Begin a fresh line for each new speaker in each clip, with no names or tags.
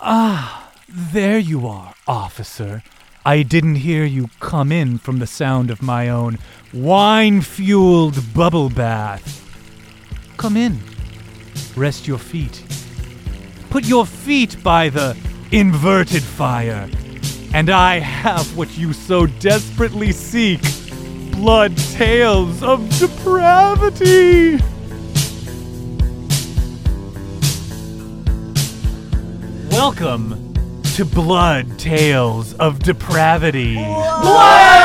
Ah, there you are, officer. I didn't hear you come in from the sound of my own wine fueled bubble bath. Come in. Rest your feet. Put your feet by the inverted fire. And I have what you so desperately seek blood tales of depravity. Welcome to Blood Tales of Depravity.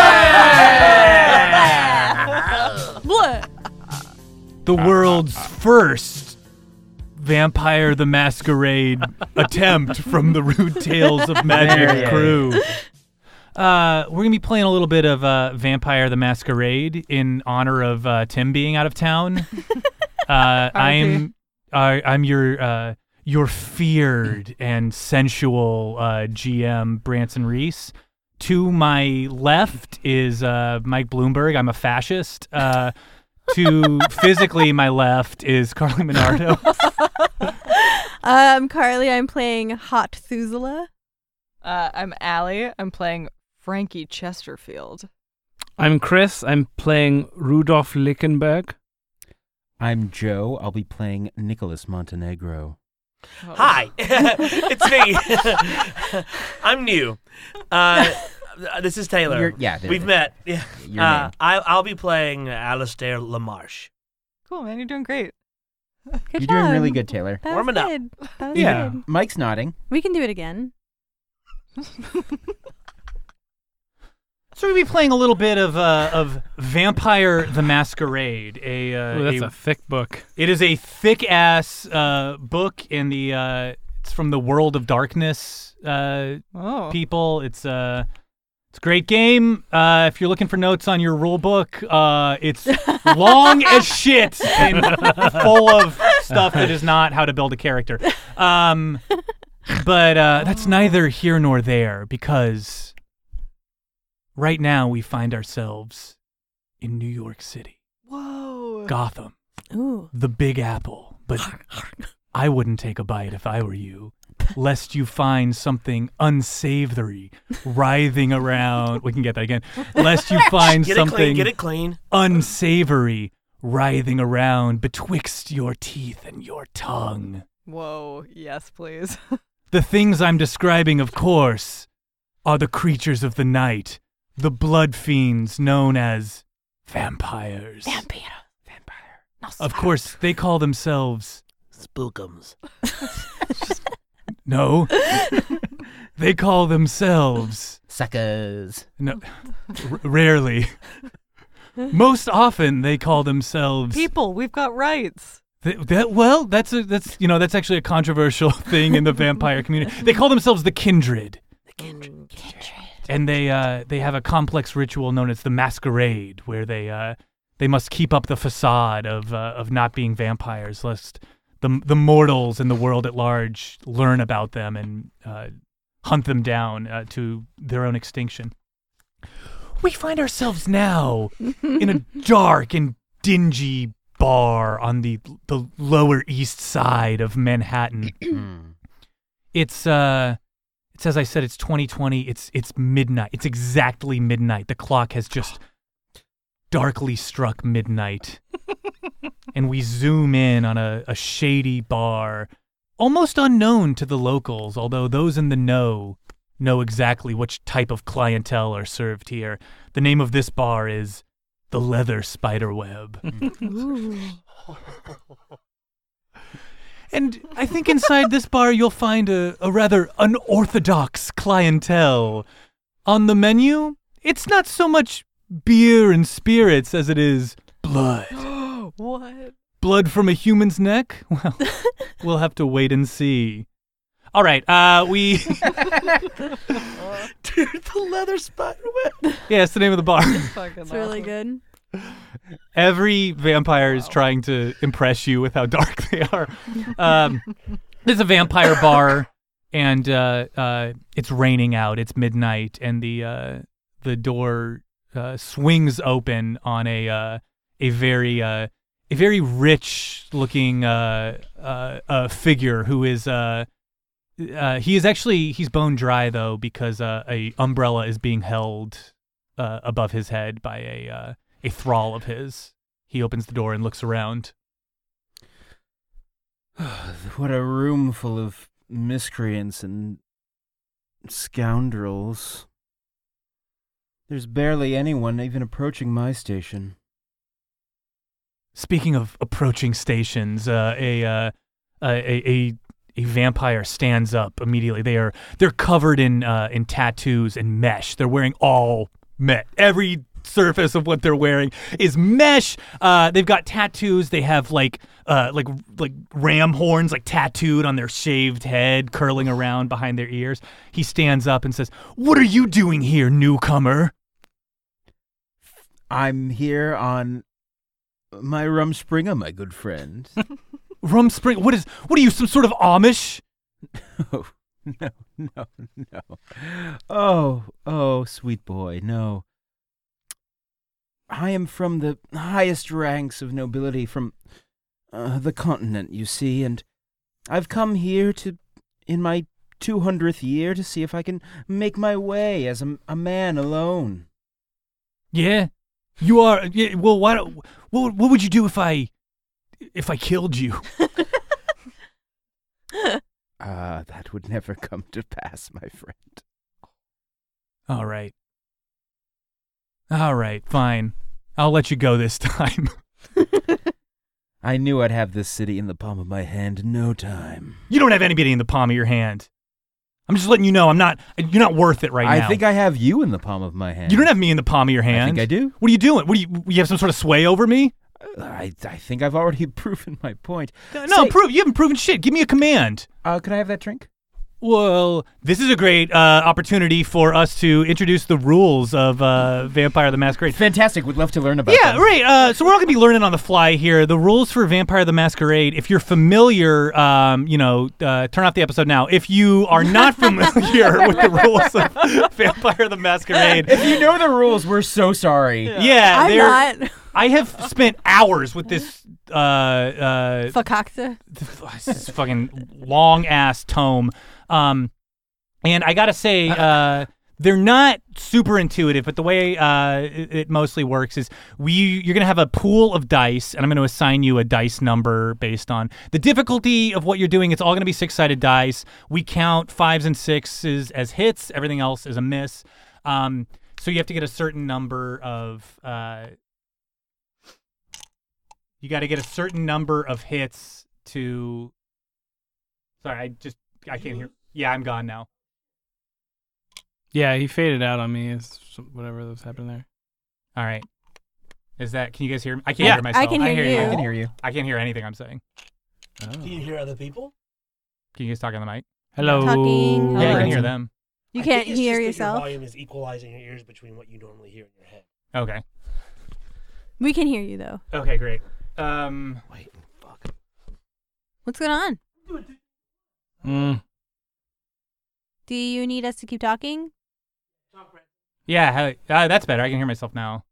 What?
The world's first Vampire the Masquerade attempt from the Rude Tales of Magic
Yeah.
crew. Uh, we're going to be playing a little bit of uh, Vampire the Masquerade in honor of uh, Tim being out of town. Uh, I am I, I'm your uh, your feared and sensual uh, GM Branson Reese. To my left is uh, Mike Bloomberg. I'm a fascist. Uh, to physically my left is Carly Minardo.
Um, Carly, I'm playing Hot Thuzela.
Uh, I'm Allie. I'm playing Frankie Chesterfield.
I'm Chris. I'm playing Rudolf Lickenberg.
I'm Joe. I'll be playing Nicholas Montenegro.
Oh.
Hi, it's me. I'm new. Uh, this is Taylor.
You're- yeah, there-
we've met. Yeah,
Your
uh,
name.
I, I'll be playing Alistair LaMarche.
Cool, man. You're doing great.
Good
You're doing really
job.
good, Taylor.
That
Warming
was
up.
good. That was
Yeah.
good.
Mike's nodding.
We can do it again.
So we're gonna be playing a little bit of uh, of Vampire the Masquerade. A, uh,
Ooh, that's
a-
a thick book.
it is a thick ass uh, book in the uh, it's from the World of Darkness uh,
Oh.
people. It's a it's a great game. Uh, if you're looking for notes on your rule book, uh, it's long as shit and full of stuff that is not how to build a character. Um, but uh, that's neither here nor there because right now we find ourselves in New York City,
Whoa.
Gotham,
Ooh.
the Big Apple. But I wouldn't take a bite if I were you, lest you find something unsavory writhing around. We can get that again. Lest you find
Get
something
it clean. Get it clean.
unsavory writhing around betwixt your teeth and your tongue.
Whoa. Yes, please.
The things I'm describing, of course, are the creatures of the night, the blood fiends known as vampires.
Vampire. Vampire.
Of course, they call themselves
Spookums.
no. they call themselves
Suckers.
No, r- rarely. Most often, they call themselves.
People, we've got rights.
Th- that, well, that's a, that's you know that's actually a controversial thing in the vampire community. They call themselves the kindred, and they uh, they have a complex ritual known as the masquerade, where they uh, they must keep up the facade of uh, of not being vampires, lest the the mortals and the world at large learn about them and uh, hunt them down uh, to their own extinction. We find ourselves now in a dark and dingy bar on the the lower east side of Manhattan.
Mm.
It's uh it's as I said it's 2020. It's it's midnight. It's exactly midnight. The clock has just darkly struck midnight. and we zoom in on a, a shady bar almost unknown to the locals, although those in the know know exactly which type of clientele are served here. The name of this bar is the Leather Spiderweb. And I think inside this bar you'll find a, a rather unorthodox clientele. On the menu, it's not so much beer and spirits as it is blood.
what?
Blood from a human's neck? Well, we'll have to wait and see. All right, uh, we.
Dude, the leather spider web.
Yeah, it's the name of the bar.
Fucking
It's really
awesome.
good.
Every vampire is
Wow.
trying to impress you with how dark they are. Um, this is a vampire bar, and uh, uh, it's raining out. It's midnight, and the uh, the door uh, swings open on a uh, a very uh, a very rich looking uh, uh, uh, figure who is uh, uh, he is actually he's bone dry though because uh, a umbrella is being held uh, above his head by a uh, a thrall of his. He opens the door and looks around.
what a room full of miscreants and scoundrels. There's barely anyone even approaching my station.
Speaking of approaching stations, uh, a, uh, a a a a vampire stands up immediately. They are they're covered in uh, in tattoos and mesh. They're wearing all mesh. Every surface of what they're wearing is mesh. Uh, they've got tattoos. They have like uh, like like ram horns like tattooed on their shaved head, curling around behind their ears. He stands up and says, "What are you doing here, newcomer?"
I'm here on my rum springer, my good friend.
Rumspring. What is? What are you? Some sort of Amish?
no, Oh, no, no, no. Oh, oh, sweet boy, no. I am from the highest ranks of nobility from uh, the continent, you see, and I've come here to, in my 200th year, to see if I can make my way as a, a man alone.
Yeah, you are. Yeah, well, why? Don't, what? What would you do if I, if I killed you?
Ah, that would never come to pass, my friend.
All right. All right. Fine. I'll let you go this time.
I knew I'd have this city in the palm of my hand in no time.
you don't have anybody in the palm of your hand. I'm just letting you know. I'm not. You're not worth it right
I
now.
think I have you in the palm of my hand.
You don't have me in the palm of your hand.
I think I do.
What are you doing? What do you? You have some sort of sway over me?
I, I think I've already proven my point.
No,
Say-
prove. You haven't proven shit. Give me a command.
Uh, could I have that drink?
Well, this is a great uh, opportunity for us to introduce the rules of uh, Vampire the Masquerade.
Fantastic. Would love to learn about
Yeah,
that.
right. Uh, so we're all gonna be learning on the fly here. The rules for Vampire the Masquerade. If you're familiar, um, you know, uh, turn off the episode now. If you are not familiar with the rules of Vampire the Masquerade,
If you know the rules, we're so sorry.
yeah,
I'm
they're-
not.
I have spent hours with this. Uh, uh,
Fakakta.
this fucking long ass tome. Um, and I gotta say, uh, they're not super intuitive, but the way uh, it, it mostly works is we you're gonna have a pool of dice, and I'm gonna assign you a dice number based on the difficulty of what you're doing. It's all gonna be six sided dice. We count fives and sixes as hits. Everything else is a miss. Um, so you have to get a certain number of. Uh, you got to get a certain number of hits to. Sorry, I just I can't hear. Yeah, I'm gone now.
Yeah, he faded out on me. It's whatever that's happened there.
All right. Is that? Can you guys hear? me? I can't
Yeah.
hear myself.
can hear
you.
you.
I can hear you.
I can't hear anything I'm saying. Oh.
Do you hear other people?
Can you guys talk on the mic?
Hello.
Talking.
Yeah, I can
Alright.
hear them.
You
I
can't
think it's
hear
just that Your
yourself.
volume is equalizing your ears between what you normally hear in your head.
Okay.
We can hear you though.
Okay, great. Um,
Wait, fuck.
What's going on?
Mm.
Do you need us to keep talking?
yeah, hi- uh, that's better. I can hear myself now.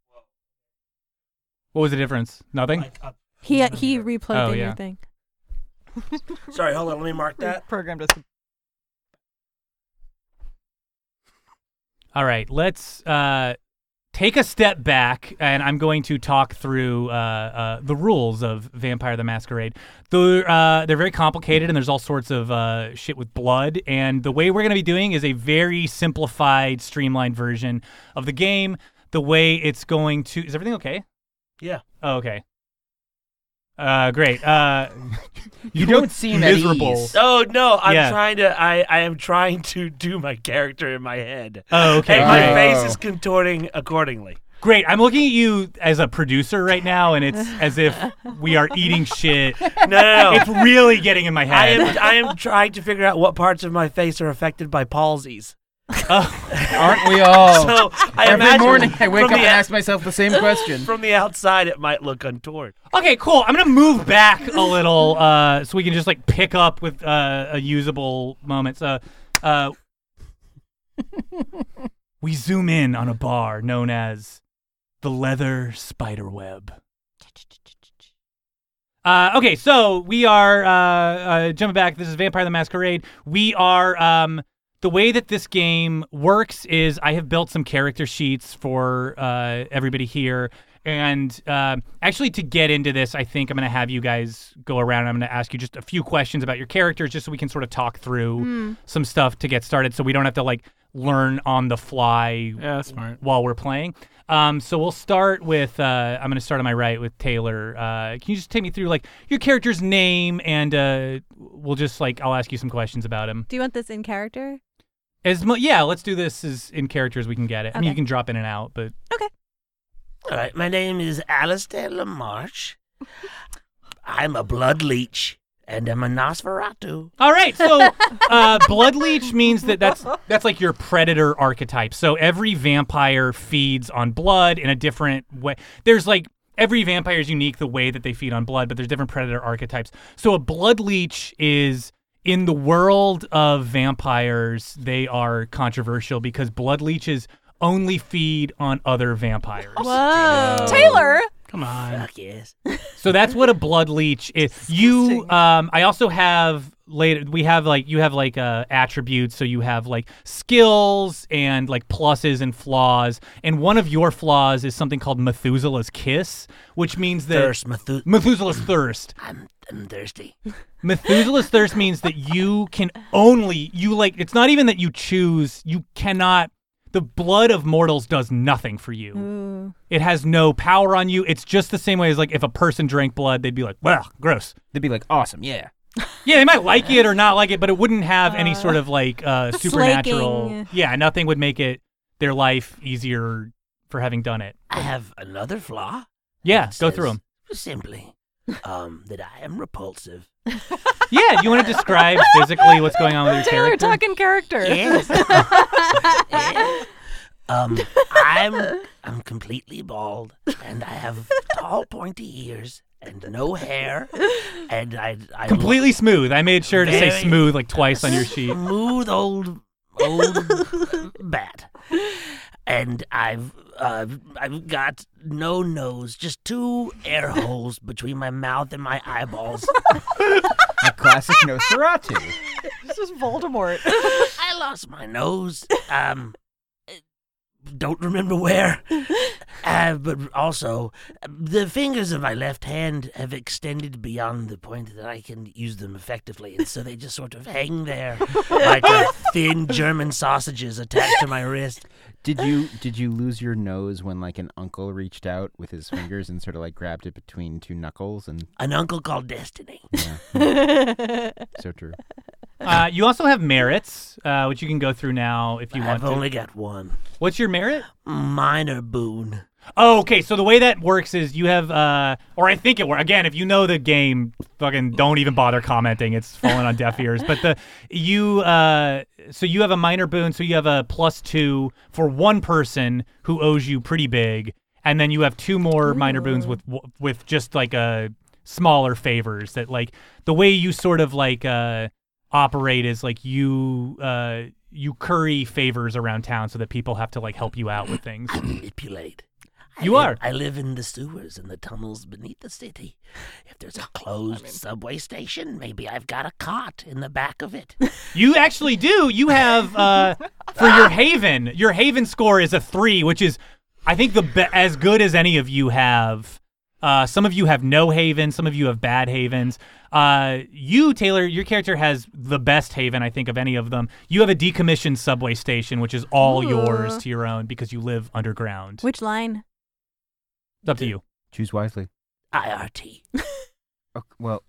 What was the difference? Nothing.
Like, uh,
He
one
he
here.
replugged
Oh,
in
yeah.
your thing.
Sorry, hold on. Let me mark that.
programmed us.
All right, let's uh, take a step back, and I'm going to talk through uh, uh, the rules of Vampire the Masquerade. They're, uh, they're very complicated, and there's all sorts of uh, shit with blood. And the way we're going to be doing is a very simplified, streamlined version of the game. The way it's going to. Is everything okay?
Yeah.
Oh, okay. Uh, great. Uh,
You don't
look
seem at
miserable.
ease.
Oh no, I'm
Yeah.
trying to. I I am trying to do my character in my head.
Oh, okay.
And my
great.
face is contorting accordingly.
Great. I'm looking at you as a producer right now, and it's as if we are eating shit.
No, no,
It's
no.
really getting in my
I
head.
am I am trying to figure out what parts of my face are affected by palsies. Uh,
Aren't we all?
So I
Every
imagine
morning I wake
from
up and
the,
ask myself the same question.
from the outside it might look untoward.
okay, cool. I'm gonna move back a little uh, so we can just like pick up with uh, a usable moments. Uh, uh, we zoom in on a bar known as the Leather Spiderweb. Uh, okay, so we are uh, uh, jumping back. This is Vampire the Masquerade. We are um, the way that this game works is I have built some character sheets for uh, everybody here, and uh, actually to get into this, I think I'm going to have you guys go around. and I'm going to ask you just a few questions about your characters, just so we can sort of talk through some stuff to get started, so we don't have to like learn on the fly
Yeah, that's smart.
while we're playing. Um, so we'll start with uh, I'm going to start on my right with Taylor. Uh, can you just take me through like your character's name and uh, we'll just like I'll ask you some questions about him.
Do you want this in character?
As mu- yeah, let's do this as in character as we can get it. I mean, you
Okay.
can drop in and out, but
All right, my name is Alistair Lamarche. I'm a blood leech, and I'm a Nosferatu.
all right. So uh, blood leech means that that's that's like your predator archetype. So every vampire feeds on blood in a different way. There's like every vampire is unique the way that they feed on blood, but there's different predator archetypes. So a blood leech is in the world of vampires, they are controversial because blood leeches only feed on other vampires.
Whoa.
Taylor.
Come on.
Fuck yes.
So that's what a blood leech is. You, um, I also have later. We have like you have like uh, attributes. So you have like skills and like pluses and flaws. And one of your flaws is something called Methuselah's kiss, which means that
Thirst, Methu-
Methuselah's thirst.
I'm, I'm thirsty.
Methuselah's thirst means that you can only you like. It's not even that you choose. You cannot. The blood of mortals does nothing for you.
Ooh.
It has no power on you. It's just the same way as like if a person drank blood, they'd be like, "Well, gross."
They'd be like, awesome, yeah.
Yeah, they might like it or not like it, but it wouldn't have any sort of like uh, supernatural.
Slaking.
Yeah, nothing would make it their life easier for having done it.
I have another flaw.
Yeah,
It
go
says
through them.
Simply, um, that I am repulsive.
Yeah, do you want to describe physically what's going on with your
Taylor,
character?
talk in character.
Yes. Yeah. Um, I'm I'm completely bald, and I have tall, pointy ears, and no hair, and I I look
Completely smooth. I made sure to say
Very-
smooth like twice on your sheet.
smooth old old bat, and I've uh, I've got no nose, just two air holes between my mouth and my eyeballs.
A classic Nosferatu.
This is Voldemort.
I lost my nose. Um, don't remember where. Uh, but also, the fingers of my left hand have extended beyond the point that I can use them effectively, and so they just sort of hang there like uh, thin German sausages attached to my wrist.
Did you did you lose your nose when like an uncle reached out with his fingers and sort of like grabbed it between two knuckles and
An uncle called Destiny.
yeah, so true.
Uh, you also have merits, uh, which you can go through now if you want to.
I've only got one
What's your merit?
minor boon.
Oh, okay. So the way that works is you have, uh, or I think it works. Again, if you know the game, fucking don't even bother commenting. It's falling on deaf ears. But the you, uh, so you have a minor boon. So you have a plus two for one person who owes you pretty big, and then you have two more minor boons with with just like a smaller favors that like the way you sort of like uh operate is like you uh you curry favors around town so that people have to like help you out with things.
manipulate. I
You
live-
are.
I live in the sewers and the tunnels beneath the city. If there's a closed subway station, maybe I've got a cot in the back of it.
You actually do. You have uh, for your Haven. Your Haven score is a three, which is, I think, the be- as good as any of you have. Uh, some of you have no Haven. Some of you have bad Havens. Uh, you, Taylor, your character has the best Haven, I think, of any of them. You have a decommissioned subway station, which is all yours
Ooh.
to your own because you live underground.
Which line?
it's up to you.
Choose wisely.
IRT.
Oh, well,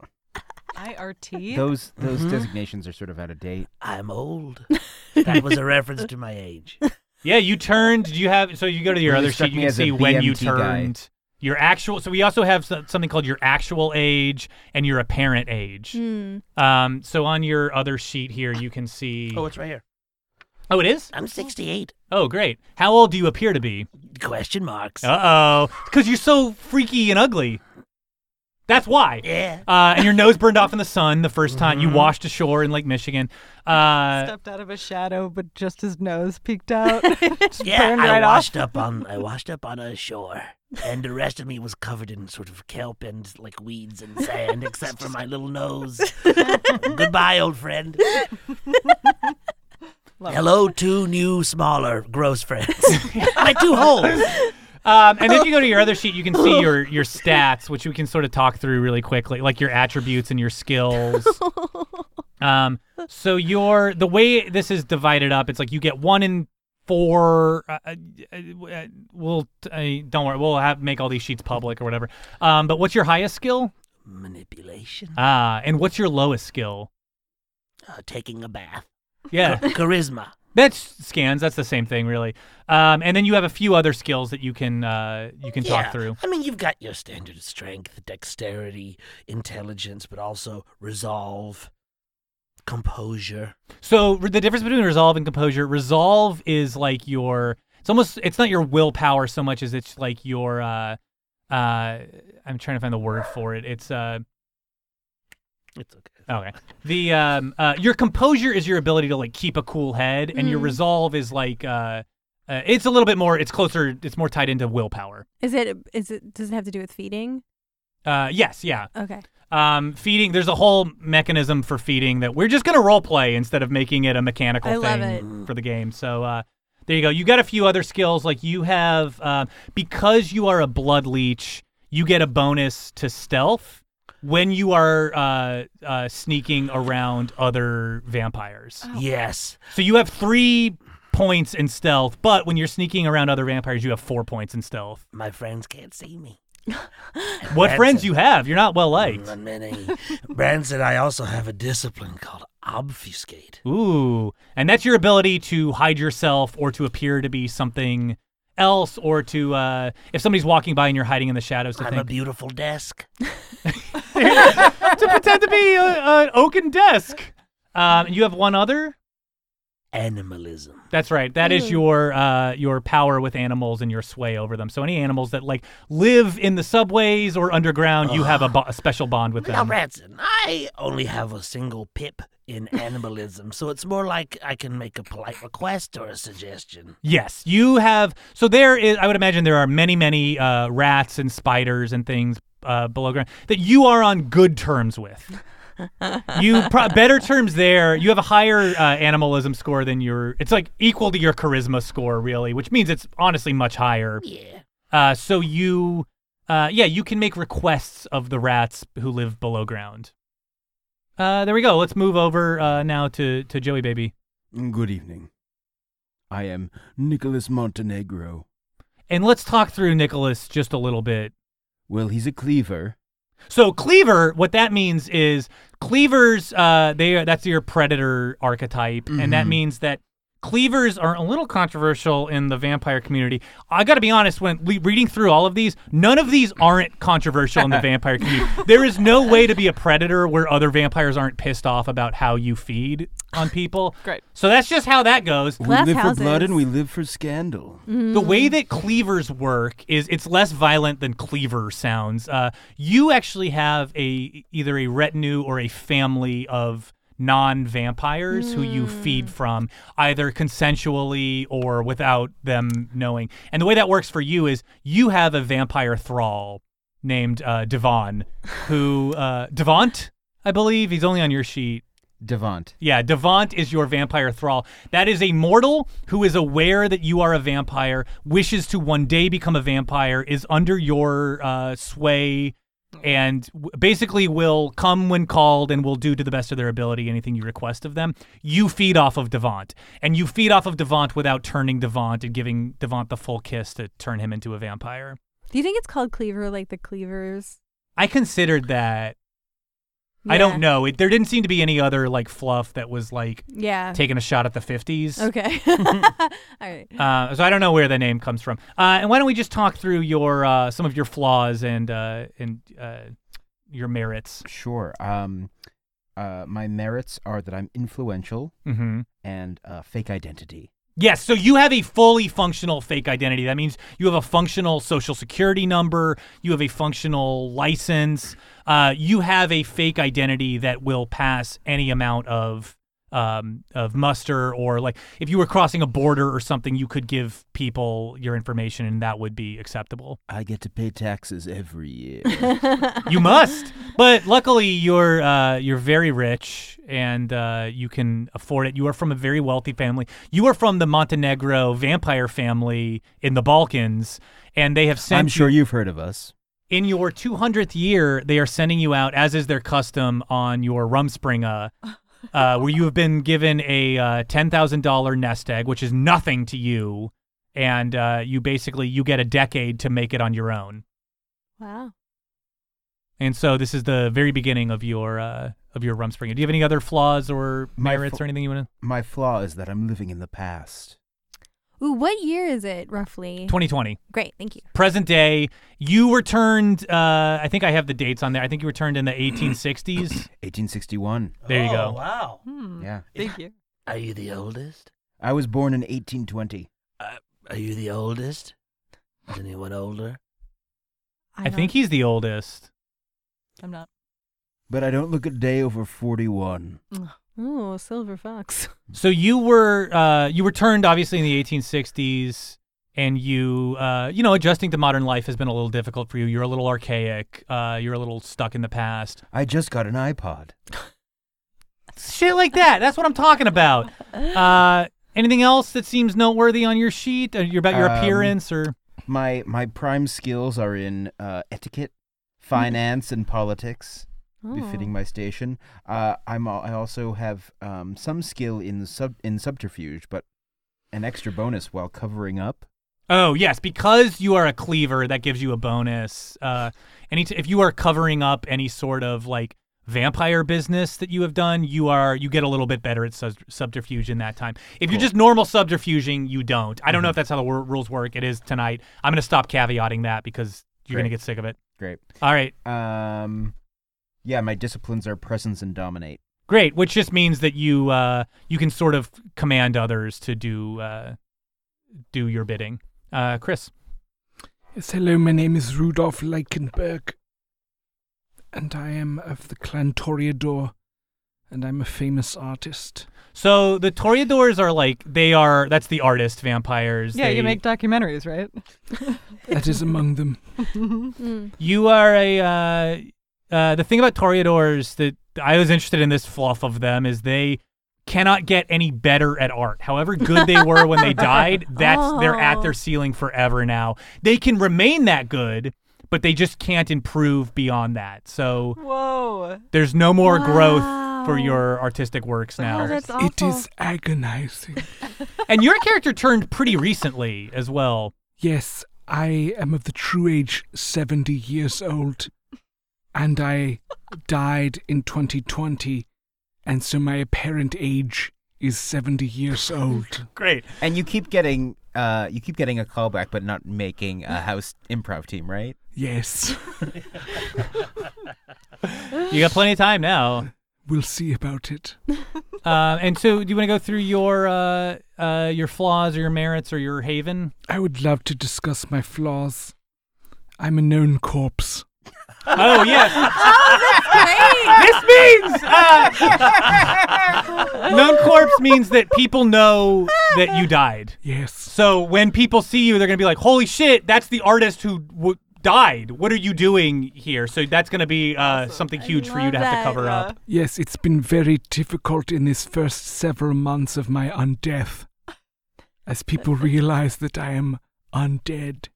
IRT.
those those
Mhm.
designations are sort of out of date.
I'm old. That was a reference to my age.
Yeah, you turned. You have so you go to your
Really
other
struck
sheet.
me
You can
as a
see when you
BMT guy.
turned your actual. So we also have so- something called your actual age and your apparent age.
Hmm.
Um, so on your other sheet here, you can see.
Oh, it's right here.
Oh, it is.
I'm 68.
Oh, great. How old do you appear to be?
Question marks.
Uh oh, because you're so freaky and ugly. That's why.
Yeah.
Uh, and your nose burned off in the sun the first time you
Mhm.
washed ashore in Lake Michigan. Uh,
Stepped out of a shadow, but just his nose peeked out.
Yeah,
Burned
I
right off.
washed up on I washed up on a shore. and the rest of me was covered in sort of kelp and like weeds and sand, except for my little nose. Goodbye, old friend.
Love it.
Hello, two new, smaller, gross friends. my two holes.
Um, and if you go to your other sheet, you can see your your stats, which we can sort of talk through really quickly, like your attributes and your skills. Um, so your the way this is divided up, it's like you get one in four. Uh, uh, uh, we'll uh, don't worry, we'll have make all these sheets public or whatever. Um, but what's your highest skill?
Manipulation.
Ah, and what's your lowest skill?
Uh, taking a bath.
Yeah,
Charisma.
that's scans. That's the same thing, really. Um, and then you have a few other skills that you can uh, you can
Yeah.
talk through.
I mean, you've got your standard strength, dexterity, intelligence, but also resolve, composure.
So r- the difference between resolve and composure, resolve is like your it's almost it's not your willpower so much as it's like your uh uh I'm trying to find the word for it. It's uh
It's okay.
okay. The um uh your composure is your ability to like keep a cool head and your
Mhm.
resolve is like uh, uh it's a little bit more it's closer it's more tied into willpower.
Is it? Is it? Does it have to do with feeding?
Uh yes, yeah.
Okay.
Um feeding there's a whole mechanism for feeding that we're just going to role play instead of making it a mechanical
I
thing.
love it.
Mm.
for the game. So uh, there you go. You got a few other skills. Like you have, uh, because you are a blood leech, you get a bonus to stealth when you are uh, uh, sneaking around other vampires.
Oh.
Yes.
So you have three points in stealth, but when you're sneaking around other vampires, you have four points in stealth.
My friends can't see me.
What
That's
friends
it.
you have? You're not well liked.
Not many. Branson, I also have a discipline called obfuscate.
Ooh, and that's your ability to hide yourself or to appear to be something else, or to uh, if somebody's walking by and you're hiding in the shadows to
I'm
think.
a beautiful desk.
to pretend to be a- an oaken desk. Um, and you have one other.
Animalism.
That's right. That is your uh, your power with animals and your sway over them. So any animals that like live in the subways or underground, you have a, bo- a special bond with
Now,
them.
Branson, I only have a single pip in animalism, so it's more like I can make a polite request or a suggestion.
Yes, you have. So there is. I would imagine there are many, many uh, rats and spiders and things uh, below ground that you are on good terms with. you pro- better terms there. You have a higher uh, animalism score than your. It's like equal to your charisma score, really, which means it's honestly much higher.
Yeah.
Uh, so you, uh, yeah, you can make requests of the rats who live below ground. Uh, there we go. Let's move over uh, now to to Joey Baby.
Good evening. I am Nicholas Montenegro.
And let's talk through Nicholas just a little bit.
Well, he's a cleaver.
So cleaver, what that means is cleavers. Uh, they are, that's your predator archetype, and that
Mhm.
means that cleavers are a little controversial in the vampire community. I got to be honest, when le- reading through all of these, none of these aren't controversial in the vampire community. There is no way to be a predator where other vampires aren't pissed off about how you feed on people.
Great.
So that's just how that goes.
Glass
we live for blood
houses.
and we live for scandal.
The way that cleavers work is it's less violent than cleaver sounds. Uh, you actually have a either a retinue or a family of non-vampires who you
Hmm.
feed from either consensually or without them knowing. And the way that works for you is you have a vampire thrall named uh, Devon, who uh, Devont, I believe he's only on your sheet.
Devant.
Yeah, Devant is your vampire thrall. That is a mortal who is aware that you are a vampire, wishes to one day become a vampire, is under your uh, sway, and w- basically will come when called and will do to the best of their ability anything you request of them. You feed off of Devant, and you feed off of Devant without turning Devant and giving Devant the full kiss to turn him into a vampire.
Do you think it's called cleaver, like the cleavers?
I considered that. I don't
Yeah.
know. It, there didn't seem to be any other like fluff that was like
Yeah.
taking a shot at the 50s.
okay. All right.
Uh, so I don't know where the name comes from. Uh, and why don't we just talk through your uh, some of your flaws and uh, and uh, your merits?
Sure. Um, uh, my merits are that I'm influential
Mm-hmm.
and uh, fake identity.
Yes. So you have a fully functional fake identity. That means you have a functional social security number. You have a functional license. Uh, you have a fake identity that will pass any amount of um, of muster or like if you were crossing a border or something, you could give people your information and that would be acceptable.
I get to pay taxes every year.
You must. But luckily, you're uh, you're very rich and uh, you can afford it. You are from a very wealthy family. You are from the Montenegro vampire family in the Balkans, and they have sent.
I'm sure
you-
you've heard of us.
in your 200th year, they are sending you out, as is their custom, on your Rumspringa, uh, where you have been given a uh, $10,000 nest egg, which is nothing to you. And uh, you basically, you get a decade to make it on your own.
wow.
And so this is the very beginning of your, uh, of your Rumspringa. Do you have any other flaws or
My
merits or
fl-
anything you want to?
My flaw is that I'm living in the past.
Ooh, what year is it roughly?
2020.
Great, thank you.
present day. You returned. Uh, I think I have the dates on there. I think you returned in the 1860s.
1861.
There you
Oh,
go.
Wow.
Hmm.
Yeah.
Thank you.
Are you the oldest?
I was born in 1820.
Uh, Are you the oldest? Is anyone older?
I, think he's the oldest.
I'm not.
But I don't look a day over 41.
Ooh, silver fox.
So you were uh, you returned obviously in the 1860s, and you uh, you know adjusting to modern life has been a little difficult for you. You're a little archaic. Uh, you're a little stuck in the past.
I just got an iPod.
Shit like that. That's what I'm talking about. Uh, anything else that seems noteworthy on your sheet? Or your about your
Um,
appearance or
My my prime skills are in uh, etiquette, finance, and politics, befitting my station. Uh, I'm al- I also have um, some skill in sub in subterfuge, but an extra bonus while covering up.
Oh yes, because you are a cleaver, that gives you a bonus. Uh, any t- if you are covering up any sort of like vampire business that you have done, you are you get a little bit better at sub- subterfuge in that time. If you're
Cool. Mm-hmm.
just normal subterfuging, you don't. I don't know if that's how the wor- rules work. It is tonight. I'm gonna stop caveating that because you're
Great.
gonna get sick of it.
Great.
All right,
Um, yeah, my disciplines are presence and dominate.
great. Which just means that you uh, you can sort of command others to do uh, do your bidding. Uh, Chris.
Yes, hello, my name is Rudolf Leichenberg. And I am of the clan Toreador. And I'm a famous artist.
So the Toreadors are like they are. That's the artist vampires.
Yeah,
they,
you make documentaries, right?
That is among them.
Mm.
You are a. Uh, uh, the thing about Toreadors that I was interested in this fluff of them is they cannot get any better at art. However good they were when they died, that's they're at their
Oh.
ceiling forever now. They can remain that good, but they just can't improve beyond that. So
Whoa.
there's no more growth for
Wow.
your artistic works now.
Oh, that's awful.
It is agonizing.
and your character turned pretty recently as well.
yes, I am of the true age 70 years old. And I died in 2020. And so my apparent age is 70 years old.
Great.
And you keep getting uh, you keep getting a callback, but not making a house improv team, right?
Yes,
You got plenty of time now.
we'll see about it.
Uh, and so, do you want to go through your uh, uh, your flaws or your merits or your haven?
I would love to discuss my flaws. I'm a known corpse.
Oh yes,
Oh,
Great.
this means uh, known corpse means that people know that you died.
Yes.
So when people see you, they're gonna be like, "Holy shit, that's the artist who w- died. What are you doing here?" So that's gonna be uh, something huge for you to
love
have to
that.
cover up.
Yes, it's been very difficult in these first several months of my undeath, as people realize that I am undead.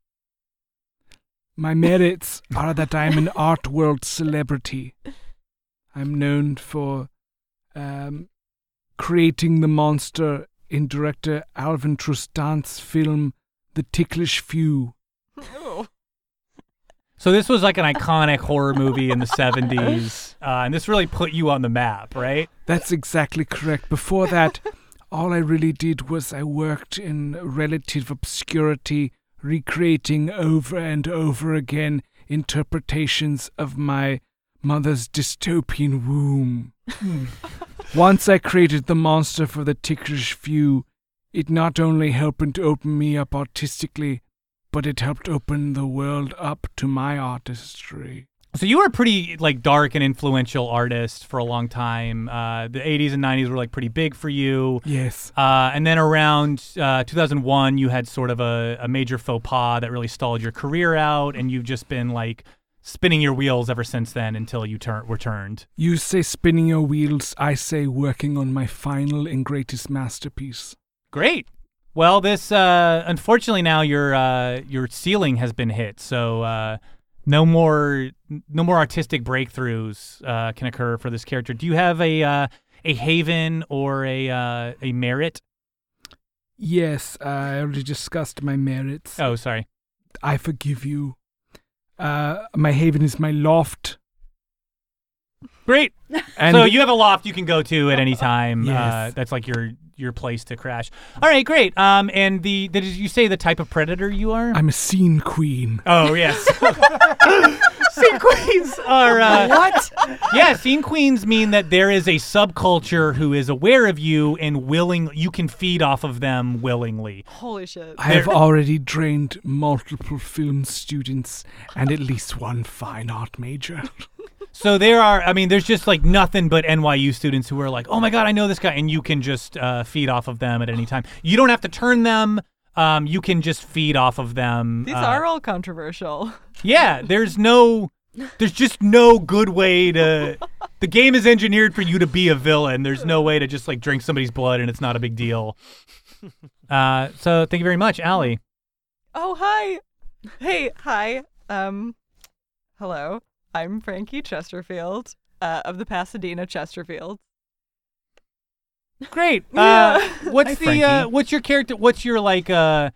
My merits are that I am an art world celebrity. I'm known for um, creating the monster in director Alvin Trustan's film The Ticklish Few.
Oh.
So this was like an iconic horror movie in the '70s, uh, and this really put you on the map, right?
That's exactly correct. Before that, all I really did was I worked in relative obscurity, recreating over and over again interpretations of my mother's dystopian womb. Once I created the monster for the ticklish few, it not only helped to open me up artistically, but it helped open the world up to my artistry.
So you were a pretty like dark and influential artist for a long time. Uh, the 80s and 90s were like pretty big for you.
Yes.
Uh, and then around uh, 2001, you had sort of a, a major faux pas that really stalled your career out, and you've just been like spinning your wheels ever since then until you turn returned.
You say spinning your wheels, I say working on my final and greatest masterpiece.
Great. Well, this uh, unfortunately now your uh, your ceiling has been hit, so uh, no more no more artistic breakthroughs uh, can occur for this character. Do you have a uh, a haven or a uh, a merit?
Yes, I already discussed my merits.
Oh, sorry.
I forgive you. Uh, my haven is my loft.
Great.
And
so you have a loft you can go to at any time. Uh,
Yes.
that's like your your place to crash. All right, great. Um, and the, the did you say the type of predator you are?
I'm a scene queen.
oh yes. scene queens are uh,
What?
yeah. Scene queens mean that there is a subculture who is aware of you and willing. You can feed off of them willingly.
Holy
Uh,
shit.
I have already drained multiple film students and at least one fine art major.
So there are. I mean, there's just like nothing but NYU students who are like, oh my god, I know this guy, and you can just uh, feed off of them at any time. You don't have to turn them. Um, you can just feed off of them.
These
uh,
are all controversial.
Yeah, there's no there's just no good way to the game is engineered for you to be a villain. There's no way to just like drink somebody's blood and it's not a big deal. Uh, so thank you very much, Allie.
Oh, hi. Hey, hi. Um, hello. I'm Frankie Chesterfield uh, of the Pasadena Chesterfield.
Great.
Yeah.
Uh, what's
Hi,
the uh,
Frankie.
what's your character what's your like uh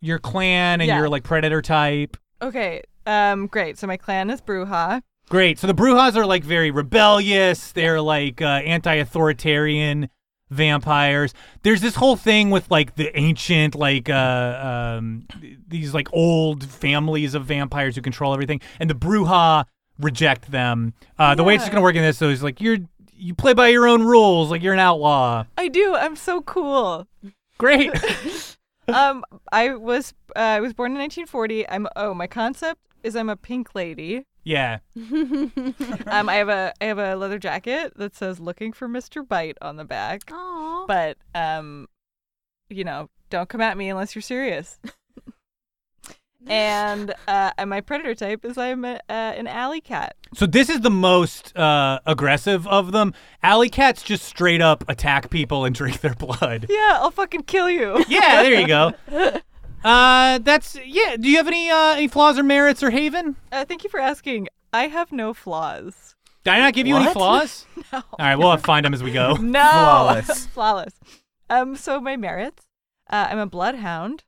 your clan and
Yeah.
your like predator type?
Okay. Um, great. So my clan is Bruja.
Great. So the Brujas are like very rebellious. They're like uh, anti-authoritarian vampires. There's this whole thing with like the ancient, like uh, um, th- these like old families of vampires who control everything, and the Bruja reject them. Uh, The way it's
Yeah.
going to work in this, though, is like you're you play by your own rules. Like you're an outlaw.
I do. I'm so cool.
Great.
Um, I was uh, I was born in 1940. I'm oh my concept is I'm a pink lady.
yeah.
Um, I have a I have a leather jacket that says "Looking for Mr. Bite" on the back.
Aww.
but um you know don't come at me unless you're serious and uh and my predator type is i'm a, uh, an alley cat
So this is the most uh, aggressive of them. Alley cats just straight up attack people and drink their blood.
yeah i'll fucking kill you
yeah, there you go. Uh, that's yeah. Do you have any uh, any flaws or merits or haven?
uh, thank you for asking i have no flaws
Did I not give you any flaws?
no
All right, we'll have to find them as we go.
no
Flawless.
flawless um so my merits uh, i'm a bloodhound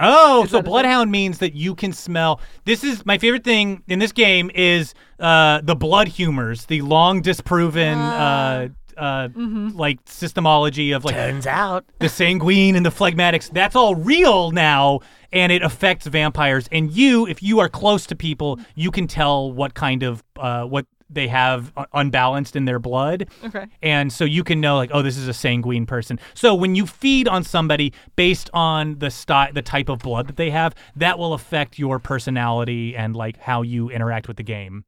Oh,
Is
so
that a thing?
bloodhound means that you can smell. This is my favorite thing in this game is uh, the blood humors, the long disproven
Ah.
uh, uh,
Mm-hmm.
like systemology of like
Turns out,
the sanguine and the phlegmatics, that's all real now, and it affects vampires. And you, if you are close to people, you can tell what kind of uh, what they have u- unbalanced in their blood.
okay
And so you can know, like, oh, this is a sanguine person. So when you feed on somebody based on the sty- the type of blood that they have, that will affect your personality and like how you interact with the game.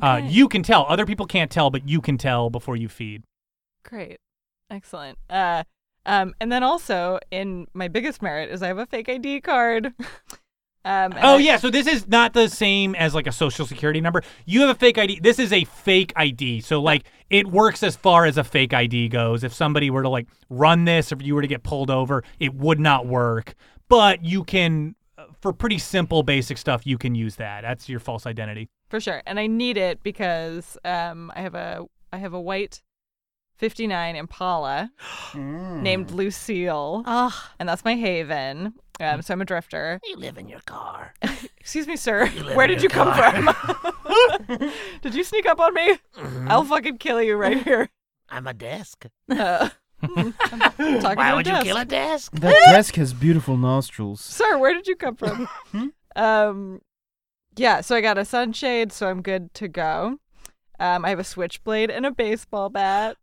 Uh, you can tell. Other people can't tell, but you can tell before you feed.
great excellent uh um and then also in my biggest merit is i have a fake id card um and
Oh
I-
yeah, so this is not the same as like a social security number. You have a fake ID. This is a fake ID. So like it works as far as a fake ID goes. If somebody were to like run this, if you were to get pulled over, it would not work. But you can uh, for pretty simple basic stuff, you can use that. That's your false identity.
for sure and i need it because um i have a i have a white 59 impala
Hmm.
Hmm.
named lucille
Ugh.
and that's my haven um, so i'm a drifter
Ah. Hmm. you live in your car.
excuse me sir
live
where
in
did you
your
come
car. Mm-hmm.
from did you sneak up on me i'll fucking kill you right here
I'm a desk.
uh, I'm talking
Why
to a
would
desk.
you kill a desk?
That desk Hmm? has beautiful nostrils.
sir where did you come from um yeah so i got a sunshade so i'm good to go um i have a switchblade and a baseball bat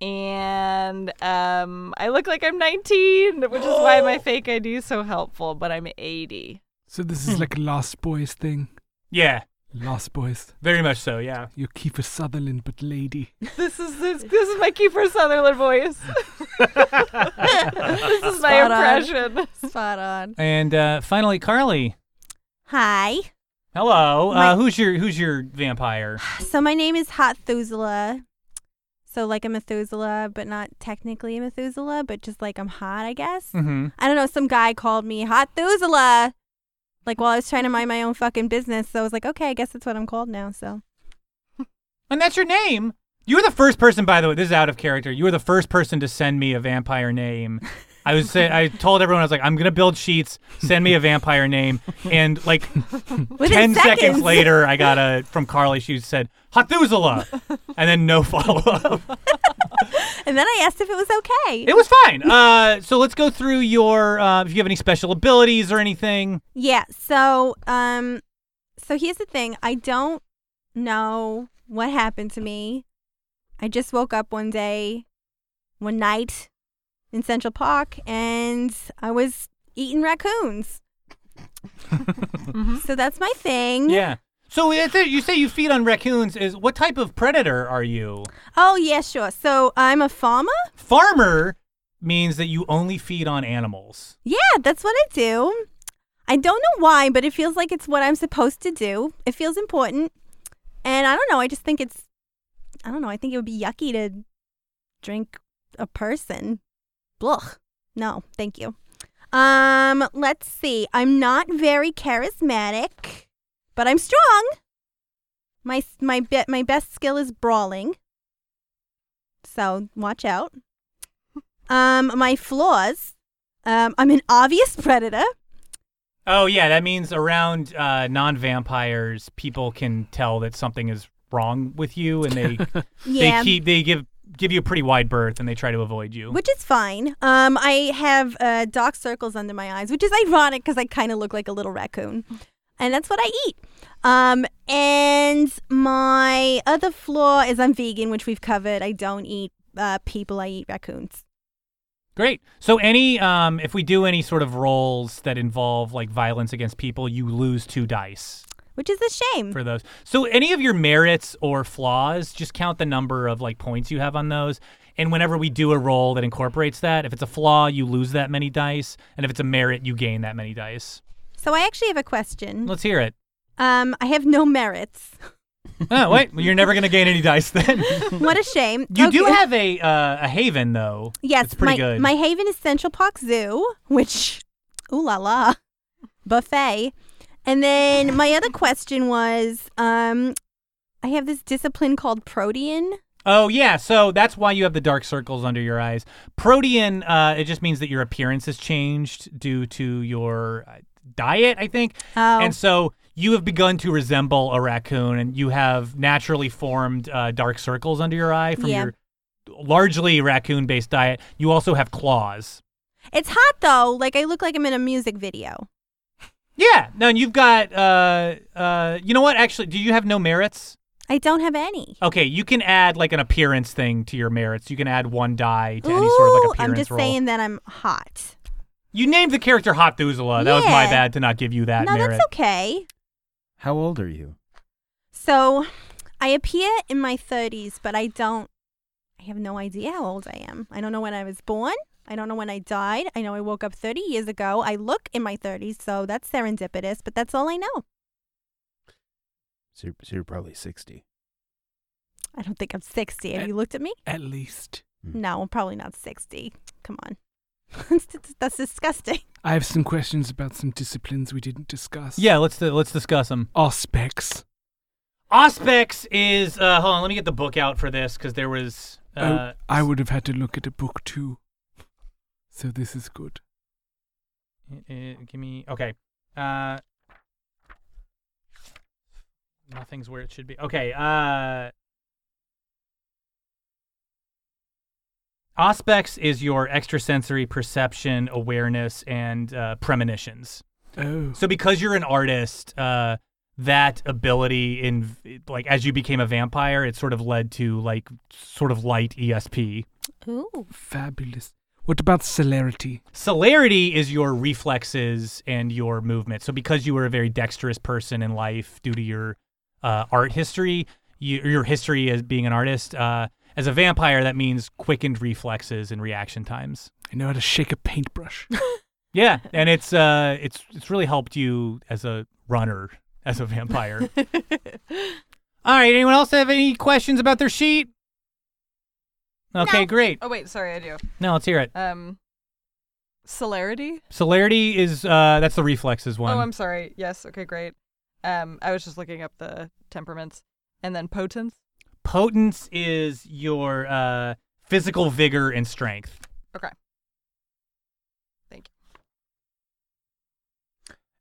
and um i look like i'm 19 which is why my fake id is so helpful but i'm 80
So this is like a Lost Boys thing.
Yeah.
Lost Boys.
Very much so, yeah.
You're Kiefer Sutherland, but lady.
This is this, this is my Kiefer Sutherland voice. this is my
Spot on.
impression.
Spot on.
And uh, finally, Carly.
Hi.
Hello.
My-
Uh, who's your Who's your vampire?
So my name is Hot Thuzela. So like a Methuselah, but not technically a Methuselah, but just like I'm hot, I guess.
Mm-hmm.
I don't know. Some guy called me Hot Thuzela. Like while I was trying to mind my own fucking business, so I was like, okay, I guess that's what I'm called now. So
And that's your name. You were the first person, by the way. This is out of character. You were the first person to send me a vampire name. I was say I told everyone I was like, I'm gonna build sheets. Send me a vampire name. And like ten
within
seconds. later, I got a from Carly. She said Hathuzala, and then no follow up.
and then I asked if it was okay.
It was fine. Uh, so let's go through your uh, if you have any special abilities or anything.
Yeah. So, um, so here's the thing. I don't know what happened to me. I just woke up one day, one night in Central Park, and I was eating raccoons. so that's my thing.
Yeah. So it's it. you say you feed on raccoons. Is what type of predator are you?
Oh yeah, sure. So I'm a farmer.
Farmer means that you only feed on animals.
Yeah, that's what I do. I don't know why, but it feels like it's what I'm supposed to do. It feels important. And I don't know. I just think it's, I don't know. I think it would be yucky to drink a person. Blech. No, thank you. Um, let's see. I'm not very charismatic, but I'm strong. My s- my be- my best skill is brawling. So watch out. Um, my flaws. Um, I'm an obvious predator.
Oh yeah, that means around uh, non-vampires, people can tell that something is wrong with you, and they
Yeah.
they keep they give give you a pretty wide berth, and they try to avoid you.
which is fine. Um, I have uh, dark circles under my eyes, which is ironic because I kind of look like a little raccoon, and that's what I eat. Um, and my other flaw is I'm vegan, which we've covered. I don't eat uh, people. I eat raccoons.
Great. So any um, if we do any sort of roles that involve like violence against people, you lose two dice
Which is a shame.
for those. So any of your merits or flaws, just count the number of like points you have on those. And whenever we do a roll that incorporates that, if it's a flaw, you lose that many dice, and if it's a merit, you gain that many dice.
so I actually have a question.
Let's hear it.
Um, I have no merits.
Oh wait, well, you're never gonna gain any dice then.
what a shame.
You do
Okay.
have a uh, a haven though.
Yes,
it's pretty
my,
good.
my haven is Central Park Zoo, which, ooh la la, buffet. And then my other question was, um, I have this discipline called protean.
Oh yeah, so that's why you have the dark circles under your eyes. Protean, uh, it just means that your appearance has changed due to your uh, diet, I think,
Oh,
and so you have begun to resemble a raccoon, and you have naturally formed uh, dark circles under your eye from
Yeah.
your largely raccoon-based diet. You also have claws.
it's hot though. Like I look like I'm in a music video.
Yeah, no, and you've got, uh, uh, you know what? Actually, do you have no merits?
I don't have any.
Okay, you can add like an appearance thing to your merits. You can add one die to
ooh,
any sort of like appearance
I'm just
roll.
saying that I'm hot.
You named the character Hot Thuzela. That was my
Yeah.
bad to not give you that
no,
merit.
that's okay.
How old are you?
So, I appear in my 30s, but I don't. I have no idea how old I am. I don't know when I was born. I don't know when I died. I know I woke up 30 years ago. I look in my 30s, so that's serendipitous, but that's all I know.
So you're, so you're probably 60.
I don't think I'm 60. Have you looked at me?
At least.
No, I'm probably not 60. Come on. That's- that's disgusting.
I have some questions about some disciplines we didn't discuss.
Yeah, let's let's discuss them.
Auspex.
Auspex is uh, hold on, let me get the book out for this because there was uh,
oh, I would have had to look at a book too. So this is good.
uh, uh, give me okay. Uh, nothing's where it should be. Okay. Uh, Auspex is your extrasensory perception, awareness, and uh, premonitions.
Oh.
So because you're an artist, uh, that ability in like as you became a vampire, it sort of led to like sort of light E ESP.
Ooh.
Fabulous. What about celerity?
Celerity is your reflexes and your movement. So because you were a very dexterous person in life due to your uh, art history, you, your history as being an artist. Uh, as a vampire, that means quickened reflexes and reaction times.
I know how to shake a paintbrush.
Yeah, and it's uh, it's it's really helped you as a runner, as a vampire. All right, anyone else have any questions about their sheet? Okay,
No.
great.
Oh wait, sorry, I do.
Now let's hear it.
Um, celerity.
Celerity is uh, that's the reflexes one.
Oh, I'm sorry. Yes. Okay, great. Um, I was just looking up the temperaments, and then potence.
Potence is your uh, physical vigor and strength.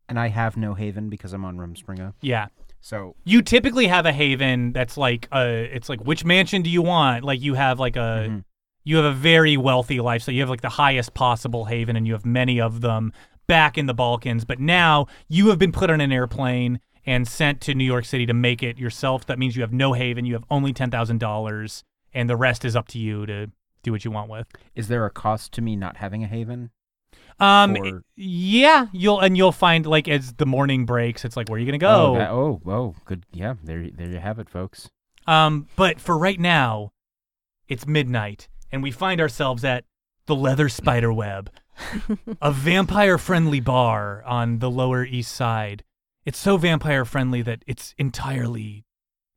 And I have no haven because I'm on Rumspringa.
Yeah.
So
You typically have a haven that's like uh it's like which mansion do you want? Like you have like a
mhm.
you have a very wealthy life, so you have like the highest possible haven and you have many of them back in the Balkans, but now you have been put on an airplane and sent to New York City to make it yourself. That means you have no haven, you have only ten thousand dollars, and the rest is up to you to do what you want with.
is there a cost to me not having a haven?
Um,
Or-
yeah, you'll and you'll find like as the morning breaks, it's like where are you gonna go?
that- oh, oh, good. Yeah, there, there you have it, folks.
Um, but for right now, it's midnight, and we find ourselves at the Leather Spider Web, a vampire friendly bar on the Lower East Side. It's so vampire friendly that it's entirely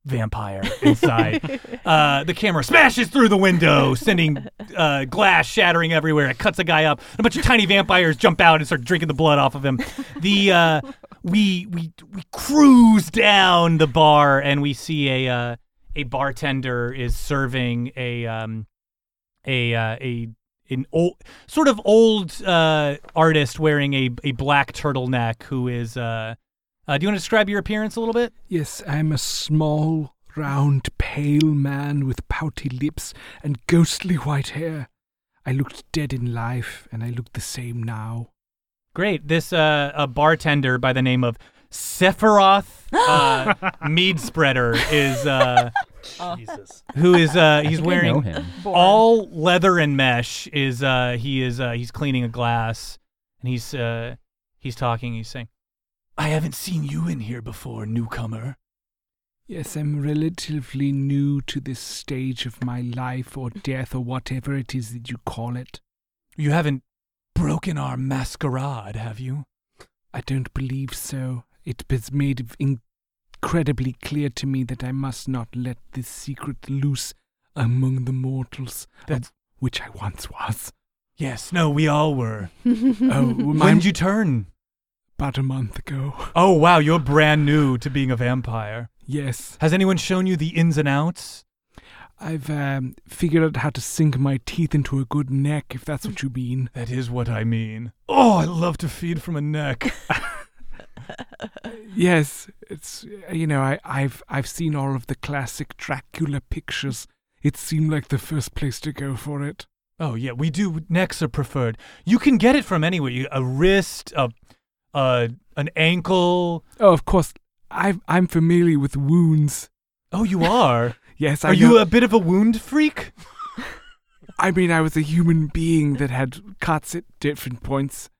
vampire inside. uh, the camera smashes through the window, sending uh, glass shattering everywhere. It cuts a guy up. and A bunch of tiny vampires jump out and start drinking the blood off of him. The uh, we we we cruise down the bar and we see a uh, a bartender is serving a um, a uh, a an old sort of old uh, artist wearing a a black turtleneck who is. Uh, uh, do you want to describe your appearance a little bit?
Yes, I'm a small, round, pale man with pouty lips and ghostly white hair. I looked dead in life, and I look the same now.
Great. This uh, a bartender by the name of Sephiroth uh, Mead Spreader is uh,
Jesus.
who is uh,
I
he's
think I know
wearing
him.
Born.
all leather and mesh is uh he is uh he's cleaning a glass and he's uh he's talking he's saying i haven't seen you in here before newcomer
Yes, I'm relatively new to this stage of my life or death or whatever it is that you call it.
you haven't broken our masquerade have you
I don't believe so. It was made in- incredibly clear to me that I must not let this secret loose among the mortals, of
That's-
which I once was.
yes no we all were
Oh,
when
mine,
did you turn
about a month ago.
oh wow you're brand new to being a vampire
Yes,
has anyone shown you the ins and outs
I've um, figured out how to sink my teeth into a good neck, if that's what you mean.
that is what i mean oh i love to feed from a neck
Yes, it's uh, you know I, I've I've seen all of the classic Dracula pictures. It seemed like the first place to go for it.
Oh yeah, we do. Necks are preferred. You can get it from anywhere. You, a wrist, a, a, an ankle.
Oh, of course, I've, I'm familiar with wounds.
Oh, you are.
Yes, I
are you
know-
a bit of a wound freak?
I mean, I was a human being that had cuts at different points.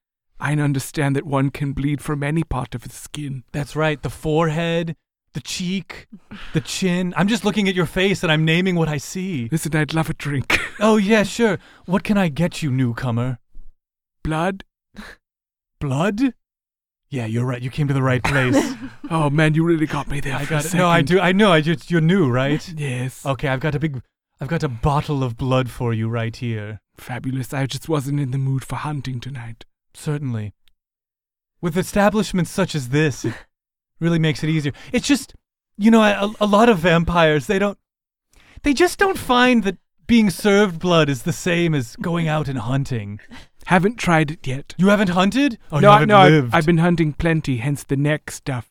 I understand that one can bleed from any part of the skin.
That's right. The forehead, the cheek, the chin. I'm just looking at your face and I'm naming what I see.
Listen, I'd love a drink.
Oh yeah, sure. What can I get you, newcomer?
Blood?
Blood? Yeah, you're right. You came to the right place.
Oh man, you really got me there.
I
for a
got it. No, I
second.
do. I know. I just you're new, right?
Yes.
Okay, I've got a big. I've got a bottle of blood for you right here.
Fabulous. I just wasn't in the mood for hunting tonight.
Certainly. With establishments such as this, it really makes it easier. It's just, you know, a, a lot of vampires, they don't, they just don't find that being served blood is the same as going out and hunting.
Haven't tried it yet.
You haven't hunted? Oh,
no,
you
I-
haven't
no, I've-
lived.
I've been hunting plenty, hence the neck stuff.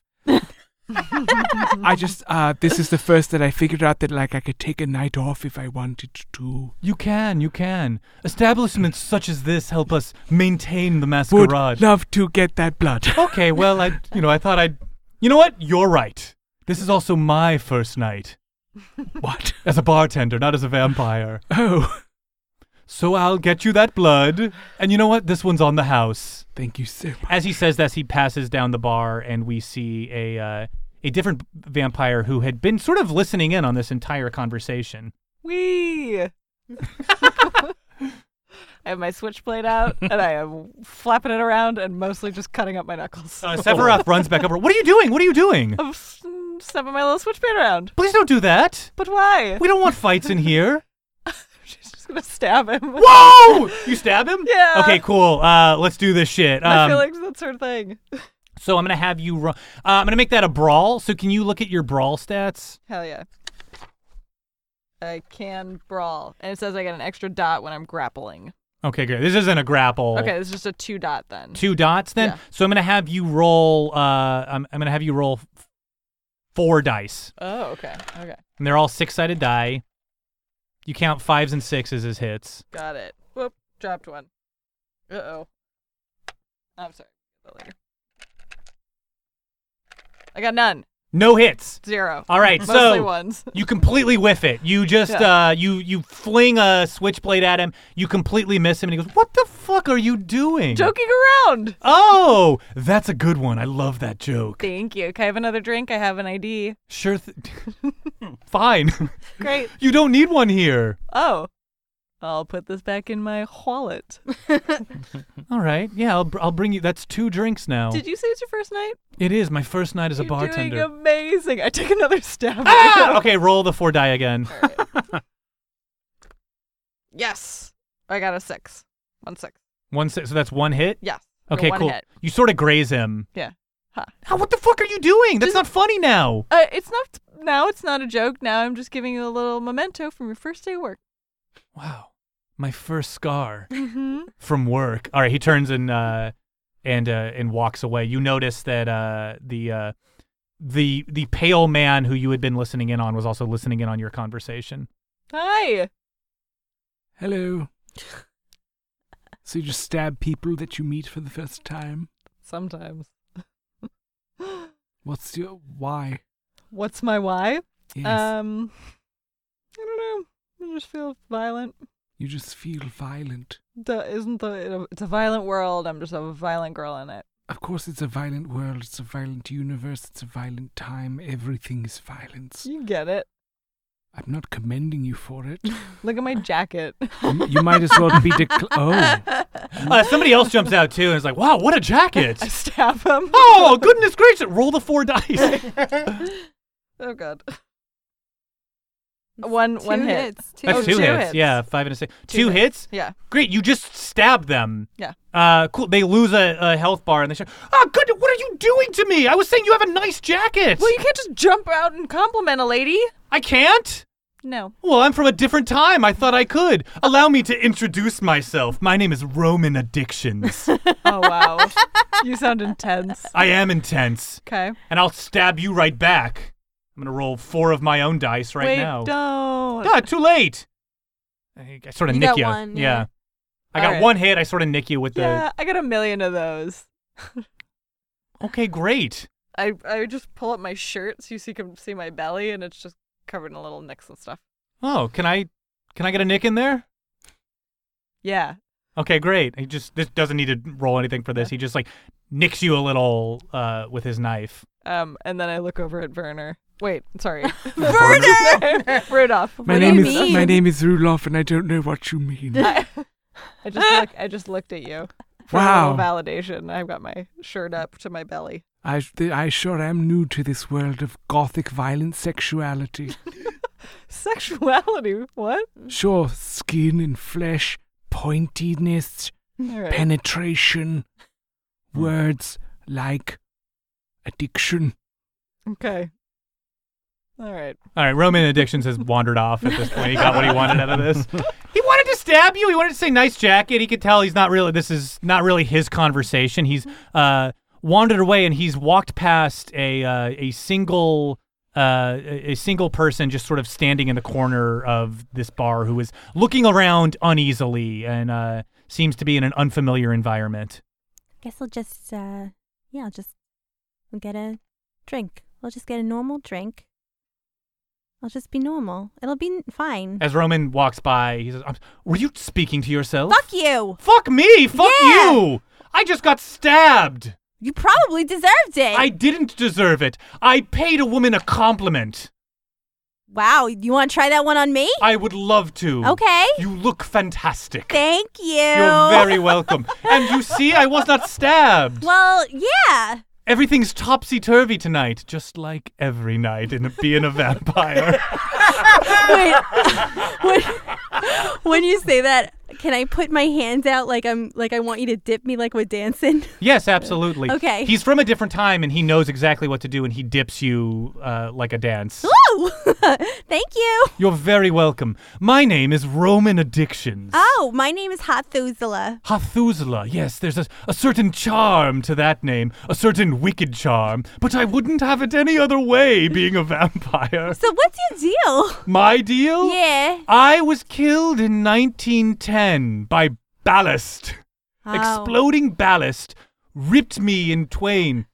I just, uh, this is the first that I figured out that, like, I could take a night off if I wanted to.
you can, you can. Establishments such as this help us maintain the
Would
masquerade.
love to get that blood.
okay, well, I, you know, I thought I'd, you know what? You're right. This is also my first night
what?
as a bartender, not as a vampire.
Oh,
So I'll get you that blood. And you know what? This one's on the house.
thank you so much.
As he says this, he passes down the bar, and we see a. Uh, a different vampire who had been sort of listening in on this entire conversation.
Wee! I have my switchblade out and I am flapping it around and mostly just cutting up my knuckles.
Uh, Sephiroth runs back over. What are you doing? What are you doing?
I'm s- snapping my little switchblade around.
Please don't do that.
But why?
We don't want fights in here.
She's just gonna stab him.
Whoa! You stab him?
Yeah.
Okay, cool. Uh, let's do this shit.
I
Um,
feel like that's her thing.
so I'm gonna have you. Ru- uh, I'm gonna make that a brawl. So can you look at your brawl stats?
Hell yeah. I can brawl. And it says I get an extra dot when I'm grappling.
Okay, great. This isn't a grapple.
Okay, it's just a two dot then.
Oh. Two dots then.
Yeah.
So I'm gonna have you roll. Uh, I'm, I'm gonna have you roll f- four dice,
Oh, okay. Okay.
and they're all six-sided die. You count fives and sixes as hits.
Got it. Whoop. Dropped one. Uh oh. I'm sorry. That later. I got none.
No hits.
Zero.
All right,
Mostly
so-
ones.
You completely whiff it. You just
Yeah.
uh, you you fling a switchblade at him. You completely miss him, and he goes, "What the fuck are you doing?"
Joking around.
Oh, that's a good one. I love that joke.
Thank you. Can I have another drink? I have an ID.
Sure. Th- Fine.
Great.
you don't need one here.
Oh. I'll put this back in my wallet.
All right. Yeah, I'll, br- I'll bring you. That's two drinks now.
Did you say it's your first night?
it is my first night as a
You're
bartender.
doing amazing. I take another stab. at
ah!
it.
Okay, roll the four die again.
Yes. I got a six. One six.
One si- so that's one hit.
Yes. Or
Okay,
one
cool.
hit.
You sort of graze him.
Yeah. Huh.
Ah, what the fuck are you doing? That's
Just-
not funny now.
Uh, it's not now. It's not a joke. Now I'm just giving you a little memento from your first day of work.
Wow. My first scar.
Mm-hmm.
from work. All right, he turns and uh, and uh, and walks away. You notice that uh, the uh, the the pale man who you had been listening in on was also listening in on your conversation.
Hi.
Hello. so you just stab people that you meet for the first time?
Sometimes.
What's your why?
What's my why?
Yes.
Um, I don't know. I just feel violent.
you just feel violent.
The, isn't the it's a violent world. I'm just a violent girl in it.
Of course, it's a violent world, it's a violent universe, it's a violent time. Everything is violence.
You get it.
I'm not commending you for it.
Look at my jacket.
you you might as well be decl- Oh.
Uh, somebody else jumps out too and is like, "Wow, what a jacket!"
I stab him.
oh, goodness gracious! Roll the four dice.
Oh god. One
Two
one hit.
hits. Two
That's
Oh,
two
two
hits.
hits.
Yeah, five and a six. Two,
Two
hits.
Yeah.
Great, you just stabbed them.
Yeah.
Uh, cool. They lose a, a health bar and they say, "Ah, good. What are you doing to me? I was saying you have a nice jacket.
Well, you can't just jump out and compliment a lady.
I can't."
No.
Well, I'm from a different time. I thought I could. Allow me to introduce myself. My name is Roman Addictions.
Oh wow. you sound intense.
I am intense,
Okay.
and I'll stab you right back. I'm gonna roll four of my own dice right
Wait,
now.
don't.
Ah, too late. I, I sort of
You
nick
got
you.
one, yeah.
I got
Alright.
one hit. I sort of nick you with
Yeah, I got a million of those.
the. Okay, great.
I I just pull up my shirt so you see can see my belly and it's just covered in little nicks and stuff.
Oh, can I, can I get a nick in there?
Yeah.
Okay, great. He just this doesn't need to roll anything for this. He just like nicks you a little uh, with his knife.
Um. And then I look over at Werner. Wait. Sorry.
Werner!
Rudolph.
My
What do
name
you
is
mean?
my name is Rulof, and I don't know what you mean.
I, I just look, I just looked at you. For A
Wow.
little validation. I've got my shirt up to my belly.
I th- I sure am new to this world of gothic violent sexuality.
Sexuality. What?
Sure, skin and flesh, pointiness,
All right.
penetration,
Hmm.
words like addiction.
Okay. All right.
All right, Roman Addictions has wandered off at this point. He got what he wanted out of this. He wanted to stab you. He wanted to say nice jacket. He could tell he's not really this is not really his conversation. He's uh wandered away and he's walked past a uh, a single uh, a a single person just sort of standing in the corner of this bar who is looking around uneasily and uh, seems to be in an unfamiliar environment.
guess I'll just, uh, yeah, I'll just I'll get a drink. I'll just get a normal drink. I'll just be normal. It'll be n-
Eh.
fine.
As Roman walks by, he says, "I'm- "Were you speaking to yourself?"
Fuck you!
Fuck me! Fuck
Yeah.
you! I just got stabbed!
You probably deserved it.
I didn't deserve it. I paid a woman a compliment.
wow, you want to try that one on me?
I would love to.
Okay.
You look fantastic.
Thank you.
You're very welcome. and you see, I was not stabbed.
Well, yeah.
Everything's topsy turvy tonight, just like every night in being a vampire.
Wait, when, when you say that, can I put my hands out like I'm like I want you to dip me like we're dancing?
yes, absolutely.
Okay.
He's from a different time and he knows exactly what to do and he dips you uh, like a dance.
Woo! Thank you.
You're very welcome. My name is Roman Addictions.
Oh, my name is Hathuzela.
Hathuzela, yes, there's a, a certain charm to that name, a certain wicked charm, but I wouldn't have it any other way being a vampire.
So what's your deal?
My deal?
Yeah.
I was killed in 1910 by ballast. Exploding ballast ripped me in twain.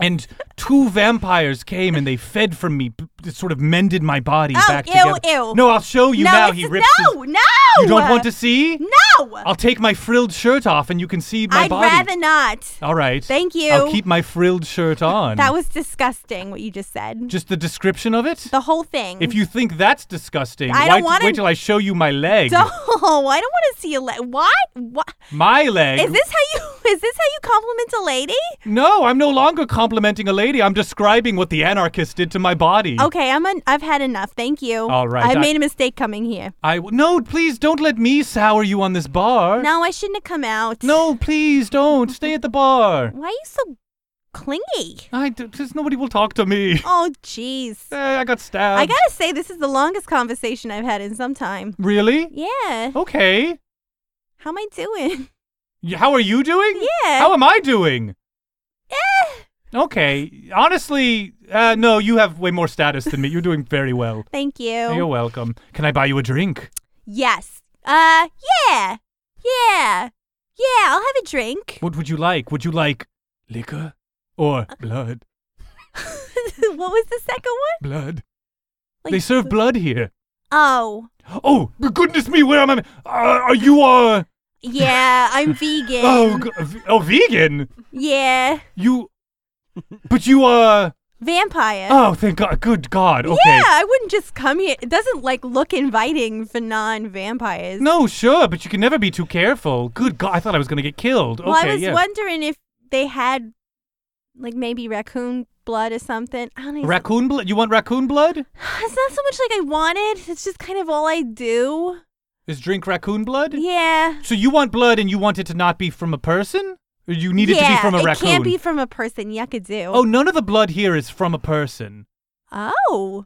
And two vampires came and they fed from me, b- b- sort of mended my body
Oh,
back
ew,
together.
ew.
No, I'll show you
no,
now.
it's-
He rips. his-
No, no.
you don't want to see?
No.
I'll take my frilled shirt off and you can see my
I'd
body.
rather not.
All right.
Thank you.
I'll keep my frilled shirt on.
That was disgusting what you just said.
just the description of it.
the whole thing.
if you think that's disgusting,
I
why
don't wanna-
wait till I show you my leg.
don't, I don't want to see a leg. What? What?
My leg.
Is this how you? Is this how you compliment a lady?
No, I'm no longer complimenting a lady. I'm describing what the anarchist did to my body.
Okay, I'm. Un- I've had enough. Thank you.
Mm. All right,
I,
I-
made a mistake coming here.
I w- no, please don't let me sour you on this bar.
No, I shouldn't have come out.
No, please don't stay at the bar.
Why are you so clingy?
I d- just nobody will talk to me.
Oh, jeez.
Eh, I got stabbed.
I gotta say, this is the longest conversation I've had in some time.
really?
Yeah.
Okay.
How am I doing?
Y- How are you doing?
Yeah.
How am I doing? Okay. Honestly, uh, no, you have way more status than me. You're doing very well.
Thank you.
You're welcome. Can I buy you a drink?
Yes. Uh, yeah. Yeah. Yeah, I'll have a drink.
What would you like? Would you like liquor or
Uh.
blood?
what was the second one?
Blood.
Like-
they serve blood here.
Oh,
Oh, b- goodness me, where am I? Uh, are you, uh,
yeah, I'm vegan.
oh, g- v- oh, vegan?
yeah.
You, but you, uh,
Vampire.
oh, thank God, good God, okay.
Yeah, I wouldn't just come here. It doesn't like look inviting for non-vampires.
No, sure, but you can never be too careful. Good God, I thought I was going to get killed.
Well,
okay,
I was
yeah.
wondering if they had like maybe raccoon blood or something. I don't know.
Raccoon blood? You want raccoon blood?
It's not so much like I wanted. It's just kind of all I do.
Is drink raccoon blood?
Yeah.
So you want blood and you want it to not be from a person? Or you need it to be
Yeah,
from a
it
raccoon?
can't be from a person. Yuckadoo.
Oh, none of the blood here is from a person.
Oh.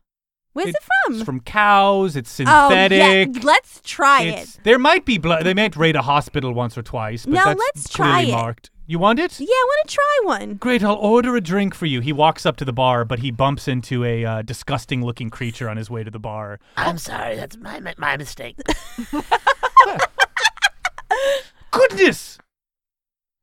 Where's it, from?
It's from cows. It's
Oh,
synthetic.
yeah. Let's try
It's- There might be blood. They might raid a hospital once or twice, but
No,
that's
let's try
clearly
it.
marked. You want it?
it. Yeah, I want to try one.
Great, I'll order a drink for you. He walks up to the bar, but he bumps into a uh, disgusting looking creature on his way to the bar.
I'm sorry, that's my my, my mistake.
Goodness!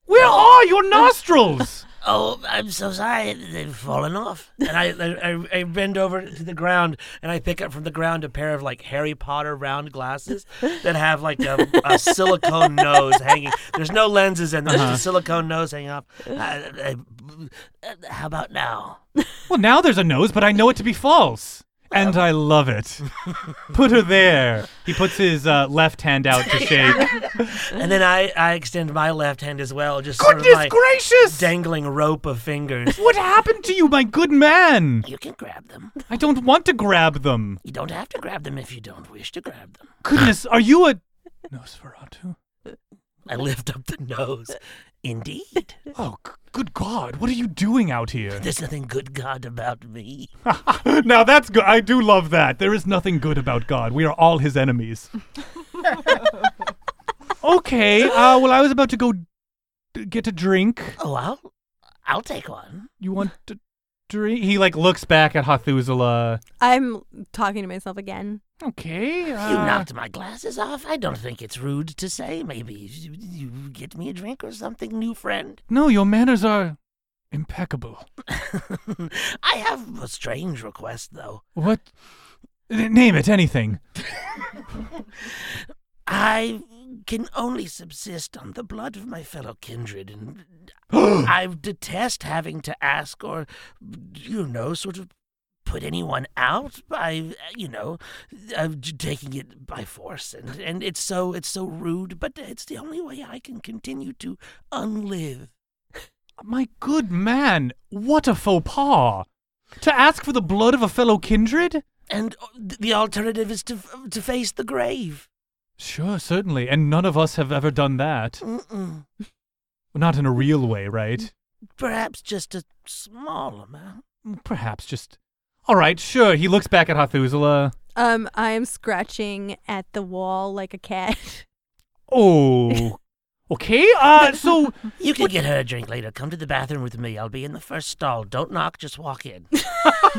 Where are your nostrils?
Oh, I'm so sorry, they've fallen off. And I, I I bend over to the ground and I pick up from the ground a pair of like Harry Potter round glasses that have like a, a silicone nose hanging. There's no lenses in them,
Uh-huh.
just a silicone nose hanging off. Uh, uh, uh, how about now?
well, now there's a nose, but I know it to be false. And I love it. Put her there. He puts his uh, left hand out to shake.
And then I, I extend my left hand as well, just sort of
Goodness
my
gracious!
dangling rope of fingers.
What happened to you, my good man?
You can grab them.
I don't want to grab them.
You don't have to grab them if you don't wish to grab them.
Goodness, are you a Nosferatu?
I lift up the nose. Indeed.
Oh, g- good God! What are you doing out here?
There's nothing good God about me.
now that's good. I do love that. There is nothing good about God. We are all His enemies. okay. Uh, well, I was about to go d- get a drink.
Oh, I'll, I'll take one.
You want to drink? He like looks back at Hathuzela.
I'm talking to myself again.
Okay. Uh,
You knocked my glasses off. I don't think it's rude to say. Maybe you, you get me a drink or something, new friend.
No, your manners are impeccable.
I have a strange request, though.
What? N- Name it. Anything.
I can only subsist on the blood of my fellow kindred, and I detest having to ask or, you know, sort of put anyone out by, you know, uh, j- taking it by force, and and it's so it's so rude, but it's the only way I can continue to unlive.
My good man, what a faux pas! To ask for the blood of a fellow kindred?
And uh, th- the alternative is to f- to face the grave.
Sure, certainly. And none of us have ever done that.
Mm-mm.
Not in a real way, right?
Perhaps just a small amount.
Perhaps just. All right, sure. He looks back at uh, Hathuzela.
Um, I am scratching at the wall like a cat.
Oh. Okay, uh, so.
You can get her a drink later. Come to the bathroom with me. I'll be in the first stall. Don't knock, just walk in.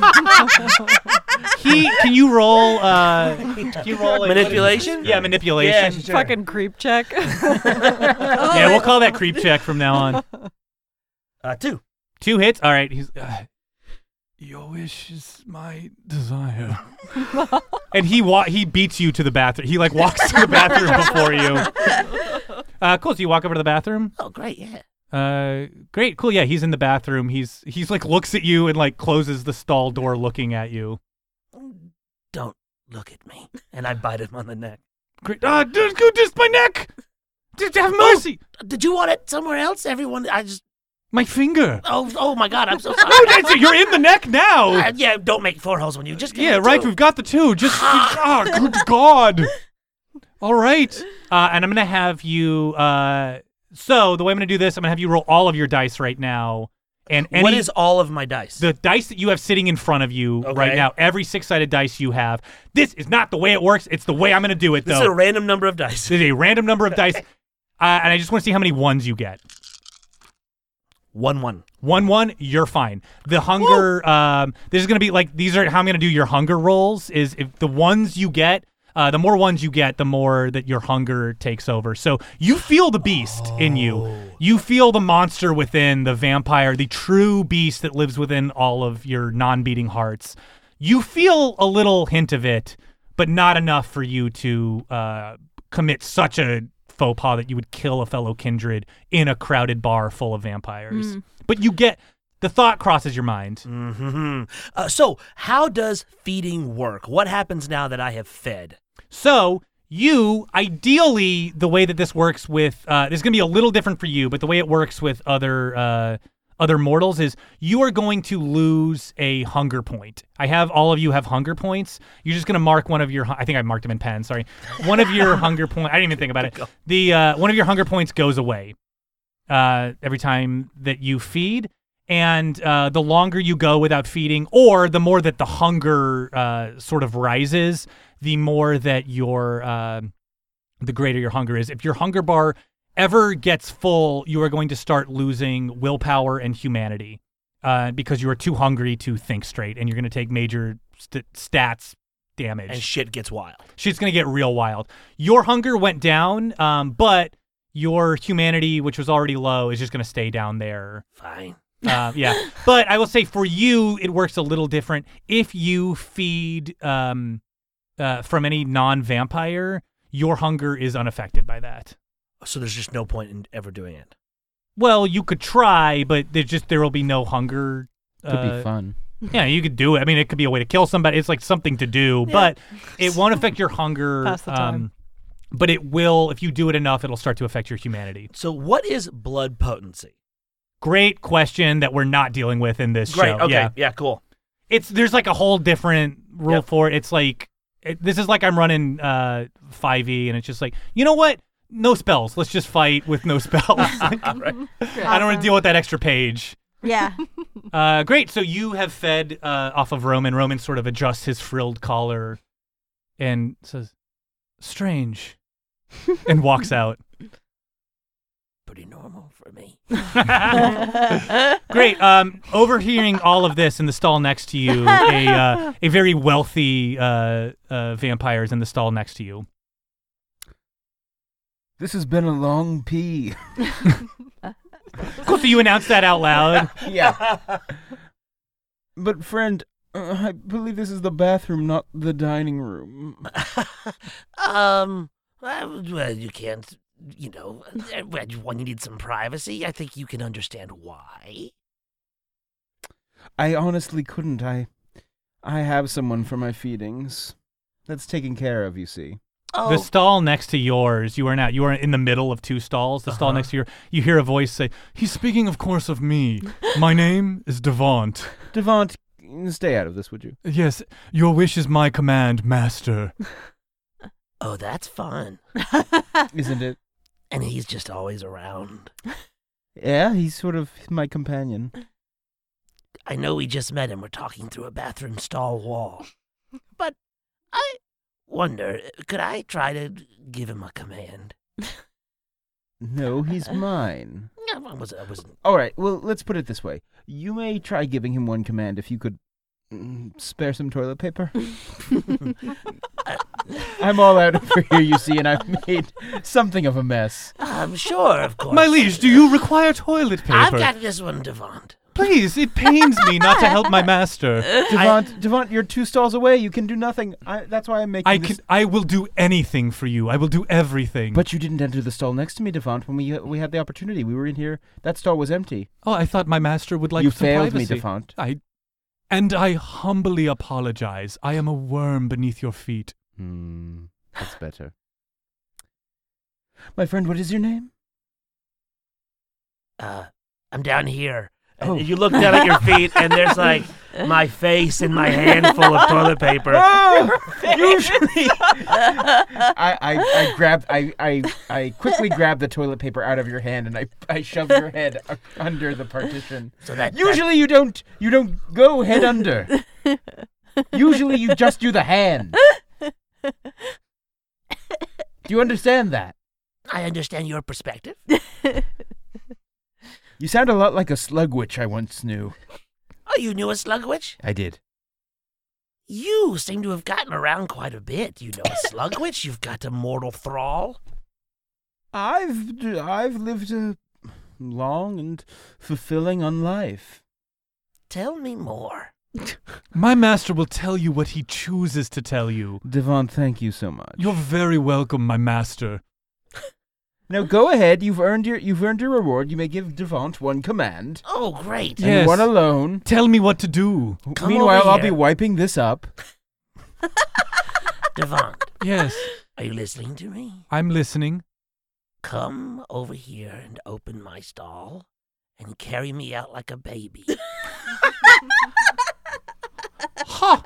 He. Can you roll. Uh, can you roll a-
Manipulation?
Yeah, manipulation.
Yeah,
Fucking creep check.
Yeah, we'll call that creep check from now on.
Uh, two.
Two hits. All right. He's. Uh, Your wish is my desire. and he wa- he beats you to the bathroom. He like walks to the bathroom before you. Uh, cool. So you walk over to the bathroom.
Oh, great, yeah.
Uh, great. Cool. Yeah, he's in the bathroom. He's he's like looks at you and like closes the stall door, looking at you.
Don't look at me. And I bite him on the neck.
Great. Ah, just go just my neck. Just have mercy.
Oh, Did you want it somewhere else? Everyone, I just.
My finger.
Oh, oh my God, I'm so
Oh,
sorry.
that's it. You're in the neck now.
Uh, yeah, don't make four holes when you just. give
Yeah,
me
right.
two.
We've got the two. Just ah, good God. All right, uh, and I'm gonna have you. Uh, so the way I'm gonna do this, I'm gonna have you roll all of your dice right now, and any
what is all of my dice?
the dice that you have sitting in front of you right
Okay.
now. Every six-sided dice you have. This is not the way it works. It's the way I'm gonna do it
this
though.
is a random number of dice.
There's a random number of dice, uh, and I just want to see how many ones you get.
One, one.
One one, you're fine. The hunger, um, this is gonna be like these are how I'm gonna do your hunger rolls. Is if the ones you get, uh, the more ones you get, the more that your hunger takes over. So you feel the beast in you. You feel the monster within, the vampire, the true beast that lives within all of your non-beating hearts. You feel a little hint of it, but not enough for you to uh, commit such a faux pas that you would kill a fellow kindred in a crowded bar full of vampires.
Mm.
But you get the thought crosses your mind.
hmm Uh, so, how does feeding work? What happens now that I have fed?
So you ideally the way that this works with uh, this is going to be a little different for you, but the way it works with other uh, other mortals is you are going to lose a hunger point. I have all of you have hunger points. You're just going to mark one of your. hu- I think I marked them in pen. Sorry, one of your hunger point. I didn't even think about it. The uh, one of your hunger points goes away uh, every time that you feed. And uh, the longer you go without feeding, or the more that the hunger uh, sort of rises, the more that your um the greater your hunger is. If your hunger bar ever gets full, you are going to start losing willpower and humanity uh, because you are too hungry to think straight, and you're going to take major st- stats damage
And shit gets wild.
she's gonna get real wild. Your hunger went down, um, but your humanity, which was already low, is just gonna stay down there.
Fine.
Uh, yeah, but I will say for you, it works a little different. If you feed um, uh, from any non-vampire, your hunger is unaffected by that.
So there's just no point in ever doing it.
Well, you could try, but there's just there will be no hunger.
Could
uh,
be fun.
Yeah, you could do it. I mean, it could be a way to kill somebody. It's like something to do, but it won't affect your hunger. um,
Pass the time.
but it will, if you do it enough, it'll start to affect your humanity.
So, what is blood potency?
Great question that we're not dealing with in this
Great.
show.
okay.
Yeah.
cool.
It's there's like a whole different rule
Yep.
for it. It's like it, this is like I'm running uh 5e and it's just like, you know what? No spells. Let's just fight with no spells. I don't want to deal with that extra page.
yeah.
Uh, great. So you have fed uh, off of Roman. Roman sort of adjusts his frilled collar and says, "Strange," and walks out.
Pretty normal for me.
Great. Um, overhearing all of this in the stall next to you, a uh, a very wealthy uh, uh, vampire is in the stall next to you.
This has been a long pee.
Cool. So you announce that out loud.
yeah. But friend, uh, I believe this is the bathroom, not the dining room.
um, Well, well, you can't, you know, uh, well, one needed some privacy. I think you can understand why.
I honestly couldn't. I I have someone for my feedings. That's taken care of, you see.
Oh,
The stall next to yours, you are now you are in the middle of two stalls. The stall
Uh-huh.
next to your, you hear a voice say, "He's speaking, of course, of me. My name is Devant.
Devant, stay out of this, would you?
Yes, your wish is my command, master."
oh, that's fun.
Isn't it?
And he's just always around.
Yeah, he's sort of my companion.
I know we just met and we're talking through a bathroom stall wall, but I wonder could I try to give him a command?
No, he's mine.
I was, I wasn't.
All right, well, let's put it this way. You may try giving him one command if you could mm, spare some toilet paper. I'm all out over here, you see, and I've made something of a mess.
I'm sure, of course.
My liege, do you require toilet paper?
I've got this one, Devant.
Please, it pains me not to help my master.
Devant, Devant, you're two stalls away. You can do nothing. I, that's why I'm making
I
this.
can, I will do anything for you. I will do everything.
But you didn't enter the stall next to me, Devant, when we we had the opportunity. We were in here. That stall was empty.
oh, I thought my master would like
you
some
failed
privacy.
me, Devant.
I, and I humbly apologize. I am a worm beneath your feet.
Hmm, that's better. My friend, what is your name?
Uh, I'm down here. And
Oh.
You look down at your feet, and there's like my face and my handful of toilet paper.
Oh, usually, I, I, I grabbed, I, I, I quickly grabbed the toilet paper out of your hand and I, I shoved your head u- under the partition.
So that that-
Usually, you don't, you don't go head under. Usually, you just do the hand. Do you understand that?
I understand your perspective.
You sound a lot like a slug witch I once knew.
Oh, you knew a slug witch?
I did.
You seem to have gotten around quite a bit. You know a slug witch. You've got a mortal thrall.
I've, d- I've lived a long and fulfilling on life.
Tell me more.
My master will tell you what he chooses to tell you.
Devon, thank you so much.
You're very welcome, my master.
Now go ahead. You've earned your you've earned your reward. You may give Devant one command
Oh, great.
Yes.
and one alone.
Tell me what to do.
Come
Meanwhile,
over
I'll be
here.
wiping this up.
Devant,
Yes,
are you listening to me?
I'm listening.
Come over here and open my stall and carry me out like a baby.
Ha!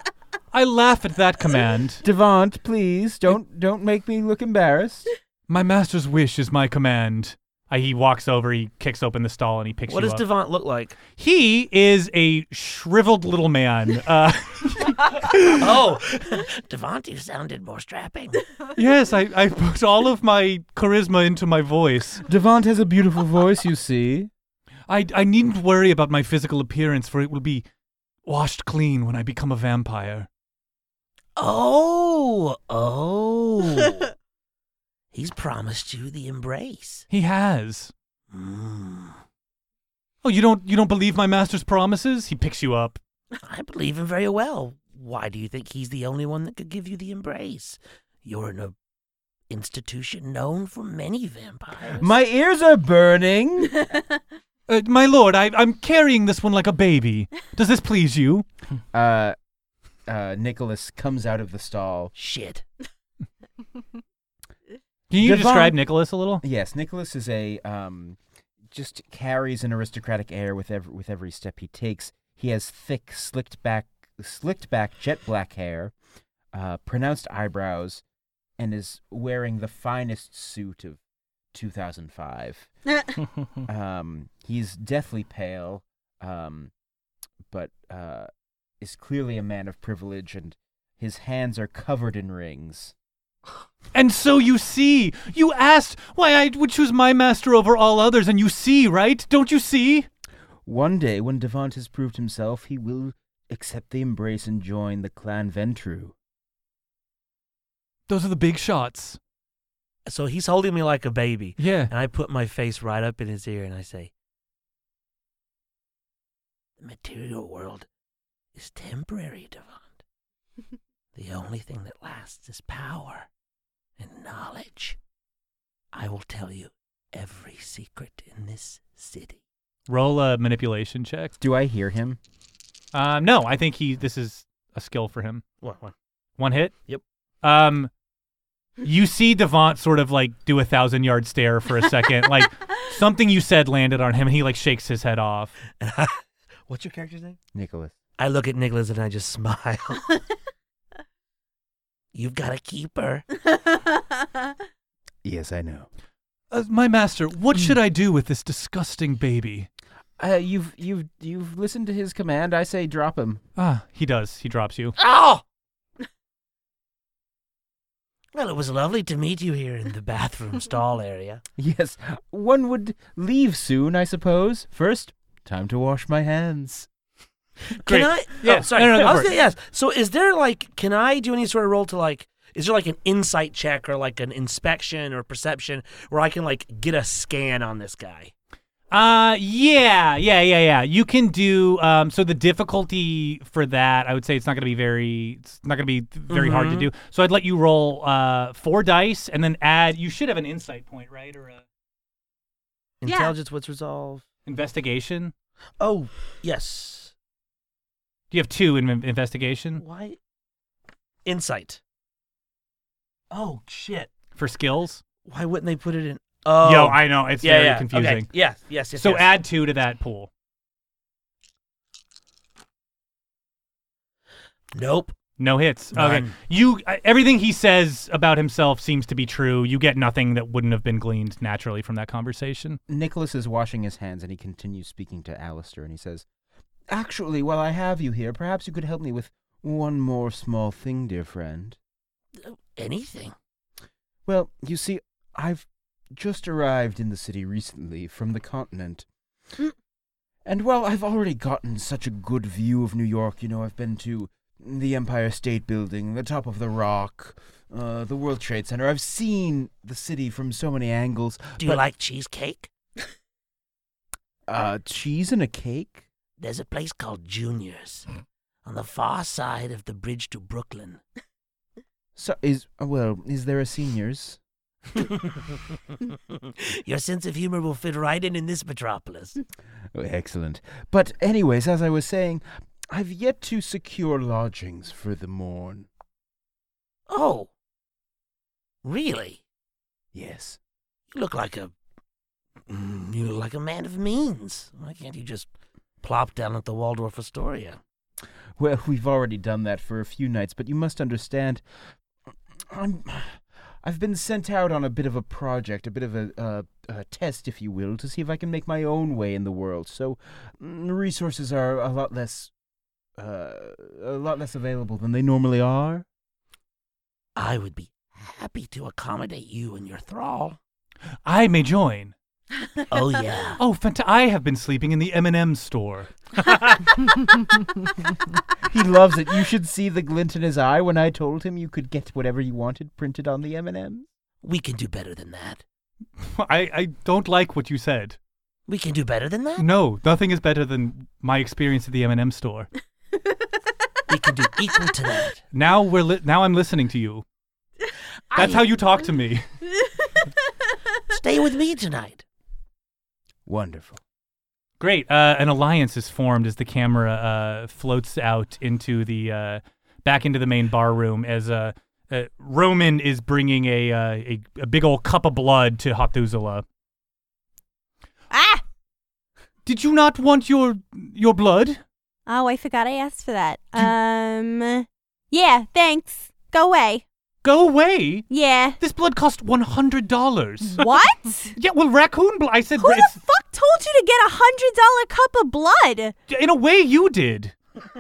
I laugh at that command.
Devant, please don't don't make me look embarrassed.
My master's wish is my command. Uh, he walks over, he kicks open the stall, and he picks
what
you
does
up.
Devant look like?
he is a shriveled little man. Uh,
Oh, Devant, you sounded more strapping.
yes, I, I put all of my charisma into my voice.
Devant has a beautiful voice, you see.
I, I needn't worry about my physical appearance, for it will be washed clean when I become a vampire.
Oh, oh. He's promised you the embrace.
He has.
Mm,
Oh, you don't you don't believe my master's promises? He picks you up.
I believe him very well. Why do you think he's the only one that could give you the embrace? You're in a institution known for many vampires.
My ears are burning.
Uh, my lord, I, I'm carrying this one like a baby. Does this please you?
Uh, uh, Nicholas comes out of the stall.
shit.
Can you
Devon-
describe Nicholas a little?
Yes, Nicholas is a um, just carries an aristocratic air with every with every step he takes. He has thick, slicked back, slicked back, jet black hair, uh, pronounced eyebrows, and is wearing the finest suit of 2005. Um, he's deathly pale, um, but uh, is clearly a man of privilege, and his hands are covered in rings.
And so you see, you asked why I would choose my master over all others, and you see, right? Don't you see?
One day, when Devant has proved himself, he will accept the embrace and join the clan Ventru.
Those are the big shots.
So he's holding me like a baby.
Yeah.
And I put my face right up in his ear and I say,
The material world is temporary, Devant. the only thing that lasts is power and knowledge, I will tell you every secret in this city.
Roll a manipulation check.
Do I hear him?
Um, no, I think he. This is a skill for him.
What? What?
One hit.
Yep.
Um, you see Devant sort of like do a thousand yard stare for a second, like something you said landed on him, and he like shakes his head off.
What's your character's name?
Nicholas.
I look at Nicholas and I just smile.
You've got a keeper.
Yes, I know.
Uh, my master, what should I do with this disgusting baby?
Uh, you've you've you've listened to his command. I say drop him.
Ah, he does. He drops you.
Oh! Well, it was lovely to meet you here in the bathroom stall area.
Yes, one would leave soon, I suppose. First, time to wash my hands.
Great.
Can I?
Yeah.
Oh, sorry.
No, no, no, go
I was
for it.
gonna ask. So, is there like, can I do any sort of role to like, is there like an insight check or like an inspection or perception where I can like get a scan on this guy?
Uh, yeah, yeah, yeah, yeah. You can do. Um, so the difficulty for that, I would say, it's not going to be very. It's not going to be th- very hard to
Mhm.
do. So I'd let you roll uh four dice and then add. You should have an insight point, right, or a
Yeah.
Intelligence, what's resolve?
investigation.
Oh, yes.
Do you have two in in- investigation
Why? Insight. Oh shit!
for skills?
Why wouldn't they put it in? Oh,
Yo, I know it's
yeah,
very
yeah.
confusing.
Okay. Yes, yes, yes.
So
yes.
add two to that pool.
Nope.
No hits. Okay.
None.
You uh, everything he says about himself seems to be true. You get nothing that wouldn't have been gleaned naturally from that conversation.
Nicholas is washing his hands and he continues speaking to Alistair and he says, Actually, while I have you here, perhaps you could help me with one more small thing, dear friend.
Anything.
Well, you see, I've just arrived in the city recently from the continent.
Hmm.
and while I've already gotten such a good view of New York, you know, I've been to the Empire State Building, the top of the Rock, uh, the World Trade Center. I've seen the city from so many angles.
Do you
but,
like cheesecake?
uh, cheese and a cake?
There's a place called Junior's on the far side of the bridge to Brooklyn.
So is uh, well, is there a seniors?
Your sense of humor will fit right in in this metropolis.
Oh, excellent. But anyways, as I was saying, I've yet to secure lodgings for the morn.
Oh, really?
Yes.
You look like a mm, you look like a man of means. Why can't you just plop down at the Waldorf Astoria?
Well, we've already done that for a few nights, but you must understand, I'm, I've been sent out on a bit of a project, a bit of a, uh, a test, if you will, to see if I can make my own way in the world. So, mm, resources are a lot less, uh, a lot less available than they normally are.
I would be happy to accommodate you and your thrall.
I may join.
Oh yeah.
Oh, fant- I have been sleeping in the M&M store.
He loves it. You should see the glint in his eye when I told him you could get whatever you wanted printed on the M&M.
we can do better than that.
I, I don't like what you said.
We can do better than that.
No, nothing is better than my experience at the M&M store.
We can do equal to that.
Now we're li- now I'm listening to you. That's
I-
how you talk to me.
stay with me tonight.
Wonderful.
Great. Uh, an alliance is formed as the camera uh, floats out into the uh, back into the main bar room as uh, uh, Roman is bringing a, uh, a a big old cup of blood to Hatuzala.
ah!
Did you not want your your blood?
Oh, I forgot I asked for that. Um, yeah, thanks. Go away.
Go away.
Yeah.
This blood cost one hundred dollars.
What?
Yeah, well, raccoon blood. I said
Who the
it's,
fuck told you to get a hundred dollar cup of blood
in a way you did.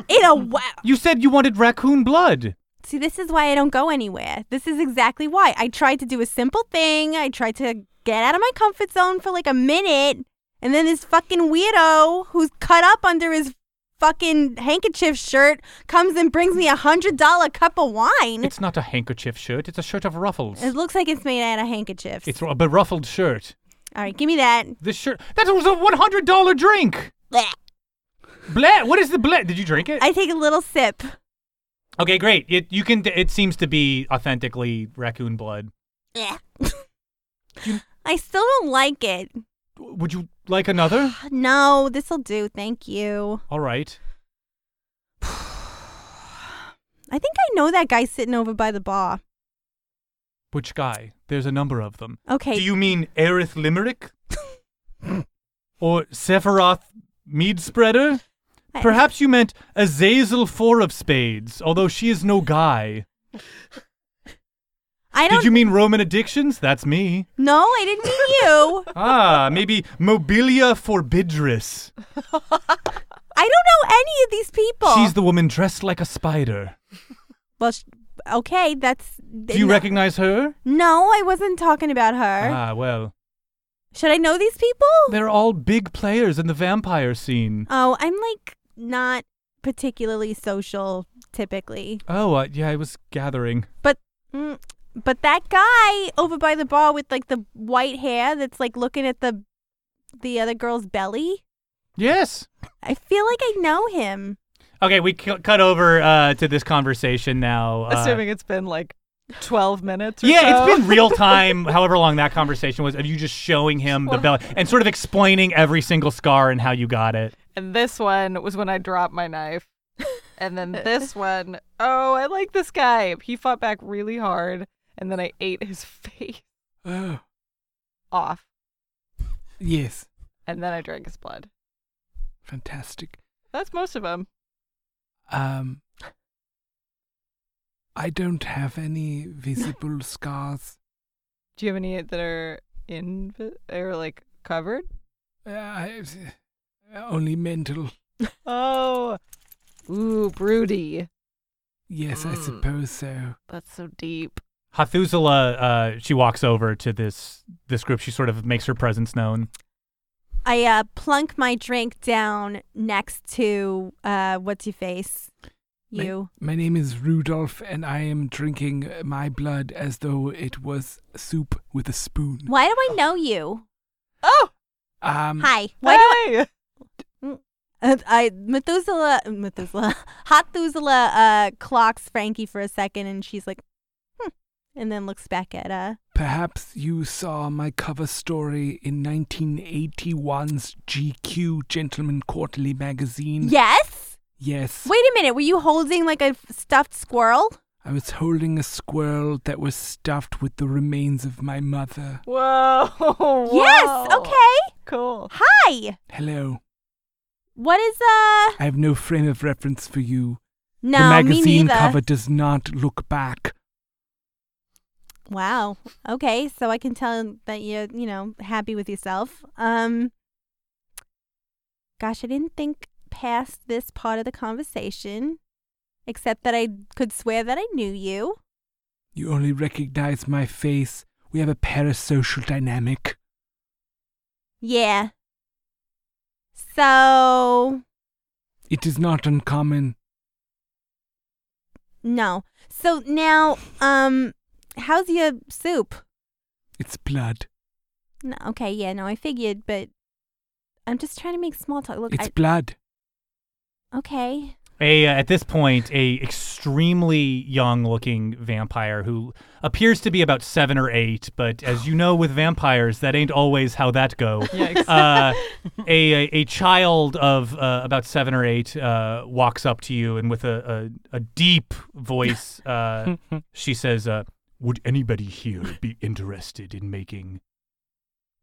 in a wow?
You said you wanted raccoon blood.
See, this is why I don't go anywhere. This is exactly why I tried to do a simple thing. I tried to get out of my comfort zone for like a minute, and then this fucking weirdo who's cut up under his fucking handkerchief shirt comes and brings me a hundred dollar cup of wine.
It's not a handkerchief shirt. It's a shirt of ruffles.
It looks like it's made out of handkerchiefs.
It's a beruffled shirt.
All right, give me that.
This shirt. That was a one hundred dollar drink.
Blech.
Blah. What is the blah? Uh, Did you drink it?
I take a little sip.
okay, great. It you can. It seems to be authentically raccoon blood.
Eh. I still don't like it.
Would you like another?
No, this'll do. Thank you.
All right.
I think I know that guy sitting over by the bar.
Which guy? There's a number of them.
Okay.
Do you mean Aerith Limerick? or Sephiroth Mead Spreader?
I-
Perhaps you meant Azazel Four of Spades, although she is no guy.
I don't
Did you mean Roman Addictions? That's me.
No, I didn't mean you.
Ah, maybe Mobilia Forbidress.
I don't know any of these people.
She's the woman dressed like a spider.
well, sh- okay, that's
Do you
no,
recognize her?
No, I wasn't talking about her.
Ah, well.
Should I know these people?
They're all big players in the vampire scene.
Oh, I'm like not particularly social typically.
Oh, uh, yeah, I was gathering.
Mm, but that guy over by the bar with like the white hair that's like looking at the the other girl's belly.
Yes.
I feel like I know him.
Okay, we cu- cut over uh, to this conversation now. uh,
Assuming it's been like 12 minutes or
yeah,
so.
it's been real time, however long that conversation was, of you just showing him the belly and sort of explaining every single scar and how you got it.
And this one was when I dropped my knife. And then this one, oh, I like this guy. He fought back really hard. And then I ate his face
Oh,
off.
yes.
And then I drank his blood.
Fantastic.
That's most of them.
Um, I don't have any visible scars.
Do you have any that are in or like covered?
Uh, I, only mental.
Oh, ooh, broody.
Yes, I
Mm.
suppose so.
That's so deep.
Hathuselah, uh, she walks over to this this group. She sort of makes her presence known.
I uh, plunk my drink down next to uh, what's your face?
Ma-
You.
My name is Rudolph, and I am drinking uh, my blood as though it was soup with a spoon.
Why do I know you?
Oh,
Um,
Hi. Why do
why do
I, I Methuselah Methuselah Hathuselah uh, clocks Frankie for a second, and she's like, hmm, and then looks back at uh.
Perhaps you saw my cover story in 1981's GQ Gentleman Quarterly magazine.
Yes.
Yes.
Wait a minute. Were you holding like a f- stuffed squirrel?
I was holding a squirrel that was stuffed with the remains of my mother.
Whoa.
Oh. Yes.
whoa.
Okay.
Cool.
Hi.
Hello.
What is uh?
I have no frame of reference for you.
No,
the
me
magazine
neither.
cover does not look back.
Wow. Okay, so I can tell that you're, you know, happy with yourself. Um Gosh, I didn't think past this part of the conversation except that I could swear that I knew you.
You only recognize my face. We have a parasocial dynamic.
Yeah. So,
It is not uncommon.
no. So now, um how's your soup?
It's blood.
No, okay, yeah, no, I figured, but I'm just trying to make small talk. Look,
It's blood.
I, okay.
A uh, at this point, a extremely young-looking vampire who appears to be about seven or eight, but as you know with vampires, that ain't always how that go.
Yikes.
Uh, a, a a child of uh, about seven or eight uh, walks up to you and with a a, a deep voice, uh, she says, uh, "Would anybody here be interested in making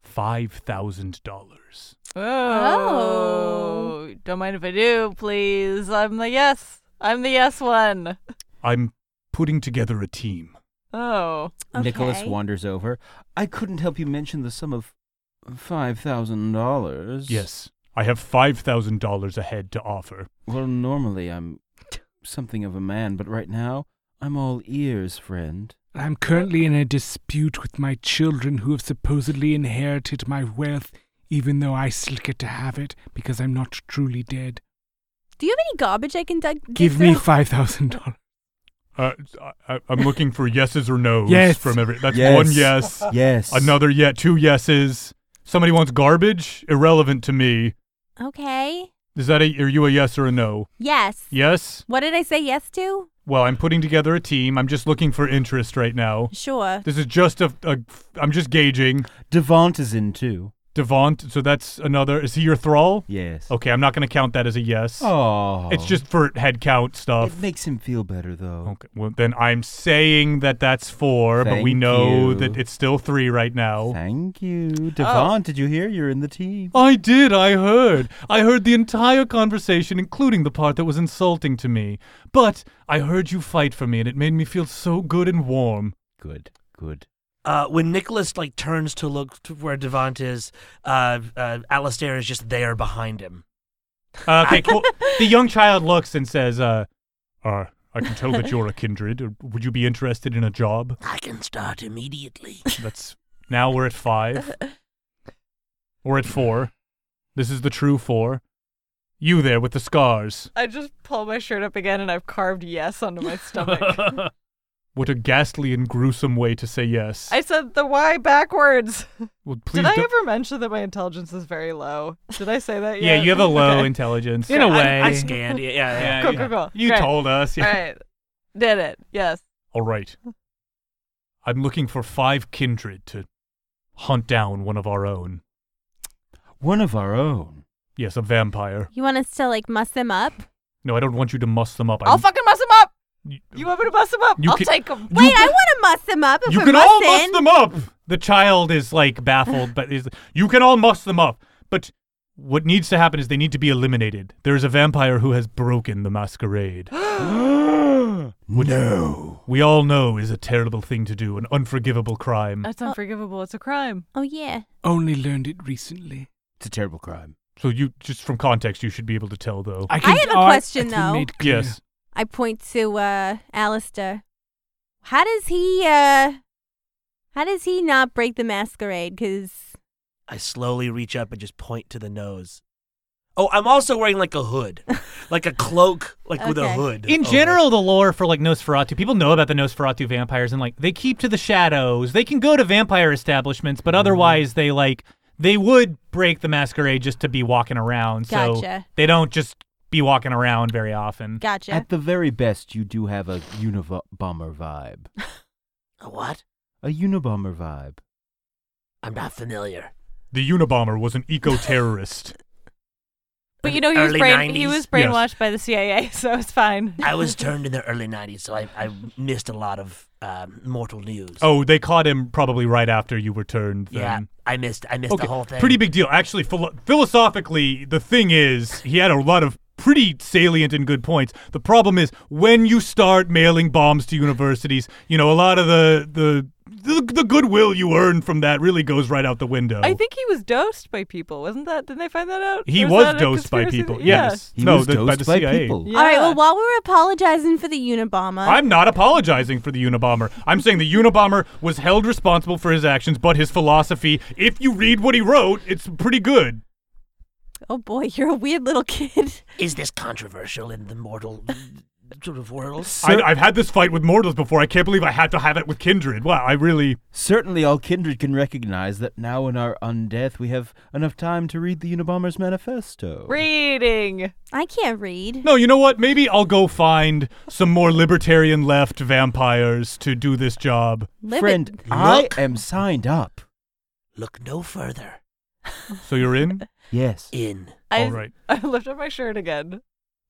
five thousand dollars?"
Oh. Don't mind if I do, please. I'm the yes. I'm the yes one.
I'm putting together a team.
Oh.
Nicholas
Okay.
wanders over. I couldn't help you mention the sum of five thousand dollars.
Yes, I have five thousand dollars ahead to offer.
Well, normally I'm something of a man, but right now I'm all ears, friend.
I'm currently in a dispute with my children who have supposedly inherited my wealth, even though I still get to have it because I'm not truly dead.
Do you have any garbage I can dig? dig
Give me
through?
$5,000.
Uh, I, I'm looking for yeses or nos
Yes.
from every. That's
Yes.
one yes.
Yes.
Another yet, two yeses. Somebody wants garbage? Irrelevant to me.
Okay.
Is that a, are you a yes or a no?
Yes.
Yes?
What did I say yes to?
Well, I'm putting together a team. I'm just looking for interest right now.
Sure.
This is just a. a I'm just gauging.
Devant is in too.
Devant, so that's another. Is he your thrall?
Yes.
Okay, I'm not going to count that as a yes.
Oh.
It's just for head count stuff.
It makes him feel better though.
Okay, well, then I'm saying that that's four, but we
Thank
know
you.
that it's still three right now.
Thank you, Devant. Did you hear? You're in the team.
I did. I heard. I heard the entire conversation, including the part that was insulting to me. But I heard you fight for me, and it made me feel so good and warm.
Good. Good.
Uh, when Nicholas like turns to look to where Devant is, uh, uh, Alistair is just there behind him.
Uh, okay, cool. the young child looks and says, uh, uh, "I can tell that you're a kindred. Would you be interested in a job?"
I can start immediately.
That's now we're at five. We're at four. This is the true four. You there with the scars.
I just pull my shirt up again and I've carved yes onto my stomach.
What a ghastly and gruesome way to say yes.
I said the Y backwards.
well, please
Did I
don't-
ever mention that my intelligence is very low? Did I say that
Yeah,
yet?
you have a low
Okay.
intelligence.
In a
I-
way.
I-
I scanned. Yeah, yeah. yeah.
yeah,
Cool,
yeah.
cool, cool.
You
Great.
told us. Yeah.
All right. Did it. Yes.
All right. I'm looking for five kindred to hunt down one of our own.
One of our own.
Yes, a vampire.
You want us to like muss them up?
No, I don't want you to muss them up.
i will
I'm-
fucking mess him up.
you-
You want me to mess him up?
You
I'll
can-
take him.
You
Wait,
can-
I want to muss them up. If
you
we're
can all muss
mussing.
them up. The child is like baffled, but is you can all muss them up. But what needs to happen is they need to be eliminated. There is a vampire who has broken the masquerade.
no.
We all know is a terrible thing to do, an unforgivable crime.
That's unforgivable. It's a crime.
Oh yeah.
Only learned it recently.
It's a terrible crime.
So you just from context, you should be able to tell though.
I, can,
have a
oh,
question,
it's been
though.
made clear.
yes.
I point to uh Alistair. How does he uh how does he not break the masquerade? Cause
I slowly reach up and just point to the nose. Oh, I'm also wearing like a hood, like a cloak, like with a
Okay.
hood.
In
over it.
general, the lore for like Nosferatu, people know about the Nosferatu vampires, and like they keep to the shadows. They can go to vampire establishments,
Mm-hmm.
but otherwise, they like they would break the masquerade just to be walking around. So
Gotcha.
they don't just be walking around very often.
gotcha.
Mm. At the very best, you do have a Unabomber vibe.
A what?
A Unabomber vibe.
I'm not familiar.
The Unabomber was an eco-terrorist.
But you know he was
Early
brain- he
90s.
was
Yes.
brainwashed by the CIA, so it's fine.
I was turned in the early '90s, so I, I missed a lot of um, mortal news.
oh, they caught him probably right after you returned. Then.
yeah, I missed. I missed the whole thing.
Pretty big deal. Actually, philo- philosophically, the thing is, he had a lot of pretty salient and good points. The problem is when you start mailing bombs to universities, you know, a lot of the the the, the goodwill you earn from that really goes right out the window.
I think he was dosed by people, wasn't that? Didn't they find that out?
he
Or is
was
that a
dosed by
conspiracy
people.
the-
Yes.
He
no,
was
the-
dosed
by the
by
CIA.
people.
Yeah.
All right. Well, while we're apologizing for the Unabomber,
I'm not apologizing for the Unabomber. I'm saying the Unabomber was held responsible for his actions, but his philosophy, if you read what he wrote, it's pretty good.
oh boy, you're a weird little kid.
Is this controversial in the mortal sort of world?
I, I've had this fight with mortals before. I can't believe I had to have it with kindred. Wow, I really.
Certainly, all kindred can recognize that now in our undeath, we have enough time to read the Unabomber's manifesto.
Reading.
I can't read.
No, you know what? Maybe I'll go find some more libertarian left vampires to do this job.
Live
Friend,
it.
I
Look.
am signed up.
Look no further.
So you're in?
Yes.
In.
I,
All right.
I lift up my shirt again.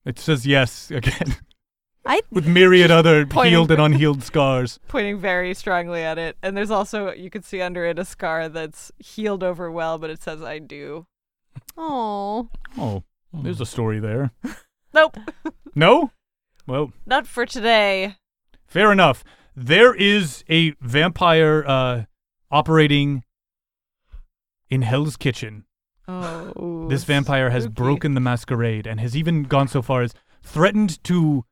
It says yes again,
I
with myriad other
Pointing.
healed and unhealed scars.
pointing very strongly at it. And there's also you can see under it a scar that's healed over well, but it says I do.
oh.
Oh, there's a story there.
Nope,
No? Well,
not for today.
fair enough. There is a vampire uh, operating in Hell's Kitchen.
Oh,
This vampire has
spooky.
broken the masquerade and has even gone so far as threatened to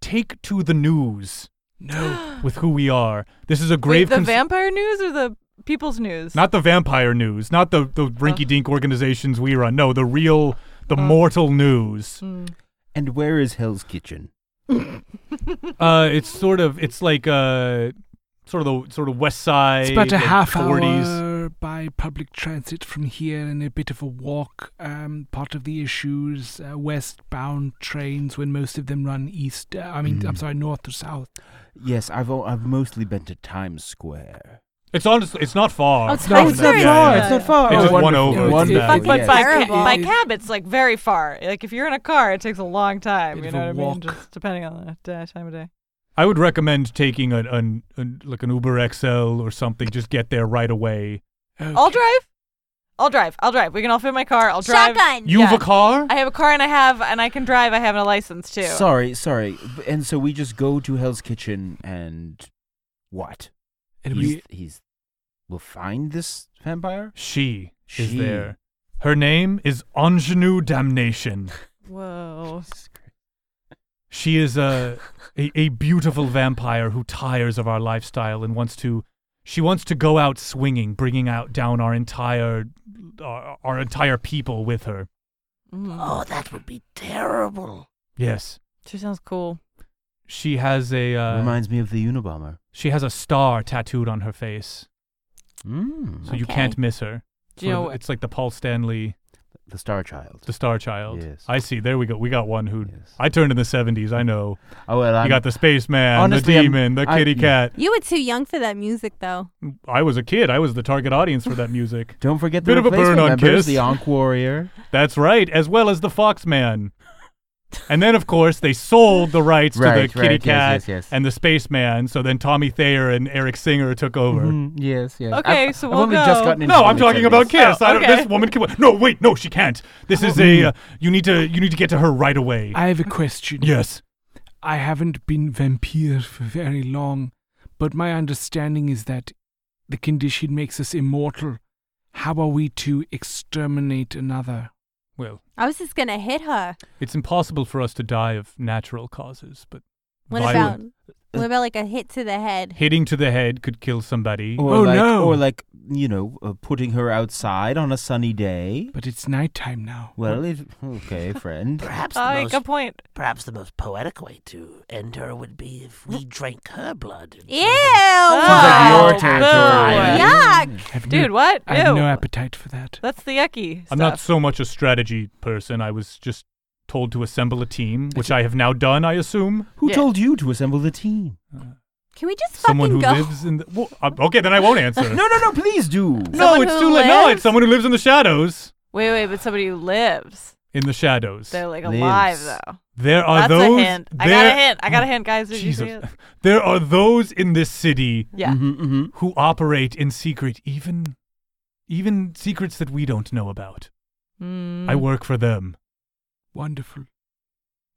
take to the news
No.
with who we are. This is a
Wait,
grave
the
cons-
vampire news or the people's news?
not the vampire news, not the the rinky dink organizations we run. No, the real the
Uh.
mortal news.
Hmm.
And where is Hell's Kitchen?
Uh it's sort of it's like uh sort of the sort of west side.
It's about a
and
half
40s.
hour by public transit from here and a bit of a walk. Um, part of the issues, uh, westbound trains when most of them run east. Uh, I mean, I'm
Mm.
sorry, north to south.
Yes, I've o- I've mostly been to Times Square.
It's honestly, it's not far.
Oh, it's No, not
not
very
far,
it's not
They
Oh,
took one
wonderful.
over.
It's
One
beautiful,
back.
But
yes.
by,
Terrible.
ca- by cab, it's like very far. Like if you're in a car, it takes a long time.
Bit
you
of
know
a
what I mean?
walk.
Just depending on the day, time of day.
I would recommend taking an, an, an like an Uber XL or something. Just get there right away.
Okay.
I'll drive. I'll drive. I'll drive. We can all fit in my car. I'll drive.
Shotgun.
You have
Yeah.
a car?
I have a car and I have and I can drive. I have a license too.
Sorry, sorry. B- And so we just go to Hell's Kitchen and what?
And
he's,
we,
he's we'll find this vampire.
she, is
She.
there. Her name is Ingenue Damnation.
Whoa.
She is a, Uh, a a beautiful vampire who tires of our lifestyle and wants to. She wants to go out swinging, bringing out down our entire our, our entire people with her.
Mm.
Oh, that would be terrible.
Yes,
She sounds cool.
she has a uh,
Reminds me of the Unabomber.
she has a star tattooed on her face,
Mm.
so you
Okay.
can't miss her.
Do you
Sort
know
of- it's like the Paul Stanley,
the Star Child.
the Star Child.
Yes.
I see. There we go. We got one who
Yes.
I turned in the '70s. I know.
oh well, I'm,
you got the spaceman,
Honestly,
the
I'm-
demon, the
I-
kitty
yeah.
cat.
You were too young for that music, though.
I was a kid. I was the target audience for that music.
Don't forget the
Bit of a burn
replacement
on
members,
Kiss.
the Ankh Warrior.
That's right, as well as the Fox Man. And then, of course, they sold the rights to the
Right,
Kitty
right, yes,
Cat
yes, yes.
and the Spaceman. So then Tommy Thayer and Eric Singer took over.
Mhm, Yes, yes.
Okay,
I've,
so
I've
we'll
only just
go.
gotten into
No, I'm
comic
talking about
books.
Kiss.
Oh,
I don't,
okay.
This woman can. No, wait, no, she can't. This is
Hmm.
a. Uh, you need to. You need to get to her right away.
I have a question.
yes.
I haven't been vampire for very long, but my understanding is that the condition makes us immortal. How are we to exterminate another?
Well,
I was just gonna hit her.
it's impossible for us to die of natural causes, but
What
violent-
about what about like a hit to the head?
hitting to the head could kill somebody.
Or
Oh,
like,
no.
Or like you know, uh, putting her outside on a sunny day.
But it's nighttime now.
Well, it, okay, friend.
Perhaps the,
All right,
most,
good point.
perhaps the most poetic way to end her would be if we drank her blood. and
Ew!
sort of-
Ah,
Oh,
your territory.
boo.
Yuck!
I have no-
Dude, what?
I have
Ew.
no appetite for that.
That's the yucky
I'm not
stuff.
so much a strategy person. I was just told to assemble a team, which I have now done, I assume.
Who
Yeah.
told you to assemble the team?
Can we just
Someone who
fucking go?
lives in the. Well, uh, okay, then I won't answer.
No, no, no! Please do.
no
Someone
it's
who
too late. No,
lives?
it's someone who lives in the shadows.
Wait, wait, but somebody who lives.
In the shadows.
They're like
Lives.
alive though.
There are
That's
those.
a hint. I
there-
got a hint. I got a hint, guys. Did
Jesus.
you see it?
There are those in this city
Yeah.
Mhm, mhm.
who operate in secret, even, even secrets that we don't know about. I
Mm.
work for them.
Wonderful.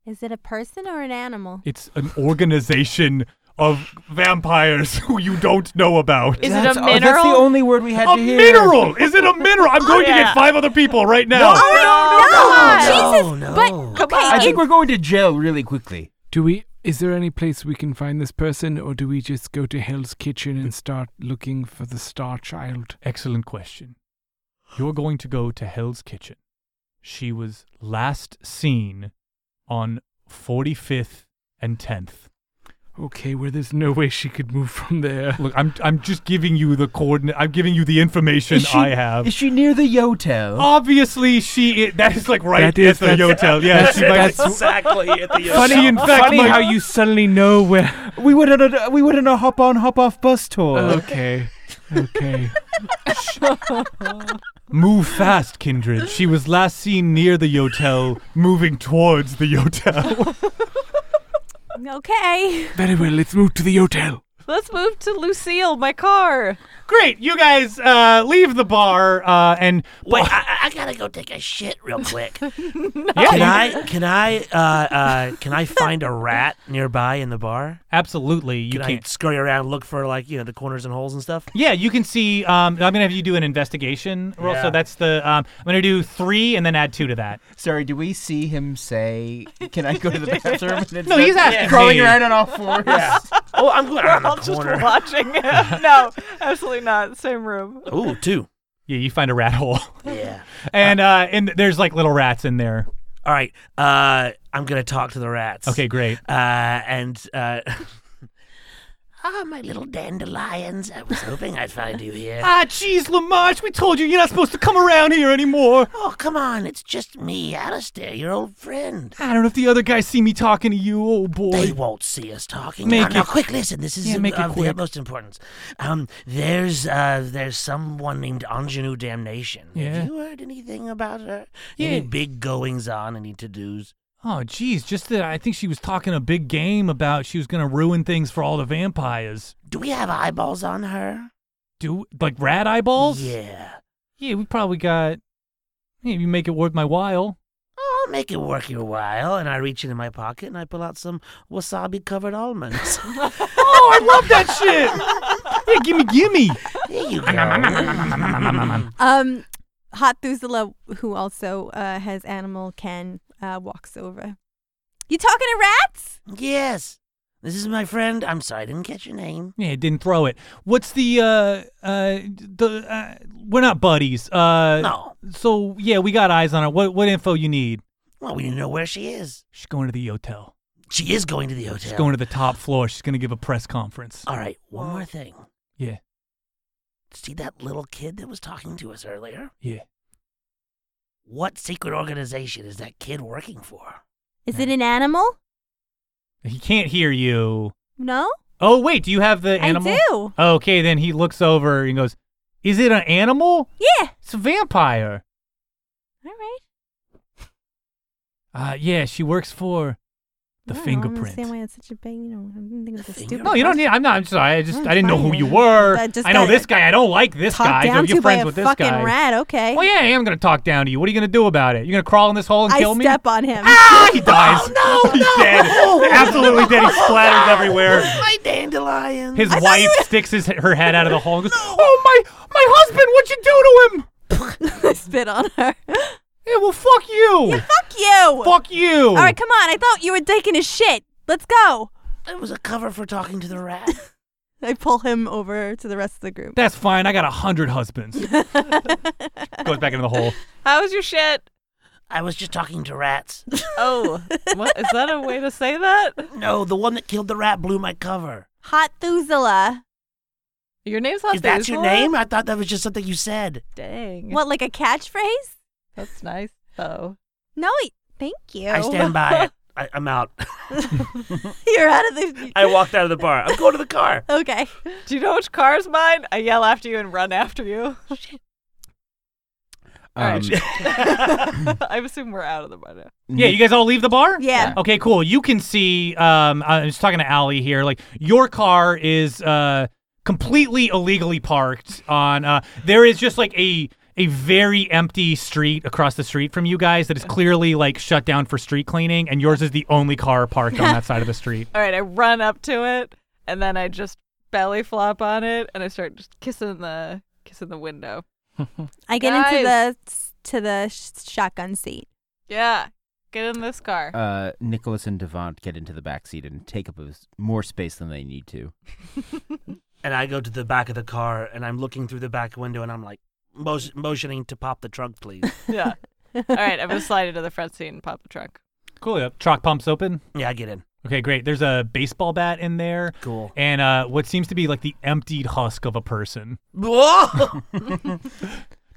Is it a person or an animal?
It's an organization of vampires who you don't know about.
Is it a
That's- oh, that's the
mineral? Oh,
only word we had
a
to hear.
mineral? Is it a mineral? I'm going to
Yeah. Oh,
get five other people right now.
No,
Oh,
no,
no,
Jesus,
no.
But
Come
okay,
I
it-
think we're going to jail really quickly.
Do we? Is there any place we can find this person, or do we just go to Hell's Kitchen and start looking for the Star Child?
Excellent question. You're going to go to Hell's Kitchen. She was last seen on 45th and 10th.
Okay, where there's no way she could move from there.
Look, I'm I'm just giving you the coordinate. I'm giving you the information
Is she-
I have.
Is she near the Yotel?
Obviously, she i that is like right
That is-
at the
that's-
hotel. Yeah, she might-
that's-
exactly at the
Funny, in fact,
Funny
my-
how you suddenly know where.
We went on a we went on a hop on hop off bus tour.
Okay, okay.
Move fast, Kindred. She was last seen near the hotel, moving towards the hotel.
okay.
Very well. Let's move to the hotel.
Let's move to Lucille, my car.
Great, you guys uh, leave the bar uh, and
Wait, I, I- I gotta go take a shit real quick.
Yeah,
Can
you-
I? Can I? Uh, uh, can I find a rat nearby in the bar?
Absolutely, you
Can I
can't.
scurry around, look for like you know the corners and holes and stuff?
Yeah, you can see. Um, I'm gonna have you do an investigation roll. So
Yeah.
that's the. Um, I'm gonna do three and then add two to that.
Sorry, do we see him say, "Can I go to the bathroom?" And it's
No, he's
just
asking
crawling
me.
around on all fours.
Oh, I'm going around
I'll
the
just
corner.
watching it. no, absolutely not. Same room.
Ooh, two.
Yeah, you find a rat hole,
Yeah.
and uh, and there's like little rats in there.
All right. Uh, I'm gonna talk to the rats.
Okay, great.
Uh, and uh, Ah, my little dandelions. I was hoping I'd find you here.
Ah, jeez, Lamarche, we told you you're not supposed to come around here anymore.
Oh, come on. It's just me, Alistair, your old friend.
I don't know if the other guys see me talking to you, oh
They
boy.
won't see us talking.
Make
now, now,
it-
quick, listen. This is
Yeah,
of-
make it
of the
quick.
utmost importance. Um, there's uh, there's someone named Ingenue Damnation.
Yeah.
Have you heard anything about her?
Yeah.
Any big goings on? Any to dos?
Oh, jeez, just that I think she was talking a big game about she was going to ruin things for all the vampires.
Do we have eyeballs on her?
Do like rat eyeballs?
Yeah.
Yeah, we probably got. Yeah, you make it worth my while.
I'll Oh, make it work your while. And I reach into my pocket and I pull out some wasabi covered almonds.
Oh, I love that shit. Yeah, gimme, gimme.
Here you go.
Um, Hot Thuzula, who also uh, has animal Ken, uh, walks over. You talking to rats?
yes. This is my friend. I'm sorry, I didn't catch your name.
Yeah, didn't throw it. What's the uh uh the uh, we're not buddies. Uh,
No.
So yeah, we got eyes on her. What what info you need?
Well, we need to know where she is.
She's going to the hotel.
She is going to the hotel.
She's going to the top floor. She's going to give a press conference.
All right, one more thing.
Yeah,
See that little kid that was talking to us earlier?
yeah.
What secret organization is that kid working for?
Is it an animal?
He can't hear you.
No,
Oh wait, do you have the animal?
I do.
Okay, then he looks over and goes, "Is it an animal?
Yeah.
It's a vampire."
All right.
Uh, yeah, she works for the
I don't know, I
fingerprint.
don't understand why it's such a big. You know, I didn't think it was a stupid.
fingerprint?
No, you don't need. I'm not. I'm sorry. I just.
That's
I didn't know who
fine.
you were.
I just
I know
got
this guy. I don't like this
talk
guy.
down
so
to
you're friends
by
with
a
this
fucking
guy.
rat. Okay.
Well, yeah, I am gonna talk down to you. What are you gonna do about it? You gonna crawl in this hole and
I
kill me?
step on Oh, him.
Ah! He dies. no, He's dead. Absolutely dead. He splatters everywhere.
My dandelion.
His
I thought
wife
you were-
sticks his, her head out of the hole and goes, "Oh my, my husband! What'd you do to him?
I spit on her.
Yeah, well, fuck you.
Fuck you.
Fuck you.
All right, come on. I thought you were taking a shit. Let's go.
It was a cover for talking to the rat.
I pull him over to the rest of the group.
That's fine. I got a hundred husbands. Goes back into the hole.
How was your shit?
I was just talking to rats.
Oh, what is that a way to say that?
No, the one that killed the rat blew my cover.
Hot Thuzula.
Your name's not
is that your
Basil?
name? I thought that was just something you said.
Dang.
What, like a catchphrase?
That's nice though.
No, y- thank you.
I stand by it. I, I'm out.
You're out of the.
I walked out of the bar. I'm going to the car.
Okay.
Do you know which car's mine? I yell after you and run after you.
Um,
Alright. I assume we're out of the bar now.
Mm-hmm.
Yeah, you guys all leave the bar.
Yeah.
Okay, cool. You can see. Um, I was talking to Allie here. Like your car is uh completely illegally parked on. Uh, there is just like a a very empty street across the street from you guys that is clearly like shut down for street cleaning, and yours is the only car parked on that side of the street.
All right, I run up to it and then I just belly flop on it and I start just kissing the kissing the window.
I get
Guys.
into the to the sh- shotgun seat.
Yeah. Get in this car.
uh, Nicholas and Devant get into the back seat and take up as- more space than they need to.
And I go to the back of the car and I'm looking through the back window and I'm like, motion, motioning to pop the trunk, please.
Yeah. All right, I'm gonna slide into the front seat and pop the trunk.
Cool. Yep. Truck pumps open.
yeah, I get in.
Okay, great. There's a baseball bat in there.
Cool.
And uh, what seems to be like the emptied husk of a person.
Whoa!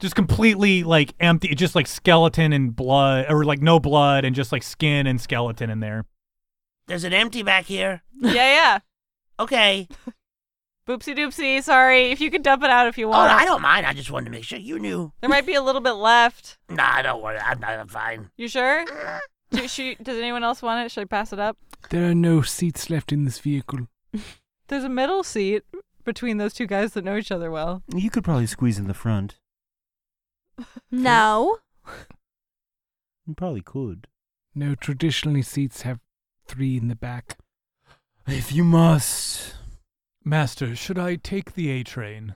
just completely like empty just like skeleton and blood or like no blood and just like skin and skeleton in there
There's an empty back here.
Yeah, yeah.
Okay.
Boopsie doopsie, sorry. If you could dump it out if you
Oh,
want.
I don't mind. I just wanted to make sure you knew.
There might be a little bit left.
Nah, don't worry. I'm, I'm fine.
You sure? Do, should, does anyone else want it? Should I pass it up?
There are no seats left in this vehicle.
There's a middle seat between those two guys that know each other well.
You could probably squeeze in the front.
No.
You probably could.
No, traditionally seats have three in the back.
If you must.
master should i take the a train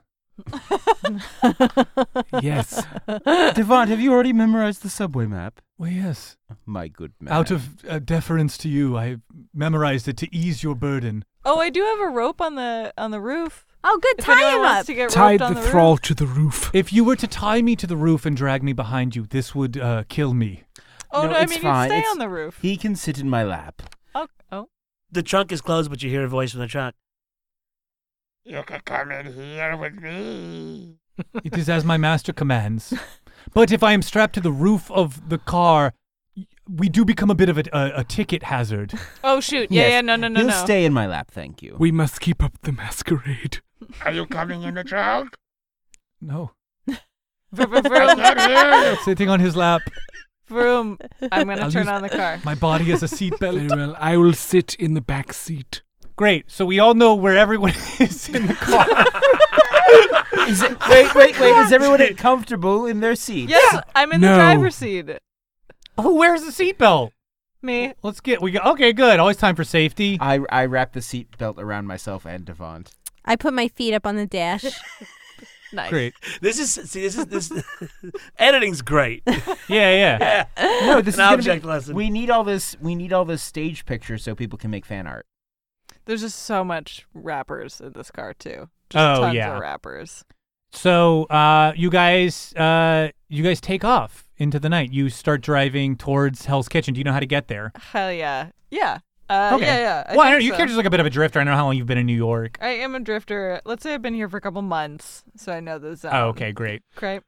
Yes.
Devant, have you already memorized the subway map?
well yes
My good man.
out of uh, deference to you i memorized it to ease your burden
Oh, I do have a rope on the on the roof.
Oh, good.
If
Tie
anyone
him
wants
up.
to get
Tied
roped on
the,
the,
thrall
roof.
to the roof.
if you were to tie me to the roof and drag me behind you this would uh, kill me
Oh no,
No,
I
it's
mean
fine.
you stay
It's-
on the roof.
He can sit in my lap.
Oh, oh.
The trunk is closed, but you hear a voice from the trunk.
You can come in here with me.
It is as my master commands. But if I am strapped to the roof of the car, y- we do become a bit of a, a, a ticket hazard.
Oh shoot! Yeah,
Yes.
yeah, no, no, no,
He'll
no.
stay in my lap, thank you.
We must keep up the masquerade.
Are you coming in the trunk?
No,
vroom, vroom,
I
vroom,
can't hear you.
sitting on his lap,
vroom. I'm
I'll
gonna turn
use-
on the car.
my body is a
Very
seatbelt.
well. I will sit in the back seat.
Great. So we all know where everyone is in the car.
Is it, wait, wait, wait. Is everyone comfortable in their seat?
Yes, I'm in the
No.
driver's seat.
Who wears Oh, the seatbelt?
Me.
Let's get we got okay. Good. Always time for safety.
I, I wrap the seatbelt around myself and Devant.
I put my feet up on the dash.
Nice.
Great.
This is see. This is this. editing's great.
Yeah, yeah.
Yeah.
No, this
An
is gonna
object
be,
lesson.
We need all this. We need all this stage pictures so people can make fan art.
There's just so much rappers in this car too. Just
Oh,
tons
yeah.
of rappers.
So uh, you guys, uh, you guys take off into the night. You start driving towards Hell's Kitchen. Do you know how to get there?
Hell yeah. Yeah. Uh,
Okay.
Yeah, yeah. I
well, I
think
don't, you
so.
can't just like a bit of a drifter. I don't know how long you've been in New York.
I am a drifter. Let's say I've been here for a couple months, so I know the zone.
Oh, okay, great.
Great.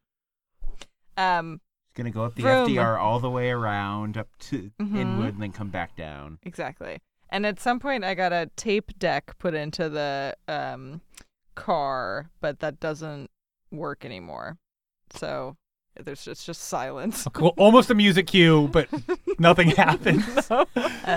Um,
It's gonna go up the
Vroom.
FDR all the way around up to
Mhm.
Inwood and then come back down.
exactly. And at some point, I got a tape deck put into the um car, but that doesn't work anymore. So there's just, it's just silence.
Well, almost a music cue, but nothing happens.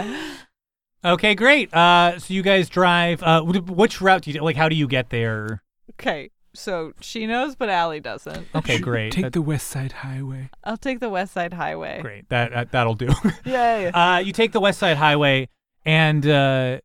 Okay, great. Uh, so you guys drive. Uh, wh- which route do you like? How do you get there?
Okay, so she knows, but Allie doesn't.
Okay,
Should
great.
Take
That-
the West Side Highway.
I'll take the West Side Highway.
great. That, that that'll do.
Yay!
uh, you take the West Side Highway, and uh,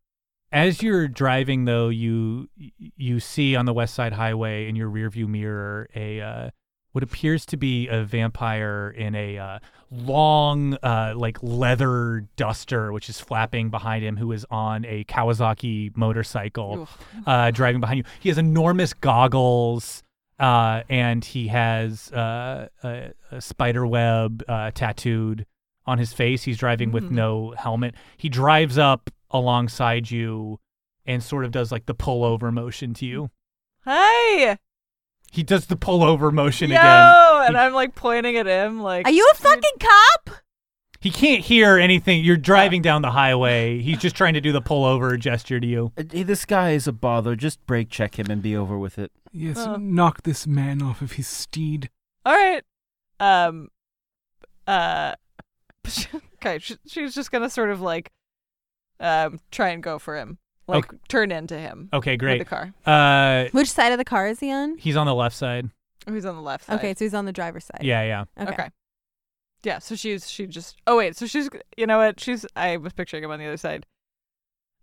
as you're driving, though, you you see on the West Side Highway in your rearview mirror a uh, what appears to be a vampire in a uh, long, uh, like leather duster, which is flapping behind him, who is on a Kawasaki motorcycle, uh, driving behind you. He has enormous goggles. Uh, and he has uh, a, a spider web uh, tattooed on his face. He's driving with
Mhm.
no helmet. He drives up alongside you and sort of does like the pullover motion to you.
Hi!
He does the pullover motion
Yo!
again.
And
He-
I'm like pointing at him, like,
Are you a fucking cop?
He can't hear anything.
Uh,
You're driving down the highway. He's just trying to do the pullover gesture to you.
Uh, hey, this guy is a bother. Just brake check him and be over with it.
Yes,
Oh.
knock this man off of his steed.
all right. Um, uh, okay, she, she's just gonna sort of like, um, try and go for him, like turn into him.
Okay,
With
great.
the car.
Uh,
Which side of the car is he on?
he's on the left side.
Oh, he's on the left side.
Okay, so he's on the driver's side.
Yeah, yeah.
Okay.
Okay. Yeah, so she's she just Oh wait, so she's you know what? She's I was picturing him on the other side.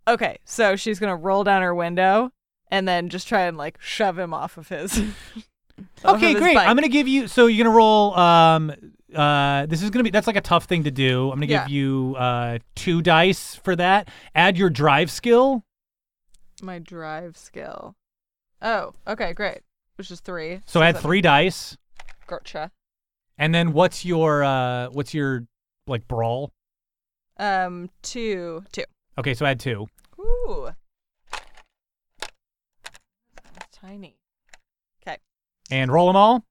Okay, so she's going to roll down her window and then just try and like shove him off of his off of
Okay,
Oh, his
great.
bike.
I'm gonna give you. So you're gonna roll. Um, uh, this is gonna be. That's like a tough thing to do. I'm gonna
Yeah.
give you uh two dice for that. Add your drive skill.
my drive skill. Oh, okay, great. Which is 3.
So add
that-
three dice,
Gotcha.
and then what's your uh what's your like brawl?
Um 2 2.
Okay, so add two.
Ooh. That's tiny.
And roll them all.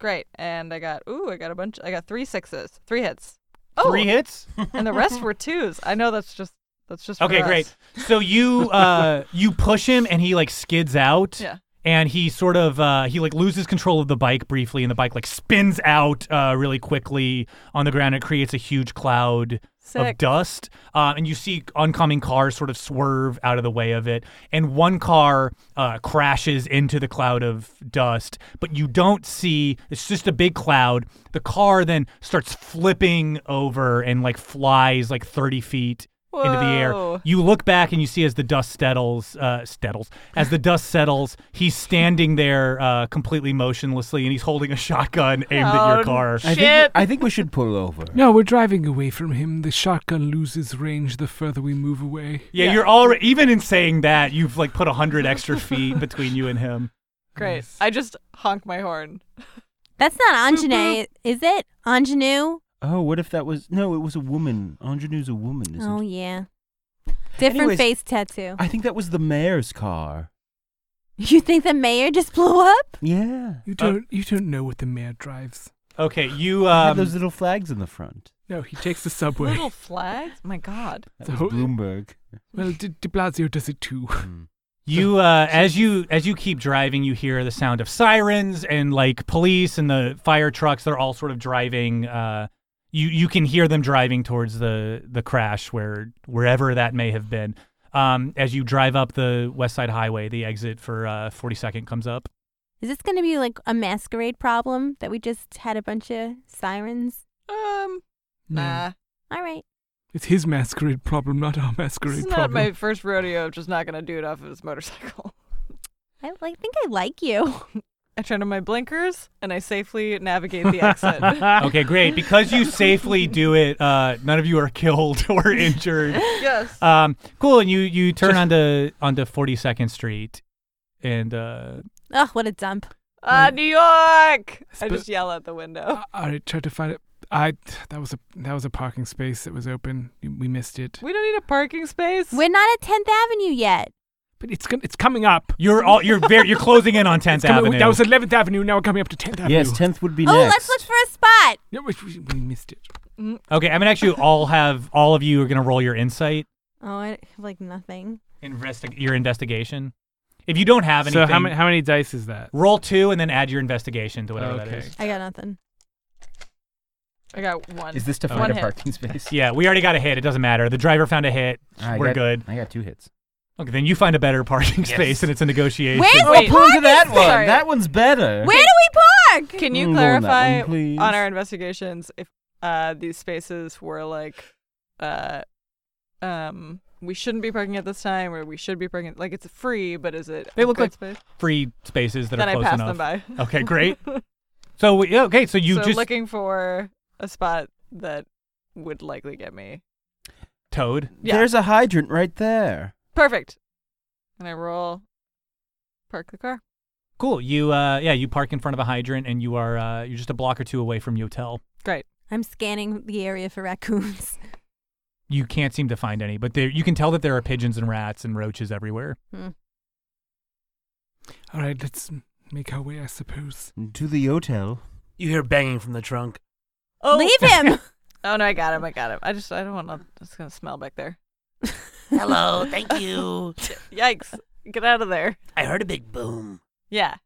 Great. And I got ooh, I got a bunch. I got 3 sixes. 3 hits. Oh,
Three hits.
and the rest were twos. I know that's just that's just for
Okay,
us.
great. So you uh you push him and he like skids out.
Yeah.
And he sort of uh, he like loses control of the bike briefly, and the bike like spins out uh, really quickly on the ground. It creates a huge cloud of
Sick.
dust, uh, and you see oncoming cars sort of swerve out of the way of it, and one car uh, crashes into the cloud of dust, but you don't see. It's just a big cloud. The car then starts flipping over and like flies like thirty feet. Into the air.
Whoa.
You look back and you see as the dust settles, uh, settles. As the dust settles, he's standing there uh, completely motionlessly, and he's holding a shotgun aimed at your
Oh,
car.
I think,
Shit.
I think we should pull over.
No, we're driving away from him. The shotgun loses range the further we move away.
Yeah,
Yeah.
you're already even in saying that you've like put a hundred extra feet between you and him.
Great.
Nice.
I just honk my horn.
That's not Anjane, is it? Anjanou?
Oh, what if that was no? It was a woman. Ingenue's a woman, isn't
Oh
it?
yeah. Different
Anyways-
face tattoo.
I think that was the mayor's car.
You think the mayor just blew up?
Yeah.
You don't. you don't know what the mayor drives.
Uh, Okay, you
I
um,
have those little flags in the front.
No, he takes the subway.
Little flags? My God.
That
So-
was Bloomberg.
well, De, de Blasio does it too.
Mm.
You uh, as you as you keep driving, you hear the sound of sirens and like police and the fire trucks. They're all sort of driving. Uh, you you can hear them driving towards the the crash where wherever that may have been. Um, as you drive up the West Side Highway, the exit for uh, 42nd comes up.
Is this going to be like a masquerade problem that we just had a bunch of sirens?
Um,
No.
nah.
All right.
It's his masquerade problem, not our masquerade
This is not
problem.
my first rodeo. I'm just not going to do it off of his motorcycle.
I like, think I like you.
I turn on my blinkers and I safely navigate the exit.
Okay, great. Because you safely do it, uh, none of you are killed or injured.
yes.
Um, cool. And you you turn onto onto 42nd Street, and uh,
Oh, what a dump.
Ah, New York! I
Sp-
just yell out the window.
I, I tried to find it. I that was a that was a parking space that was open. We missed it,
We don't need a parking space.
We're not at 10th Avenue yet.
but it's gon- it's coming up.
You're all you're very you're closing in on Tenth
It's coming-
Avenue.
That was Eleventh Avenue. Now we're coming up to Tenth Avenue.
Yes, 10th would be
oh,
next.
let's look for a spot.
No, we, we- we missed it.
okay, I'm gonna actually all have all of you are gonna roll your insight,
Oh, I have like nothing.
investi- your investigation. If you don't have anything,
So how many how many dice is that? Oh,
roll two and then add your investigation to whatever that
Okay.
is.
I got nothing.
I got one.
Is this to
Oh.
find
One
a
hit.
parking space?
Yeah, we already got a hit. It doesn't matter. The driver found a hit.
I
We're
got-
good.
I got two hits.
Okay, then you find a better parking space and it's a negotiation.
Where's
Wait,
the
pull
parking
to that
space?
Sorry.
That one's better.
Where do we park?
Can you
Mm, go on that
clarify
one, please.
on our investigations if uh, these spaces were like, uh, um, we shouldn't be parking at this time, or we should be parking like it's free, but is it?
They
a
look
good
like
space?
Free spaces that
Then
are
I
close
pass
enough.
them by.
Okay, great. So we- yeah, okay, so you
so
just
looking for a spot that would likely get me.
towed.
Yeah,
There's a hydrant right there.
perfect. And I roll, park the car.
Cool. You uh yeah, you park in front of a hydrant and you are uh you're just a block or two away from Yotel.
I'm scanning the area for raccoons.
You can't seem to find any, but there you can tell that there are pigeons and rats and roaches everywhere.
All right, let's make our way. I suppose.
To the hotel.
You hear banging from the trunk.
Leave him.
Oh no, I got him. I got him. I just I don't want to. It's gonna smell back there.
Hello, thank you.
Yikes! Get out of there.
I heard a big boom.
Yeah.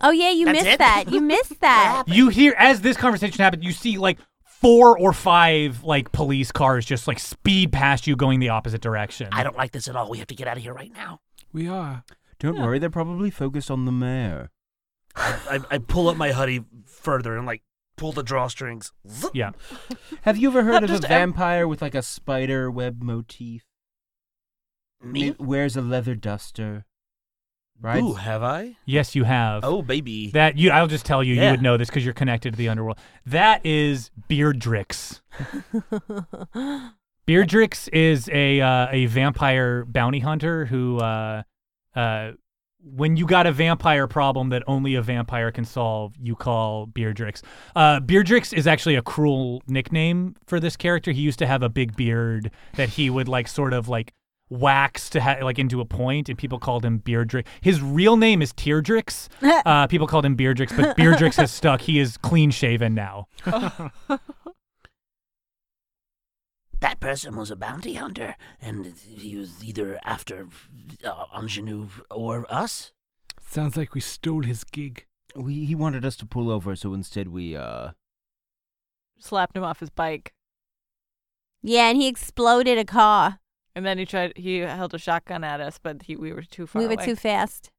Oh yeah, you
That's
missed
it?
that. You missed that.
You hear as this conversation happened, you see like four or five like police cars just like speed past you going the opposite direction.
I don't like this at all. We have to get out of here right now.
We are.
Don't worry, they're probably focused on the mayor.
I, I pull up my hoodie further and like pull the drawstrings. Zoop.
Yeah.
Have you ever heard of a
Just ev-
vampire with like a spider web motif?
Me?
It wears a leather duster. Right?
Ooh, have I?
Yes, you have.
Oh baby.
That you I'll just tell you you
Yeah.
would know this cuz you're connected to the underworld. That is Beardrix. Beardrix is a uh, a vampire bounty hunter who uh uh when you got a vampire problem that only a vampire can solve, you call Beardrix. Uh, Beardrix is actually a cruel nickname for this character. He used to have a big beard that he would like sort of like wax to ha- like into a point, and people called him Beardrix. His real name is Teardrix. Uh, people called him Beardrix, but Beardrix has stuck. He is clean shaven now.
that person was a bounty hunter, and he was either after uh, ingenue or us.
Sounds like we stole his gig.
We, he wanted us to pull over, so instead we, uh.
Slapped him off his bike.
yeah, and he exploded a car.
And then he tried. He held a shotgun at us, but he, we were too far.
we were
away.
too fast.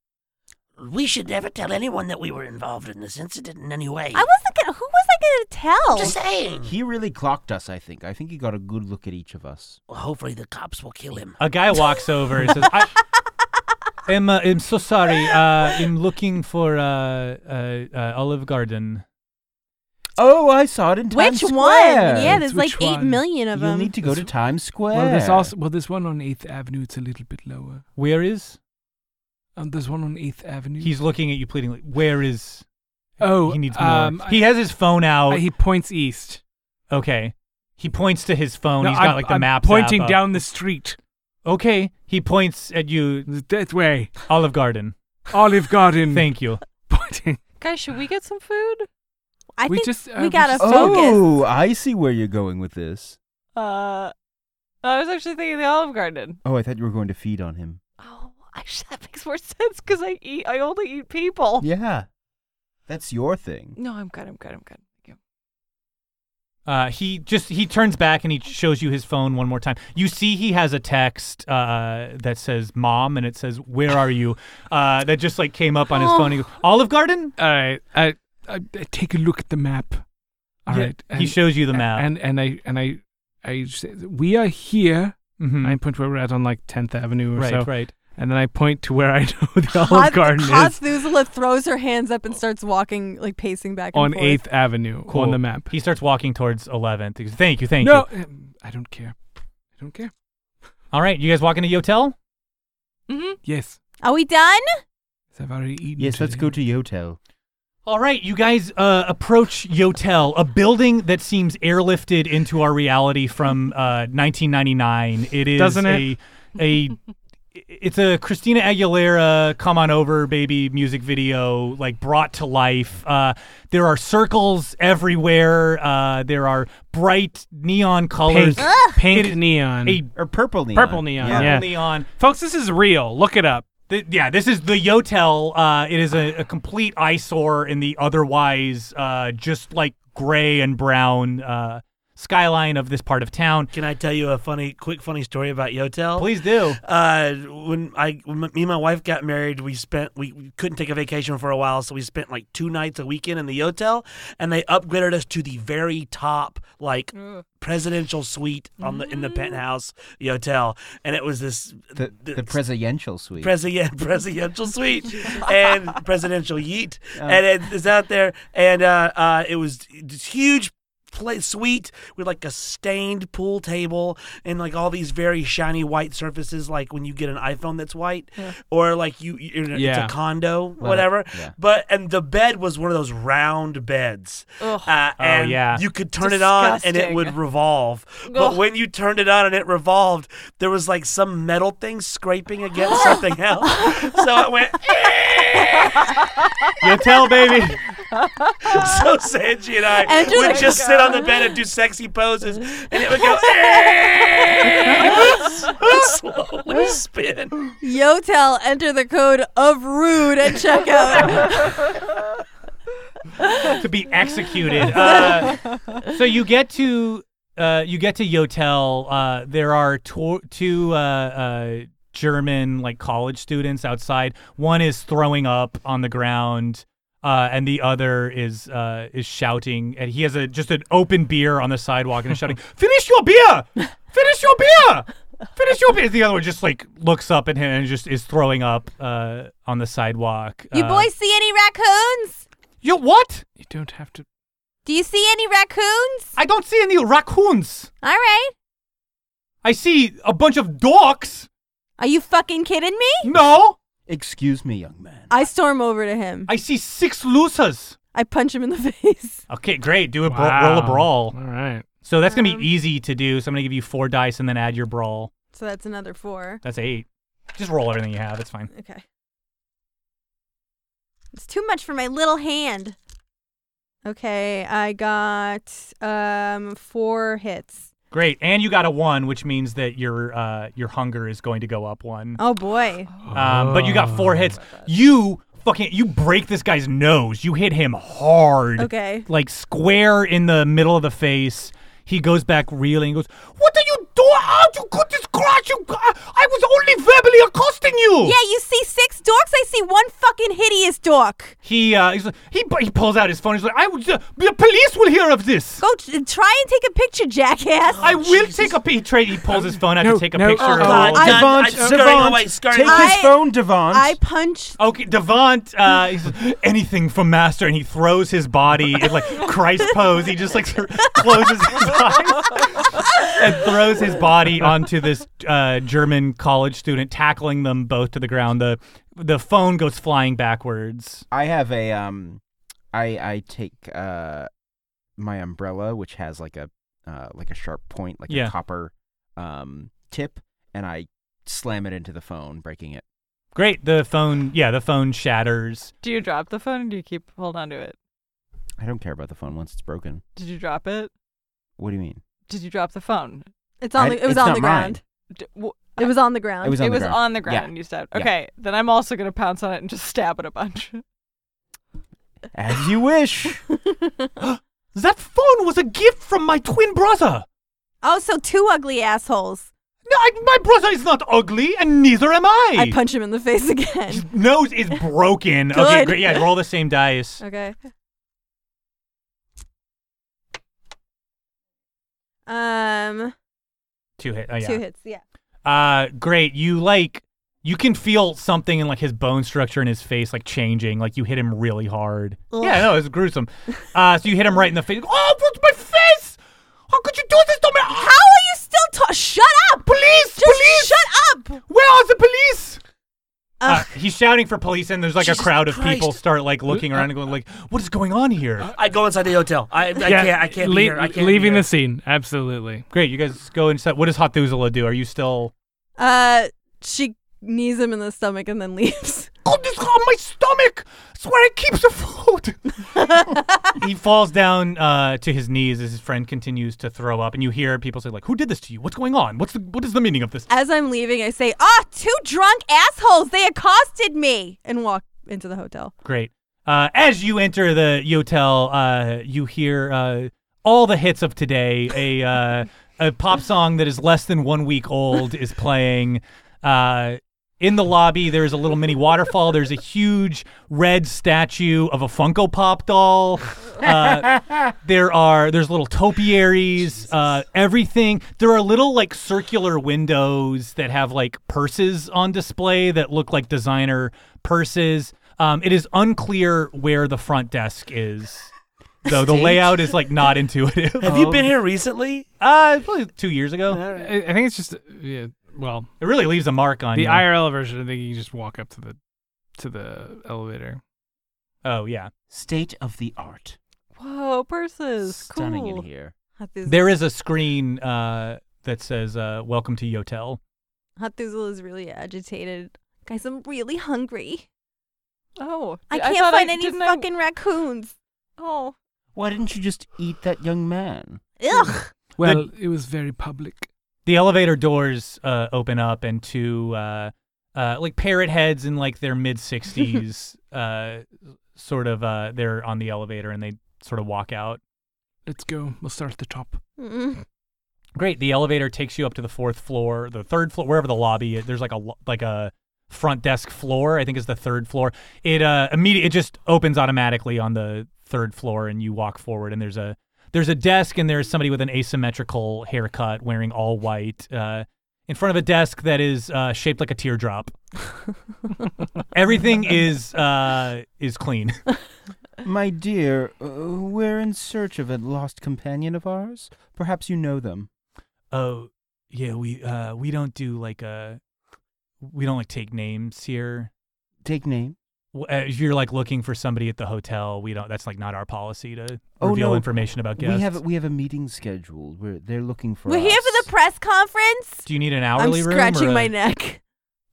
We should never tell anyone that we were involved in this incident in any way.
I wasn't gonna. Who was I gonna tell?
Just saying.
He really clocked us, I think. I think he got a good look at each of us.
Well, hopefully the cops will kill him.
A guy walks over and says, I, I'm, uh, I'm so sorry. Uh, I'm looking for uh, uh, uh, Olive Garden.
Oh, I saw it in Times
Which
Square.
one? Yeah, there's
Which
like eight
one?
million of
Um,
You'll
them.
need to go to Times Square.
Well, there's also well, there's one on Eighth Avenue. It's a little bit lower.
Where is?
Um, there's one on Eighth Avenue.
He's looking at you pleadingly. Where is?
oh,
he needs more.
Um,
he has his phone out.
I- he points east.
okay. He points to his phone.
No,
He's
I'm,
got like the
I'm
map.
pointing down the street
Okay. He points at you,
that way.
Olive Garden.
Olive Garden.
Thank you.
pointing.
Guys, should we get some food?
I
We
think
just, uh,
we
we
gotta
just-
focus.
Oh, I see where you're going with this.
Uh, I was actually thinking the Olive Garden.
Oh, I thought you were going to feed on him.
Oh, actually, that makes more sense because I eat. I only eat people.
Yeah. That's your thing.
No, I'm good. I'm good. I'm good. Thank
Uh, he just he turns back and he shows you his phone one more time. You see he has a text uh, that says "mom" and it says "Where are you?" Uh, that just like came up on his phone. He goes, Olive Garden.
All right. I, I, I take a look at the map. All right.
Yeah, he shows you the map.
And and I and I I say, we are here.
Mhm.
I point where we're at on like 10th Avenue or
right,
so.
right.
And then I point to where I know the
Oh,
Hot-
Olive Garden is
Kotzuzela throws her hands up
Oh.
and starts walking, like pacing back and
on
forth.
8th Avenue
Cool.
on the map.
He starts walking towards 11th. He goes, Thank you, thank
no,
you.
um, I don't care. I don't care.
All right, you guys walk into Yotel.
you. Mm-hmm.
Yes.
Are we done?
I've already eaten.
Yes, let's go
today.
to Yotel.
All right, you guys uh, approach Yotel, a building that seems airlifted into our reality from uh, 1999. It is
Doesn't
a
it?
a it's a Christina Aguilera "Come On Over, Baby" music video, like brought to life. Uh, there are circles everywhere. Uh, there are bright neon colors.
Pink, pink
It is
neon.
A
Or purple neon.
Purple neon,
purple
yeah.
neon.
Folks, this is real. Look it up.
Th- yeah, this is the Yotel. Uh, it is a, a complete eyesore in the otherwise uh, just like gray and brown uh, skyline of this part of town.
Can I tell you a funny, quick, funny story about Yotel?
Please do.
Uh, when I, when m- me and my wife got married, we spent we, we couldn't take a vacation for a while, so we spent like two nights a weekend in the hotel, and they upgraded us to the very top, like presidential suite on the in the penthouse hotel, and it was this
The,
th-
the presidential suite.
President, presidential suite and presidential yeet, and it is out there. And uh, uh, it was this huge pla suite with like a stained pool table and like all these very shiny white surfaces, like when you get an iPhone that's white, or like you, you know,
Yeah.
it's a condo, whatever.
yeah.
But and the bed was one of those round beds,
Ugh.
uh, and
Oh, yeah.
you could turn it on and it
Disgusting.
would revolve. But
Ugh.
when you turned it on and it revolved, there was like some metal thing scraping against something else. So it went
Yotel, baby.
so Sanji and I
And just-
would just sit on the bed and do sexy poses and it would go and slowly spin.
Yotel, enter the code of rude at checkout.
to be executed. Uh, so you get to uh, you get to Yotel. Uh, there are to- two uh, uh, German like college students outside. One is throwing up on the ground. Uh, and the other is uh, is shouting, and he has a just an open beer on the sidewalk and is shouting, "Finish your beer! Finish your beer! Finish your beer!" The other one just like looks up at him and just is throwing up uh, on the sidewalk.
You
Uh,
boys see any raccoons?
you what?
You don't have to.
Do you see any raccoons?
I don't see any raccoons.
All right.
I see a bunch of dorks.
Are you fucking kidding me?
No,
Excuse me, young man.
I storm over to him.
I see six losers.
I punch him in the face.
Okay, great. Do a bra- roll a
Wow.
brawl.
All right.
So that's gonna
Um,
be easy to do. So I'm gonna give you four dice and then add your brawl.
So that's another four.
That's eight. Just roll everything you have. It's fine.
Okay.
It's too much for my little hand.
Okay, I got um four hits.
Great. And you got a one, which means that your uh, your hunger is going to go up one.
Oh boy.
Um, but you got
Oh.
four hits. You fucking you break this guy's nose. You hit him hard.
Okay.
like square in the middle of the face. He goes back reeling. He goes, "What are you doing? How'd you cut this crotch? You, I I was only verbally accosting you."
Yeah, you see six dorks? I see one fucking hideous dork.
He uh, he's like, he he pulls out his phone. He's like, "I was uh, the police will hear of this.
Go t- try and take a picture, jackass.
I will take a picture." He pulls his phone out
No,
to take a
no,
picture.
oh,
of
God,
all-
God.
Devant,
I'm scurrying
Devant,
away, scurrying
take
away.
his phone, Devant.
I punch
Okay, Devant, uh, he's like, anything from Master, and he throws his body in like Christ pose. He just like sort of closes his eyes and throws his body onto this uh, German college student, tackling them both to the ground. The the phone goes flying backwards.
I have a um, I I take uh, my umbrella which has like a uh like a sharp point, like
Yeah.
a copper um tip, and I slam it into the phone, breaking it.
Great. The phone, yeah, the phone shatters.
Do you drop the phone or do you keep hold on to it?
I don't care about the phone once it's broken.
Did you drop it?
What do you mean?
Did you drop the phone?
It's on.
I-
the, it was
it's
on
not
the
mine.
ground.
D- w-
It was on the ground.
It was on
Um, it
the
was
ground.
on the
Yeah.
ground, you said.
Yeah.
Okay, then I'm also going to pounce on it and just stab it a bunch.
As you wish.
That phone was a gift from my twin brother.
oh, so two ugly assholes.
No, I, my brother is not ugly, and neither am I.
I punch him in the face again.
His nose is broken. okay,
Good.
great. Yeah, roll the same dice.
okay. Um,
Two hit. Oh, yeah.
two hits. Yeah.
Uh, great. You like you can feel something in like his bone structure in his face like changing. Like you hit him really hard. Yeah, no, it's gruesome. Uh, so you hit him right in the face. Oh, what's my face? How could you do this to me?
How are you still talking? Shut up!
Police!
Just
police!
shut up!
Where are the police? Uh,
Ugh.
he's shouting for police, and there's like a
Jesus
crowd of
Christ.
people start like looking around and going like, "What is going on here?"
I go inside the hotel. I, I can't. I can't
le-
be here. I can't
leaving
be here.
the scene. Absolutely.
Great, you guys go inside. What does Hot Thuzula do? Are you still?
Uh, she knees him in the stomach and then leaves.
Oh, this on my stomach. It's where I keep the food. he falls down uh, to his knees as his friend continues to throw up, and you hear people say like, "Who did this to you? What's going on? What's the what is the meaning of this?"
As I'm leaving, I say, "Ah, two drunk assholes! They accosted me!" and walk into the hotel.
Great. Uh, as you enter the yotel, uh, you hear uh, all the hits of today. A uh, a pop song that is less than one week old is playing. Uh, in the lobby, there is a little mini waterfall. There's a huge red statue of a Funko Pop doll. Uh, there are there's little topiaries. Uh, everything. There are little like circular windows that have like purses on display that look like designer purses. Um, it is unclear where the front desk is, though the layout is like not intuitive.
Have you been here recently?
Uh, probably two years ago.
I, I think it's just yeah. Well,
It really leaves a mark on
the
you.
IRL version. I think you just walk up to the to the elevator.
oh yeah.
State of the art.
Whoa, purses.
Stunning
cool.
in here.
Hathuzel
There is a screen uh, that says uh, "Welcome to Yotel."
Hathuzel is really agitated. Guys, I'm really hungry.
Oh,
I
yeah,
can't
thought
find any
didn't I-
fucking raccoons.
oh,
Why didn't you just eat that young man?
Ugh.
Well, it was very public.
The elevator doors uh, open up, and two uh, uh, like parrot heads in like their mid sixties, uh, sort of uh, they're on the elevator and they sort of walk out.
Let's go. We'll start at the top.
Mm-mm.
Great. The elevator takes you up to the fourth floor, the third floor, wherever the lobby. is. There's like a lo- like a front desk floor. I think is the third floor. It uh immediately it just opens automatically on the third floor, and you walk forward, and there's a there's a desk, and there's somebody with an asymmetrical haircut, wearing all white, uh, in front of a desk that is uh, shaped like a teardrop. Everything is uh is clean.
My dear, uh, we're in search of a lost companion of ours. Perhaps you know them.
Oh yeah, we uh we don't do like uh we don't like take names here.
Take name.
w- uh, if you're like looking for somebody at the hotel, we don't. That's like not our policy to
Oh,
reveal
no.
information about guests.
We have we have a meeting scheduled. We're they're looking for.
We're here
us.
for the press conference.
Do you need an
I'm
hourly room?
scratching
or a-
my neck.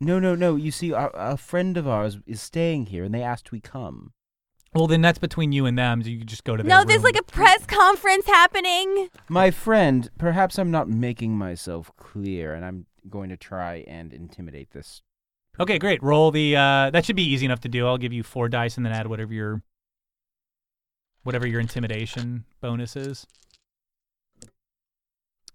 No, no, no. You see, our, a friend of ours is staying here, and they asked we come.
Well, then that's between you and them. So you could just go to their
No, there's
room.
like a press conference happening.
My friend, perhaps I'm not making myself clear, and I'm going to try and intimidate this.
Okay, great. Roll the. Uh, that should be easy enough to do. I'll give you four dice and then add whatever your whatever your intimidation bonus is.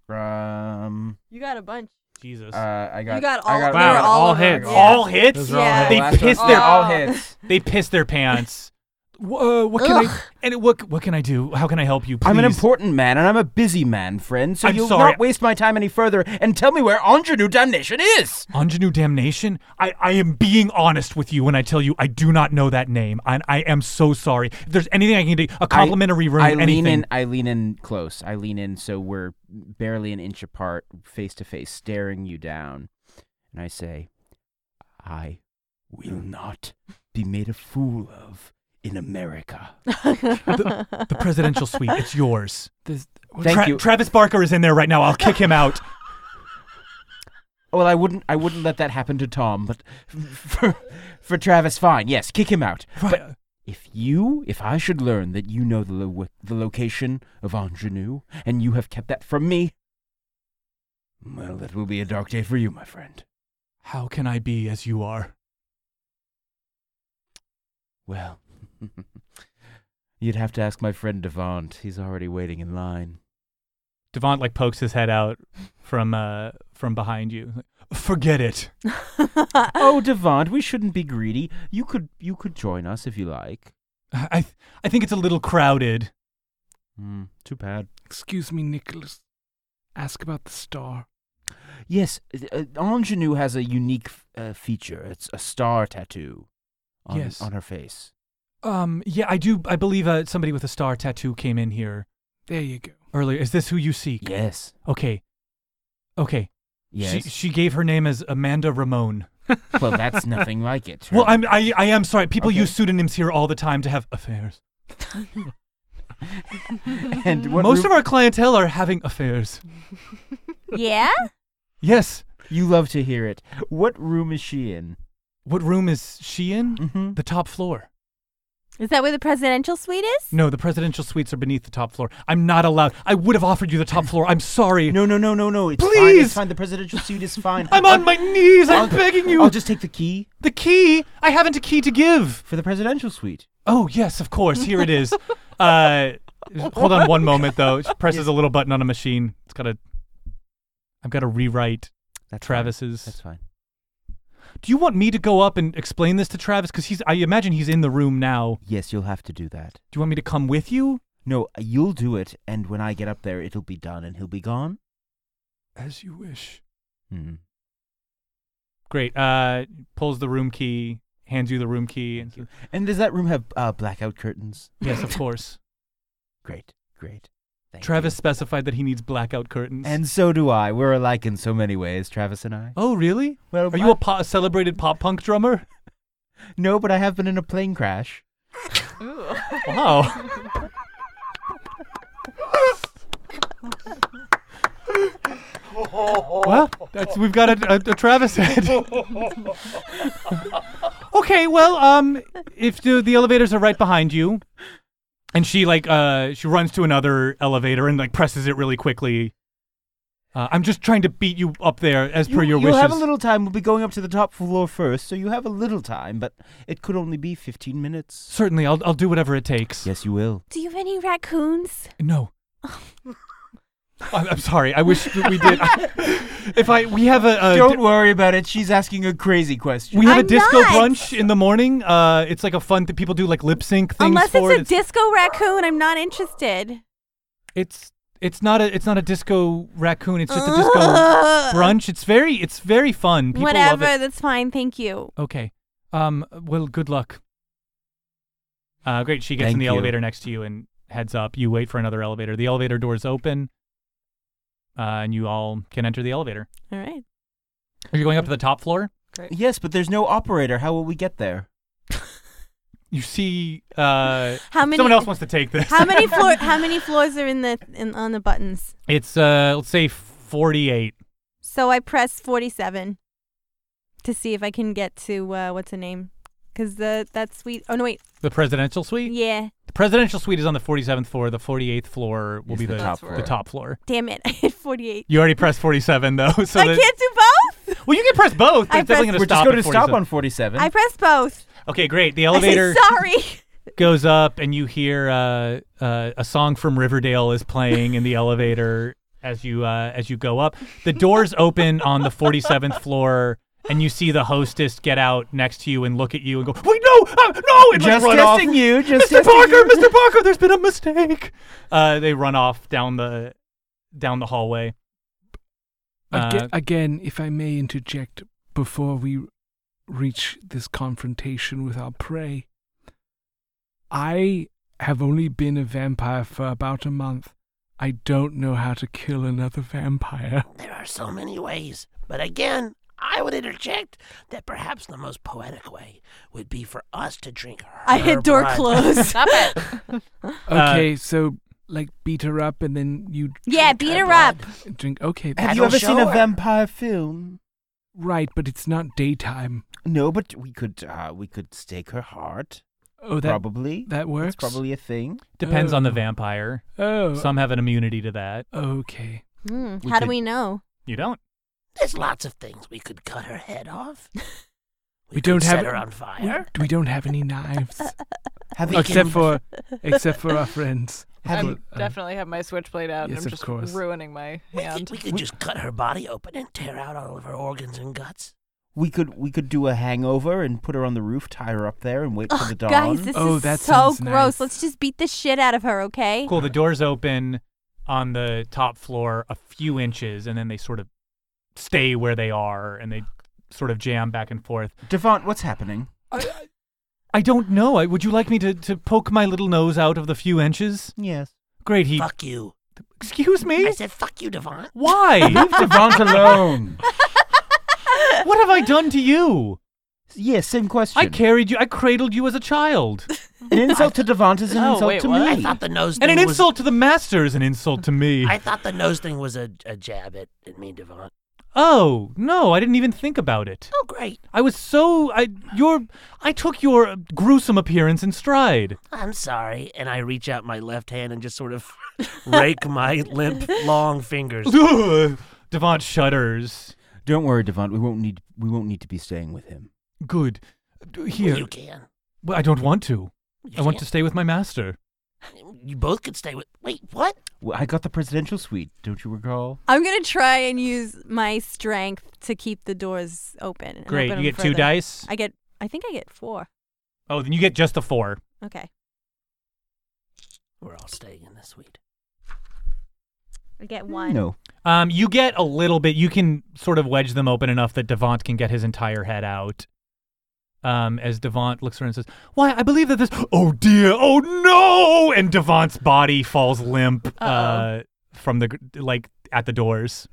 Um,
You got a bunch.
Jesus.
uh, I got.
you got all.
I got
they were
Wow,
all,
all
over.
hits.
Yeah.
All hits.
Those are all
Yeah.
hits.
They
Last
pissed
one-
their
all
Oh.
hits.
they pissed their pants. Wh- uh, what can
Ugh.
I and what what can I do? How can I help you? Please.
I'm an important man, and I'm a busy man, friend. So
I'm
you'll
sorry.
not waste my time any further, and tell me where Ingenue Damnation is.
Ingenue Damnation? I, I am being honest with you when I tell you I do not know that name. And I am so sorry. If there's anything I can do, a complimentary room,
I
anything.
lean in. I lean in close. I lean in so we're barely an inch apart, face to face, staring you down, and I say, "I will not be made a fool of in America."
the, the presidential suite, it's yours.
There's,
Thank
Tra-
you.
Travis Barker is in there right now. I'll kick him out.
well, I wouldn't. I wouldn't let that happen to Tom, but for for Travis, fine. Yes, kick him out. But if you, if I should learn that you know the lo- the location of Ingenue and you have kept that from me, well, that will be a dark day for you, my friend.
How can I be as you are?
Well, you'd have to ask my friend Devant. He's already waiting in line.
Devant like pokes his head out from uh from behind you. Forget it.
oh, Devant, we shouldn't be greedy. You could you could join us if you like.
I th- I think it's a little crowded.
Hmm, too bad.
Excuse me, Nicholas. Ask about the star.
Yes, uh, Ingenue has a unique f- uh, feature. It's a star tattoo on,
Yes.
on her face.
Um yeah, I do I believe uh, somebody with a star tattoo came in here
There you go.
earlier. Is this who you seek?
Yes.
Okay. Okay.
Yes.
She she gave her name as Amanda Ramon.
well, that's nothing like it.
Well, I'm I, I am sorry. People
Okay.
use pseudonyms here all the time to have affairs.
and what
Most
room-
of our clientele are having affairs.
yeah?
Yes.
you love to hear it. What room is she in?
What room is she in?
Mm. Mm-hmm.
The top floor.
Is that where the presidential suite is?
No, the presidential suites are beneath the top floor. I'm not allowed. I would have offered you the top floor. I'm sorry.
No, no, no, no, no. It's fine.
Please!
It's fine. The presidential suit is fine.
I'm on my knees. I'm
I'll-
begging you.
I'll just take the key
the key. I haven't a key to give.
for the presidential suite.
Oh yes, of course. Here it is. Uh, hold on one moment though. She presses a little button on a machine. It's got a. I've got to rewrite
That's fine.
Travis's.
That's fine.
Do you want me to go up and explain this to Travis? Because he's. I imagine he's in the room now.
Yes, you'll have to do that.
Do you want me to come with you?
No, you'll do it, and when I get up there, it'll be done, and he'll be gone.
As you wish.
Mm.
Great. Uh, pulls the room key, hands you the room key, and says,
And does that room have uh, blackout curtains?
yes, of course.
Great, great. Thank
Travis
you.
specified that he needs blackout curtains.
And so do I. We're alike in so many ways, Travis and I.
oh, really?
Well,
Are you
I-
a, po- a celebrated pop punk drummer?
no? But I have been in a plane crash.
Ooh.
Wow. well, that's we've got a, a, a Travis head. okay, well, um, if the, the elevators are right behind you, and she like uh she runs to another elevator and like presses it really quickly. Uh, I'm just trying to beat you up there as per your
you'll
wishes.
have a little time. We'll be going up to the top floor first, so you have a little time, but it could only be fifteen minutes.
Certainly, I'll I'll do whatever it takes.
Yes, you will.
Do you have any raccoons?
No. I'm, I'm sorry. I wish that we did. if I we have a, a
Don't worry about it. She's asking a crazy question.
we have a
I'm
disco
not.
brunch in the morning. Uh, it's like a fun that people do like lip sync things
Unless
for
it's a
it.
disco raccoon, I'm not interested.
it's it's not a it's not a disco raccoon. It's just a disco brunch. It's very it's very fun. People
Whatever,
love it.
that's fine. Thank you.
Okay. Um. Well, good luck. Uh, great. She gets in
Thank
the
you.
elevator next to you and heads up. You wait for another elevator. The elevator doors open, uh, and you all can enter the elevator.
All right.
Are you going up to the top floor?
Yes, but there's no operator. How will we get there?
You see, uh,
How many?
someone else wants to take this.
how many floor? How many floors are in the in, on the buttons?
It's uh, let's say forty-eight.
So I press 47 to see if I can get to uh, what's her name? Because the that suite. Oh no, wait.
The presidential suite.
Yeah.
The presidential suite is on the forty-seventh floor. The forty-eighth floor will
It's
be the,
top
the top floor.
Damn it! I hit 48.
You already pressed forty-seven though, so
I
that-
can't do both.
well, you can press both. But
I
it's definitely
pressed-
going
We're
to stop.
just going
at
to stop
47.
on 47.
I press both.
Okay, great. The
I say,
elevator
sorry.
goes up, and you hear uh, uh, a song from Riverdale is playing in the elevator as you uh, as you go up. The doors open on the forty seventh floor. And you see the hostess get out next to you and look at you and go, "Wait, no, uh, no!" And
just
like, run off.
testing you. Just
Mr.
testing
Parker,
you.
Mr. Parker, there's been a mistake. Uh, they run off down the down the hallway.
Aga-
Uh,
again, if I may interject before we reach this confrontation with our prey, I have only been a vampire for about a month. I don't know how to kill another vampire.
There are so many ways, but again, I would interject that perhaps the most poetic way would be for us to drink her.
I hit door
blood.
closed.
Stop it.
Uh,
Okay, so like beat her up and then you
yeah,
Drink
beat
her
her up.
Oh, drink. Okay,
I
Have you
don't
that's-
ever
show
seen a
her.
vampire film?
Right, but it's not daytime.
No, but we could uh, we could stake her heart.
Oh, that
probably
that
It's
works.
probably a thing.
Depends on the
Oh.
vampire.
Oh,
Some have an immunity to that.
okay.
Hmm,
We
how
could-
do we know?
You don't.
There's lots of things we could cut her head off.
We don't
could set
have-
her on
We,
fire.
we don't have any knives
Have you,
except for except for our friends. Uh,
have
I
you,
definitely have my switchblade out.
yes,
and I'm
of
just
course.
ruining my
We
hand.
could, we could just cut her body open and tear out all of her organs and guts.
we could we could do a hangover and put her on the roof, tie her up there, and wait for
Ugh,
the dawn.
guys, this
Oh,
is
that
so
sounds
gross.
nice.
Let's just beat the shit out of her, okay?
Cool. The doors open on the top floor a few inches, and then they sort of stay where they are, and they sort of jam back and forth.
Devant, what's happening?
I don't know. I, Oh, uh, would you like me to, to poke my little nose out of the few inches?
Yes.
Great heat.
Fuck you.
Excuse me?
I said, fuck you, Devon.
Why?
Leave Devant alone.
what have I done to you?
Yes, same question.
I carried you. I cradled you as a child.
An insult to Devant is an
Oh,
insult
wait,
to
what?
me.
I thought the nose
And
thing
an
was,
insult to the master is an insult to me.
I thought the nose thing was a, a jab at, at me, Devon.
oh, no, I didn't even think about it.
Oh, great.
I was so I your I took your gruesome appearance in stride.
I'm sorry. And I reach out my left hand and just sort of rake my limp, long fingers.
Devant shudders.
Don't worry, Devant. We won't need we won't need to be staying with him.
Good. Here.
You can.
Well, I don't want to.
You
I want to
can't.
stay with my master.
You both could stay with. Wait, what?
Well, I got the presidential suite. Don't you recall?
I'm gonna try and use my strength to keep the doors open. and
Great.
open
You get
them
two
further.
dice.
I get. I think I get four.
Oh, then you get just the four.
Okay.
We're all staying in this suite.
I get one.
No.
Um, you get a little bit. You can sort of wedge them open enough that Devant can get his entire head out. Um, as Devant looks around and says, "Why? I believe that this. Oh dear! Oh no!" And Devant's body falls limp uh, from the gr- like at the doors.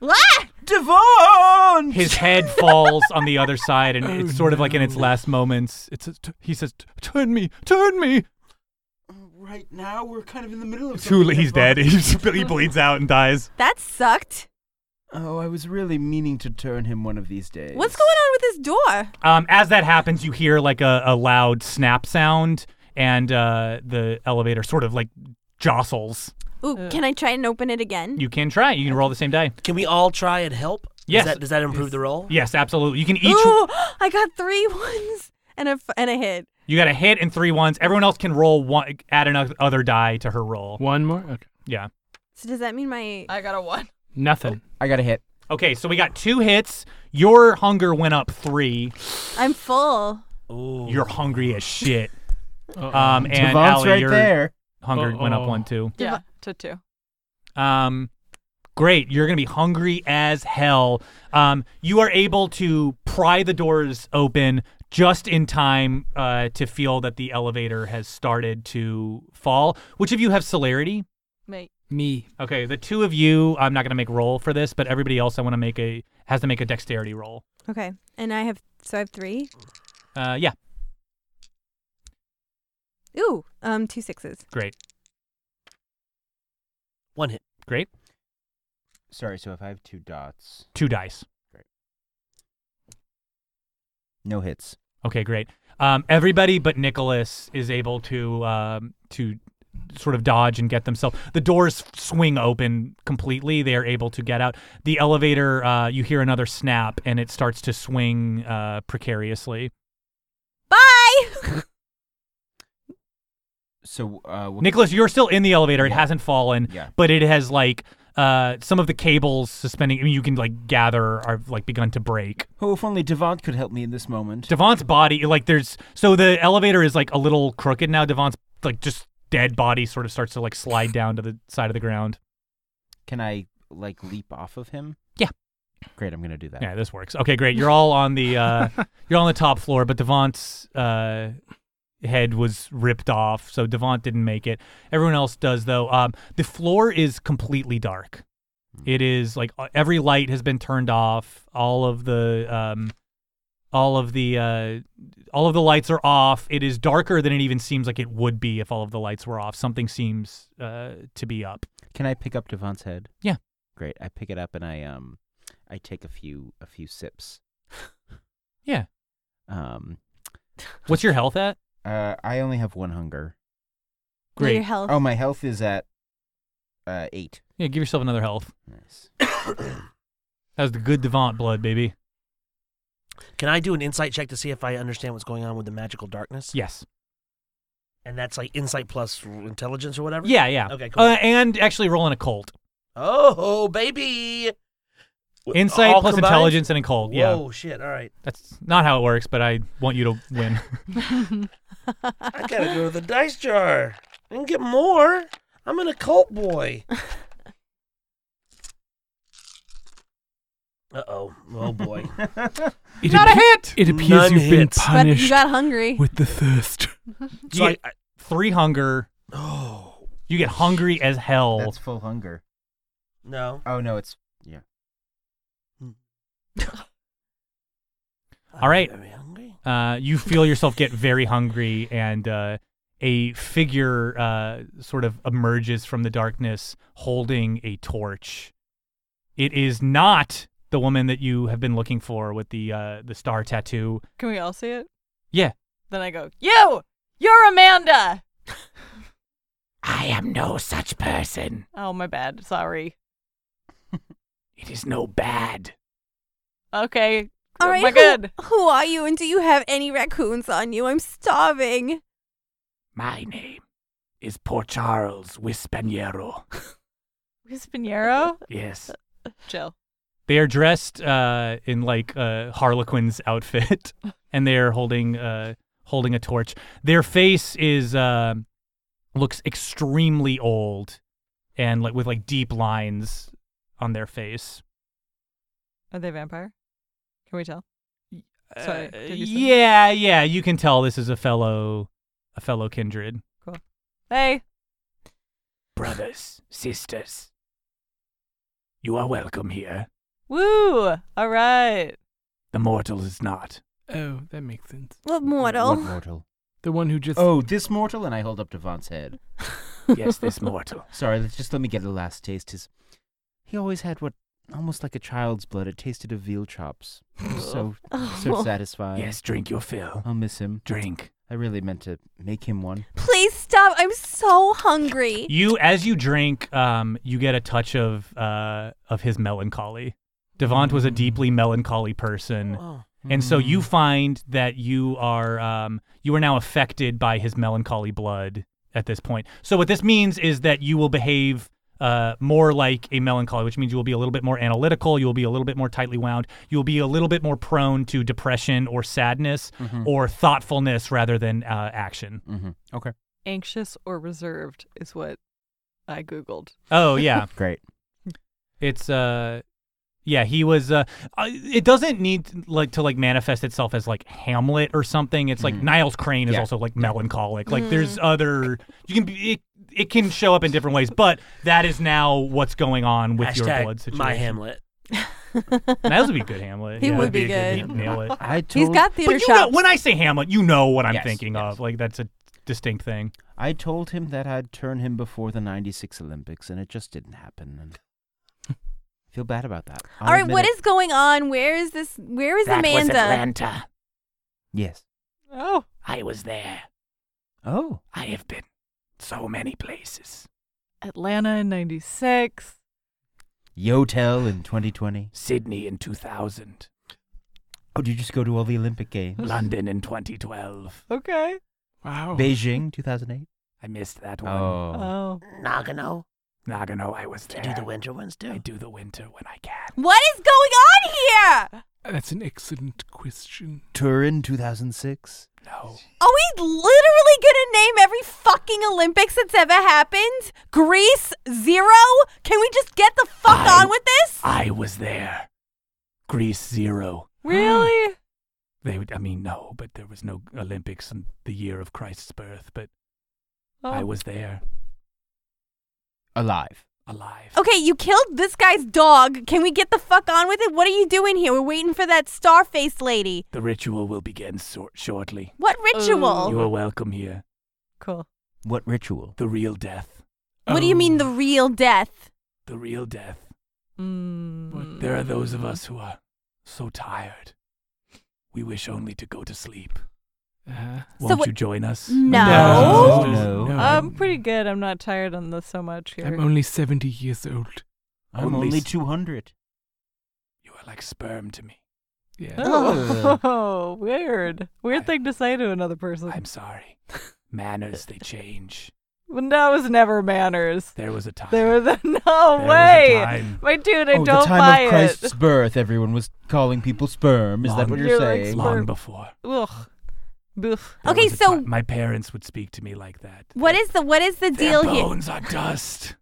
Devant.
His head falls on the other side, and
Oh,
it's sort of like in its
no.
last moments. It's a, t- he says, "Turn me, turn me."
Right now, we're kind of in the middle of.
Too late. He's dead. He's, he bleeds out and dies.
That sucked.
Oh, I was really meaning to turn him one of these days.
What's going on with this door?
Um, as that happens, you hear like a, a loud snap sound, and uh, the elevator sort of like jostles.
Ooh,
Ugh.
can I try and open it again?
You can try. it. You can roll the same die.
Can we all try and help?
Yes.
Does that, does that improve the roll? Ah!
Yes, absolutely. You can each.
Ooh, I got three ones and a f- and a hit.
You got a hit and three ones. Everyone else can roll one. Add another die to her roll.
One more. Okay.
Yeah.
So does that mean my?
I got a one.
Nothing.
I got a hit.
Okay. So we got two hits. Your hunger went up three.
I'm full.
Ooh.
You're hungry as shit. Um, and
Devant's
Allie,
right
your
there.
hunger went up
Uh-oh.
one too.
Yeah, to two.
Um, great. You're going to be hungry as hell. Um, you are able to pry the doors open just in time uh, to feel that the elevator has started to fall. Which of you have celerity?
Mate.
Me.
Okay, the two of you, I'm not going to make roll for this, but everybody else I want to make a has to make a dexterity roll.
Okay, and I have so I have three.
Uh, yeah,
Ooh, um, two sixes.
great.
One hit.
Great.
Sorry. So if I have two dots,
Two dice.
no hits.
Okay, great. Um, everybody but Nicholas is able to um, to sort of dodge and get themselves. The doors swing open completely. They are able to get out. The elevator. Uh, you hear another snap, and it starts to swing uh, precariously.
Bye.
So uh, what-
Nicholas, you're still in the elevator. It hasn't fallen,
Yeah.
but it has like uh, some of the cables suspending. I mean, you can like gather are like begun to break.
Oh, if only Devant could help me in this moment.
Devon's body, like there's so the elevator is like a little crooked now. Devon's like just dead body sort of starts to like slide down to the side of the ground.
Can I like leap off of him?
Yeah.
Great. I'm gonna do that.
Yeah, this works. Okay, great. You're all on the uh you're on the top floor, but Devon's uh head was ripped off, so Devont didn't make it. Everyone else does though. Um the floor is completely dark.
Hmm.
It is like uh, every light has been turned off. All of the um all of the uh all of the lights are off. It is darker than it even seems like it would be if all of the lights were off. Something seems uh to be up.
Can I pick up Devant's head?
Yeah.
Great. I pick it up and I um, I take a few a few sips.
Yeah.
Um,
What's your health at?
uh, I only have one hunger.
Know
Great.
Your health.
Oh, my health is at uh, eight.
Yeah, give yourself another health.
Nice.
That was the good Devant blood, baby.
Can I do an insight check to see if I understand what's going on with the magical darkness?
Yes.
And that's like insight plus intelligence or whatever?
Yeah, yeah.
Okay, cool.
Uh, and actually rolling a cult.
oh, baby. W-
Insight
all
plus
combined?
intelligence and a cult. Yeah.
Whoa, shit. All right.
That's not how it works, but I want you to win.
I gotta go to the dice jar and get more. I'm an occult boy. Uh oh. Oh boy.
uh, It
not a
appe-
hit! Mm.
It appears
None
you've
hits.
been
But you
punished
got hungry.
with the thirst.
So I,
Yeah. Three hunger.
I- oh
You get hungry as hell.
That's full hunger.
no.
Oh no, it's
All right.
I'm very hungry.
Uh, you feel yourself get very hungry, and uh, a figure uh, sort of emerges from the darkness holding a torch. It is not the woman that you have been looking for with the uh, the star tattoo.
Can we all see it?
Yeah.
Then I go, You! You're Amanda!
I am no such person.
Oh, my bad. Sorry.
It is no bad.
Okay.
All
oh
right.
my
who-
good.
Who are you, and do you have any raccoons on you? I'm starving.
My name is Poor Charles Wispaniero.
Hispaniero?
Yes.
Jill.
They are dressed uh, in like uh, Harlequin's outfit, and they are holding uh, holding a torch. Their face is uh, looks extremely old, and like with like deep lines on their face.
Are they vampire? Can we tell? Sorry,
Uh,
did you say-
yeah, yeah, you can tell this is a fellow, a fellow kindred.
Hey.
Brothers, sisters, you are welcome here.
Woo! All right.
The mortal is not.
Oh, that makes sense.
What
what
mortal?
mortal?
The one who just
Oh, this mortal, and I hold up Devon's head.
Yes, this mortal.
Sorry, let's just let me get a last taste. His, he always had what almost like a child's blood. It tasted of veal chops. It was so
Oh.
so satisfying.
drink your fill.
I'll miss him.
Drink.
I really meant to make him one.
Please stop. I'm so hungry.
You, as you drink, um, you get a touch of uh, of his melancholy. Devant
Mm.
was a deeply melancholy person,
Oh.
and so you find that you are um, you are now affected by his melancholy blood at this point. So what this means is that you will behave uh, more like a melancholy, which means you will be a little bit more analytical. You will be a little bit more tightly wound. You will be a little bit more prone to depression or sadness or thoughtfulness rather than uh, action.
Mm-hmm. Okay.
Anxious or reserved is what I Googled.
Oh yeah.
Great.
It's uh yeah, he was uh uh, it doesn't need like to like manifest itself as like Hamlet or something. It's like
Mhm.
Niles Crane is
Yeah.
also like melancholic. Like there's
Mm.
other you can be it, it can show up in different ways, but that is now what's going on with your
Hashtag
blood situation.
My Hamlet.
Niles would be a good Hamlet.
He
yeah.
would be good.
He'd nail it.
I told
He's got theater
But you know,
chops.
when I say Hamlet, you know what I'm
Yes,
thinking
yes.
of. Like that's a distinct thing.
I told him that I'd turn him before the '96 Olympics, and it just didn't happen. And I feel bad about that. I'll
All right.
admit
What
it.
is going on? Where is this? Where is Amanda?
Atlanta.
Yes.
Oh.
I was there.
Oh.
I have been so many places.
Atlanta in 96.
Yotel in 2020.
Sydney in 2000.
Oh, did you just go to all the Olympic Games?
London in 2012.
Okay.
wow.
Beijing 2008.
I missed that
Uh.
Oh.
Nagano.
Nagano, I was
I do the winter ones too.
Oh. do the winter when I can.
What is going on here?
That's an excellent question.
Turin 2006.
No.
Are Oh, we literally gonna name every fucking Olympics that's ever happened? Greece zero? Can we just get the fuck
I-
on with this?
I was there. Greece zero.
Really?
They would, I mean, no, but there was no Olympics in the year of Christ's birth, but I
Oh.
was there
Alive.
alive.
Okay, you killed this guy's dog. Can we get the fuck on with it? What are you doing here? We're waiting for that star faced lady.
The ritual will begin so- shortly.
What ritual?
You are welcome here.
Cool.
What ritual?
The real death.
What do you mean
Um,
the real death?
The real death.
Mm.
There are those of us who are so tired
We wish only to go to sleep.
Uh-huh.
Won't
what-
you join us?
No.
No.
No.
No.
I'm pretty good. I'm not tired on this so much here.
Oh, I'm only 70 years old.
I'm
Only
only
s-
200.
You are like sperm to me.
Yeah.
oh,
Oh.
weird.
I-
Weird thing to say to another person.
I'm sorry. Manners, they change.
Well, that was never manners.
There was a time.
There was no
There was a
way.
time.
My dude, I
oh,
don't
the time
buy
of Christ's
it.
birth, everyone was calling people sperm. Is that
Long-
what you're,
You're like
saying?
Long
Sperm.
before.
Ugh. Boof.
There
Okay,
was a
so-
ti- my parents would speak to me like that.
What is the what is the deal
Their
here?
bones are dust.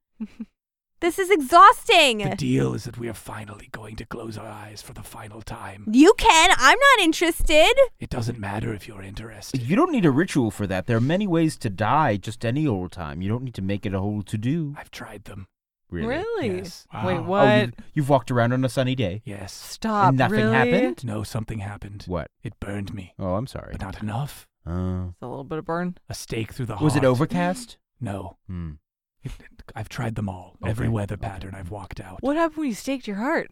This is exhausting.
The deal is that we are finally going to close our eyes for the final time.
you can. I'm not interested.
It doesn't matter if you're interested.
You don't need a ritual for that. There are many ways to die just any old time. You don't need to make it a whole to do.
I've tried them.
Really?
Yes.
Wait,
Wow.
what?
Oh, you've, you've walked around on a sunny day.
Yes.
Stop.
and nothing
really?
happened?
No, something happened.
What?
It burned me,
Oh, I'm sorry.
but not enough.
Uh,
It's a little bit of burn.
A stake through the heart.
was it overcast?
No.
Hmm.
It, I've tried them all. Every
Okay,
weather
okay.
pattern I've walked out.
What happened when you staked your heart?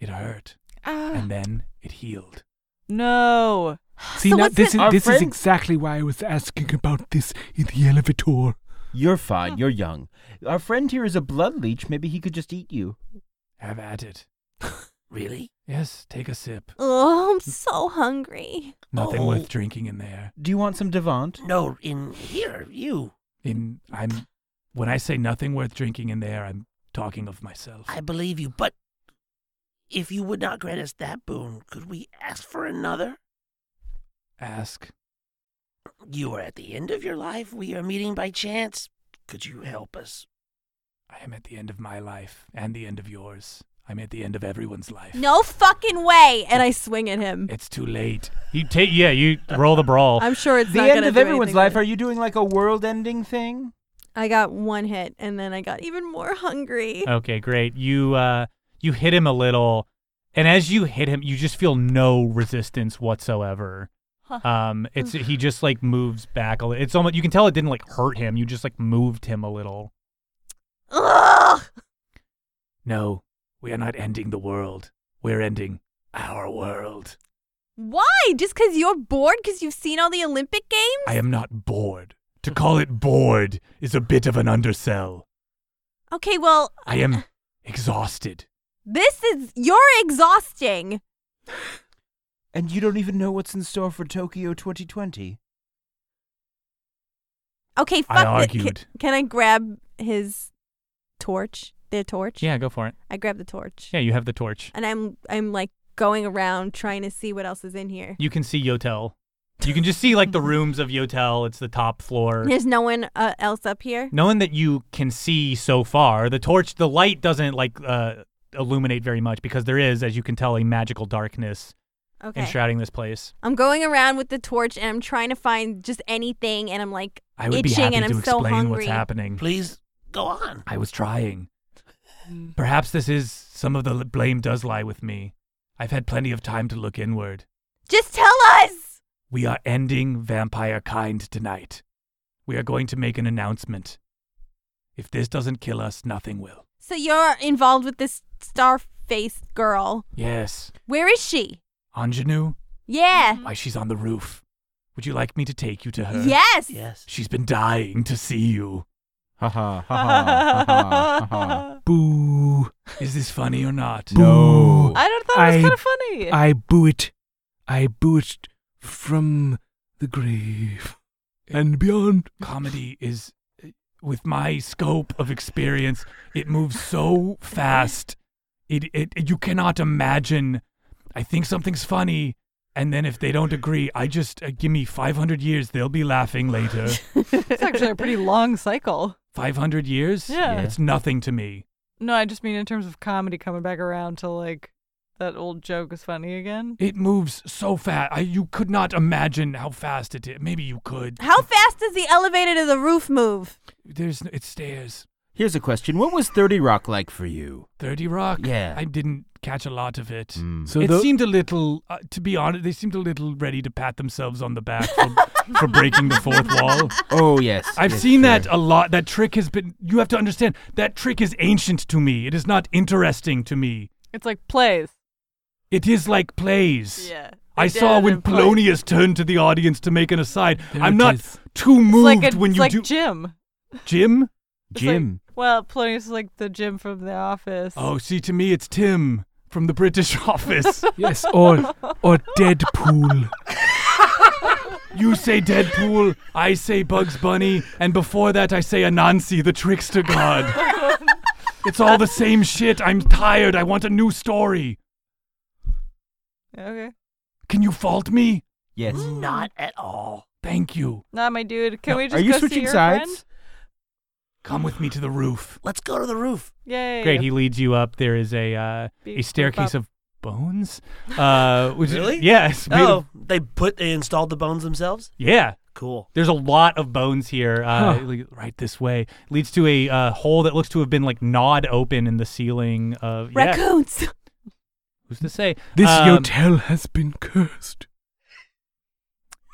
It hurt,
Ah,
and then it healed.
no.
See,
So
now
what's
this,
the-
is,
Our
this is
friend-
exactly why I was asking about this in the elevator.
You're fine. You're young. Our friend here is a blood leech. Maybe he could just eat you.
Have at it.
Really?
Yes, take a sip.
Oh, I'm so hungry.
Nothing
Oh.
worth drinking in there.
Do you want some Devant?
No, in here, you.
In I'm when I say nothing worth drinking in there, I'm talking of myself.
I believe you, but if you would not grant us that boon, could we ask for another?
Ask.
You are at the end of your life. We are meeting by chance. Could you help us?
I am at the end of my life and the end of yours. I'm at the end of everyone's life.
No fucking way. And I swing at him.
It's too late. You take yeah, you roll the brawl.
I'm sure it's
The
not
end
gonna
of
do
everyone's
anything
life.
good.
Are you doing like a world-ending thing?
I got one hit, and then I got even more hungry.
Okay, great. You uh you hit him a little and as you hit him, you just feel no resistance whatsoever.
Huh.
Um it's he just like moves back a little. It's almost you can tell it didn't like hurt him. You just like moved him a little.
Ugh.
No, we are not ending the world. We're ending our world.
Why? Just because you're bored? Because you've seen all the Olympic games?
I am not bored. To call it bored is a bit of an undersell.
Okay, well,
I am exhausted.
this is you're exhausting.
And you don't even know what's in store for Tokyo 2020.
Okay, fuck
I
thi- ca-
argued.
Can, I grab his torch? Their torch?
Yeah, go for it.
I grab the torch.
Yeah, you have the torch.
And I'm I'm like going around trying to see what else is in here.
You can see Yotel. You can just see like the rooms of Yotel. It's the top floor.
There's no one uh, else up here.
Knowing that you can see so far, the torch, the light doesn't like uh, illuminate very much because there is, as you can tell, a magical darkness
Okay.
enshrouding this place.
I'm going around with the torch and I'm trying to find just anything and I'm like
I would
itching
be happy
and I'm
to
so
explain
hungry.
what's happening.
Please go on.
I was trying.
Mm.
Perhaps this is some of the l- blame does lie with me. I've had plenty of time to look inward.
Just tell us.
We are ending Vampire Kind tonight. We are going to make an announcement. If this doesn't kill us, nothing will.
So you're involved with this star-faced girl.
Yes.
Where is she?
Anjanou?
Yeah.
Why, she's on the roof. Would you like me to take you to her?
Yes.
Yes.
She's been dying to see you.
Ha ha ha ha ha ha. ha.
Boo.
Is this funny or not?
Boo.
No.
I don't thought it was
I-
kind of funny.
I boo it. I boo it from the grave and beyond.
Comedy is, with my scope of experience, it moves so fast. It, it, it- you cannot imagine. I think something's funny, and then if they don't agree, I just uh, give me 500 years. They'll be laughing later.
it's actually a pretty long cycle.
500 years?
Yeah.
It's nothing to me.
No, I just mean in terms of comedy coming back around to like that old joke is funny again.
It moves so fast. I, you could not imagine how fast it is. Maybe you could.
How fast does the elevator to the roof move?
There's n- it's stairs.
Here's a question. What was 30 Rock like for you?
Thirty Rock.
Yeah.
I didn't catch a lot of it.
Mm.
So
it
tho-
seemed a little, uh, to be honest, they seemed a little ready to pat themselves on the back for, for breaking the fourth wall.
Oh, yes.
I've
yes,
seen that
sure.
a lot. That trick has been. You have to understand that trick is ancient to me. It is not interesting to me.
It's like plays.
It is like plays.
Yeah.
I saw
did
when
in place.
Polonius turned to the audience to make an aside.
There
I'm
it
not
is.
too
It's
moved
like a,
when
it's
you
like
do
Jim.
Jim.
It's like-
Oh,
Jim.
Well, Polonius is like the Jim from The Office.
Oh, see, to me it's Tim from the British Office.
Yes, or or Deadpool.
you say Deadpool, I say Bugs Bunny, and before that I say Anansi, the trickster god. it's all the same shit. I'm tired. I want a new story.
Okay.
Can you fault me?
Yes.
Not at all.
Thank you.
Nah, my dude. Can
No,
we just
Are you
go see
switching
your
sides?
Friend?
Come with me to the roof.
Let's go to the roof.
Yay.
Great. He leads you up. There is a uh,
Beep,
a
boop,
staircase
bop.
of bones. Uh, which is-
Really?
yeah. It's made of-
Oh, they put they installed the bones themselves.
yeah.
Cool.
There's a lot of bones here, uh,
Huh.
li- right this way. Leads to a uh, hole that looks to have been like gnawed open in the ceiling of. Yeah,
Raccoons.
who's to say?
This
Um,
hotel has been cursed.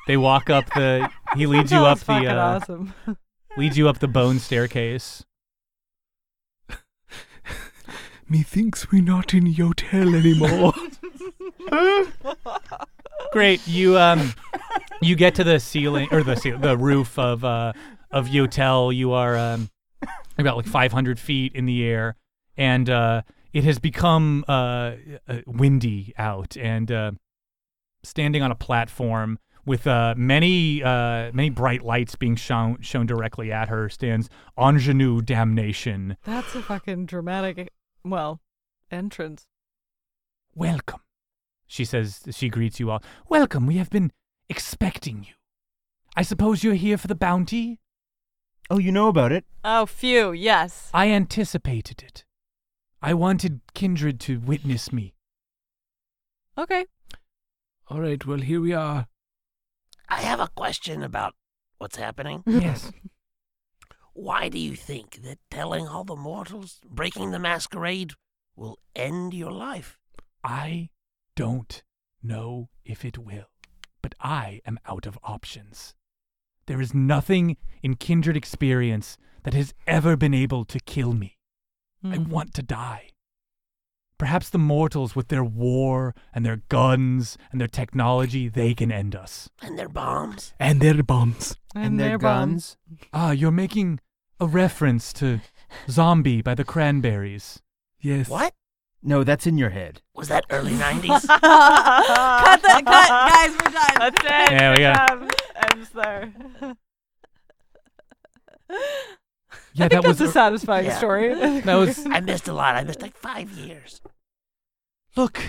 They walk up the. He leads you
That
up
was
the.
fucking
Uh,
awesome.
Leads you up the bone staircase.
Methinks we're not in hotel anymore.
Great. You um, you get to the ceiling or the ceil- the roof of uh of Yotel. You are um, about like 500 feet in the air, and uh, it has become uh, uh, windy out, and uh, standing on a platform with uh, many uh, many bright lights being shown shown directly at her stands Ingenue Damnation.
That's a fucking dramatic, e, well, entrance.
Welcome, she says. She greets you all. Welcome. We have been expecting you. I suppose you're here for the bounty.
Oh, you know about it.
Oh, phew. Yes.
I anticipated it. I wanted kindred to witness me.
Okay.
All right, well here we are.
I have a question about what's happening.
Yes.
Why do you think that telling all the mortals, breaking the masquerade, will end your life?
I don't know if it will, but I am out of options. There is nothing in kindred experience that has ever been able to kill me. I
Hmm.
Mm.
want to die. Perhaps the mortals, with their war and their guns and their technology, they can end us.
And their bombs?
And their bombs.
And their
bombs.
guns.
Ah, you're making a reference to Zombie by the Cranberries.
Yes.
What?
No, that's in your head.
Was that early 90s?
cut the cut, guys. We're done.
That's it.
There we go.
Um, I'm sorry.
Yeah,
I think
that was
that's a satisfying
Yeah.
story.
that was
I missed a lot. I missed like five years.
Look,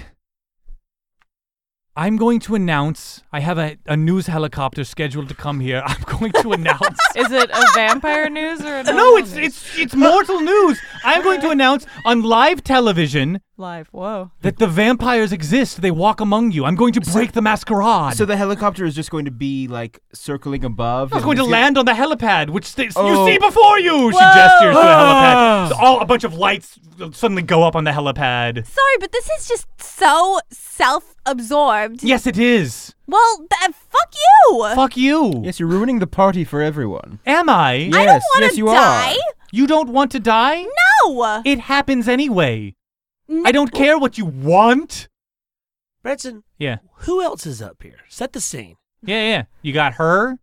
I'm going to announce. I have a, a news helicopter scheduled to come here. I'm going to announce.
Is it a vampire news or a
no,
normal
it's
news?
it's it's mortal news. I'm going to announce on live television
live. Whoa.
that the vampires exist. They walk among you. I'm going to break the masquerade.
So the helicopter is just going to be like circling above.
I was
and
going to
it's
land on the helipad, which sta-
Oh.
you see before you. She
Whoa.
gestures to the
Ah.
helipad. So all a bunch of lights suddenly go up on the helipad.
Sorry, but this is just so self-absorbed.
Yes, it is.
Well, th- fuck you.
Fuck you.
Yes, you're ruining the party for everyone.
Am I?
Yes,
I don't want
yes,
to
you
die.
You don't want to die?
No.
It happens anyway.
N-
I don't care what you want.
Bretson,
Yeah.
who else is up here? Set the scene.
Yeah, yeah. You got her.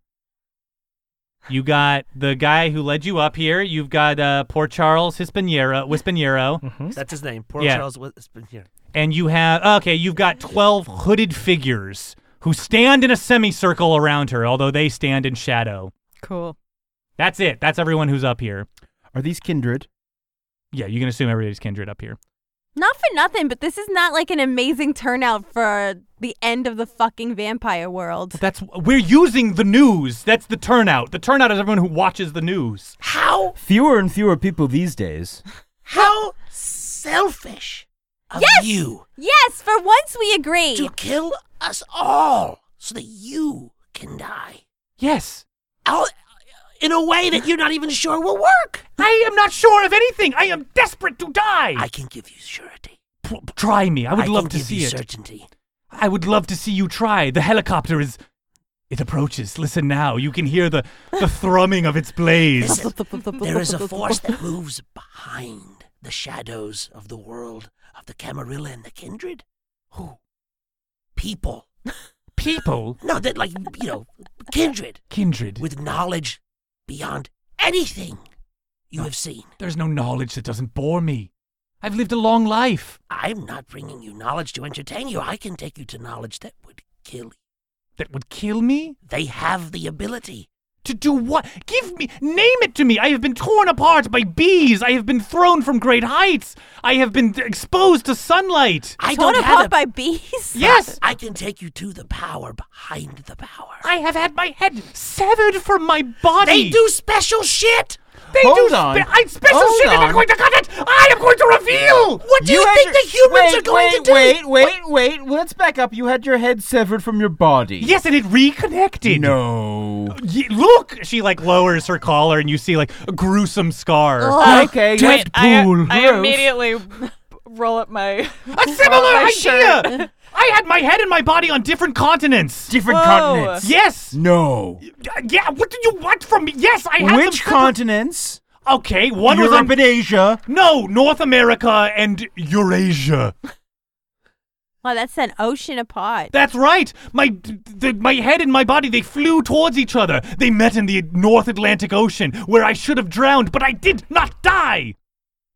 You got the guy who led you up here. You've got uh, poor Charles Hispaniero, Wispaniero.
Mm-hmm.
That's his name. Poor
Yeah.
Charles was been here.
And you have, okay, you've got 12 hooded figures who stand in a semicircle around her, although they stand in shadow.
Cool.
That's it. That's everyone who's up here.
Are these kindred?
Yeah, you can assume everybody's kindred up here.
Not for nothing, but this is not like an amazing turnout for the end of the fucking vampire world.
That's we're using the news. That's the turnout. The turnout is everyone who watches the news.
How
Fewer and fewer people these days.
how selfish of
Yes!
you
Yes, for once we agree.
to kill us all so that you can die.
Yes.
Out in a way that you're not even sure will work.
I am not sure of anything. I am desperate to die.
I can give you surety.
P- try me. I would
can
love to
give
see
you
it.
certainty.
I would love to see you try. The helicopter is. It approaches. Listen now. You can hear the, the thrumming of its blades.
Listen, there is a force that moves behind the shadows of the world of the Camarilla and the Kindred. Who? People
People?
No, that like you know, kindred
Kindred.
with knowledge beyond anything you have seen.
There's no knowledge that doesn't bore me. I've lived a long life.
I'm not bringing you knowledge to entertain you. I can take you to knowledge that would kill you.
That would kill me?
They have the ability.
To do what? Give me, name it to me. I have been torn apart by bees. I have been thrown from great heights. I have been exposed to sunlight.
I
Torn
don't have
apart
a-
by bees.
Yes!
I can take you to the power behind the power.
I have had my head severed from my body.
They do special shit.
They
Hold
do.
on.
I special
Hold
shit. I'm
on.
not going to cut it. I am going to reveal.
What do you,
had
think
your-
the humans
wait,
are going
wait,
to do?
Wait, wait, wait. Well, Let's back up. You had your head severed from your body.
Yes, and it reconnected.
No.
Ye- look, she like lowers her collar, and you see like a gruesome scar.
Oh.
okay.
Wait, I,
Deadpool.
I immediately roll up my.
A similar
my shirt.
idea. I had my head and my body on different continents.
Different
Whoa.
continents.
Yes.
No.
Yeah. What do you want from me? Yes, I had
Which
them separate-
continents?
Okay, one
Europe
was on
and Asia.
no North America and Eurasia.
Wow, that's an ocean apart.
That's right. My the, my head and my body they flew towards each other. They met in the North Atlantic Ocean, where I should have drowned, but I did not die.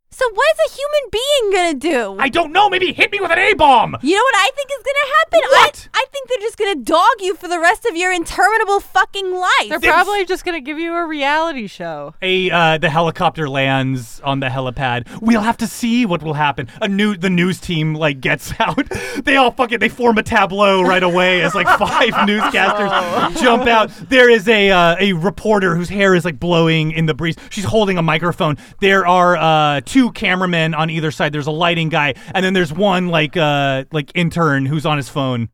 So what is a human being gonna do?
I don't know. Maybe hit me with an A bomb.
you know what I think is gonna happen?
What?
I, I think they're just gonna dog you for the rest of your interminable fucking life.
They're probably just gonna give you a reality show.
A uh, the helicopter lands on the helipad. We'll have to see what will happen. A new the news team like gets out. They all fucking they form a tableau right away as like five newscasters jump out. There is a uh, a reporter whose hair is like blowing in the breeze. She's holding a microphone. There are uh, two cameramen on either side. There's a lighting guy and then there's one like uh like intern who's on his phone.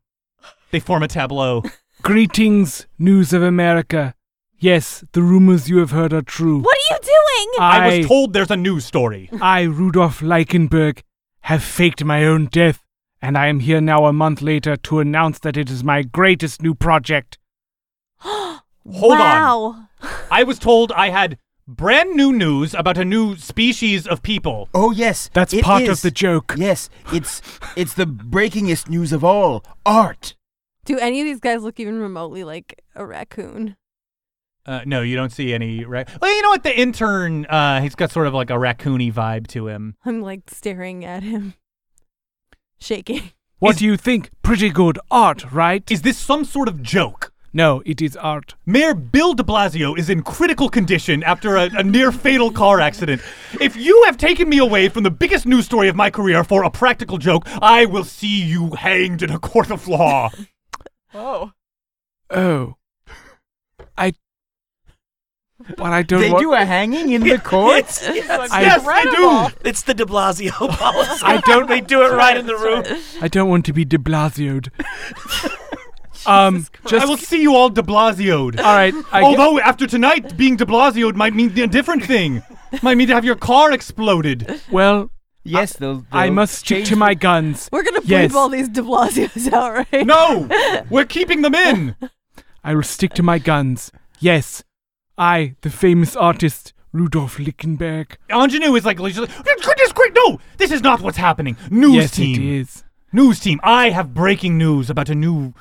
They form a tableau.
Greetings, News of America. Yes, the rumors you have heard are true.
What are you doing?
I,
I,
was told there's a news story.
I, Rudolf Leichenberg, have faked my own death, and I am here now a month later to announce that it is my greatest new project.
Hold on.
wow.
I was told I had brand new news about a new species of people.
Oh yes.
That's
it
part of
is.
the joke.
Yes, it's it's the breakingest news of all. Art.
Do any of these guys look even remotely like a raccoon?
Uh, no, you don't see any. Ra- well, you know what? The intern, uh, he's got sort of like a raccoony vibe to him.
I'm like staring at him, shaking.
What
Is-
do you think? Pretty good art, right?
Is this some sort of joke?
no, it is art.
Mayor Bill de Blasio is in critical condition after a, a near fatal car accident. If you have taken me away from the biggest news story of my career for a practical joke, I will see you hanged in a court of law.
Whoa.
Oh. I. But I don't
they
want.
do a hanging in the courts.
That's
I-
yes, I do.
It's the De Blasio policy.
I don't-
They do it right in the room.
I don't want to be de Blasioed. um, just.
I will see you all de Blasioed.
all right. I,
Although after tonight, being De Blasioed might mean a different thing. might mean to have your car exploded.
well,
yes, they'll, they'll
I must stick
change
to my guns.
We're gonna bleep
Yes.
all these De Blasios out, right?
No, we're keeping them in.
I will stick to my guns. Yes, I, the famous artist Rudolf Lichtenberg.
Ingenue is like, he's like, goodness great, no, this is not what's happening. News
yes,
team,
it is.
news team. I have breaking news about a new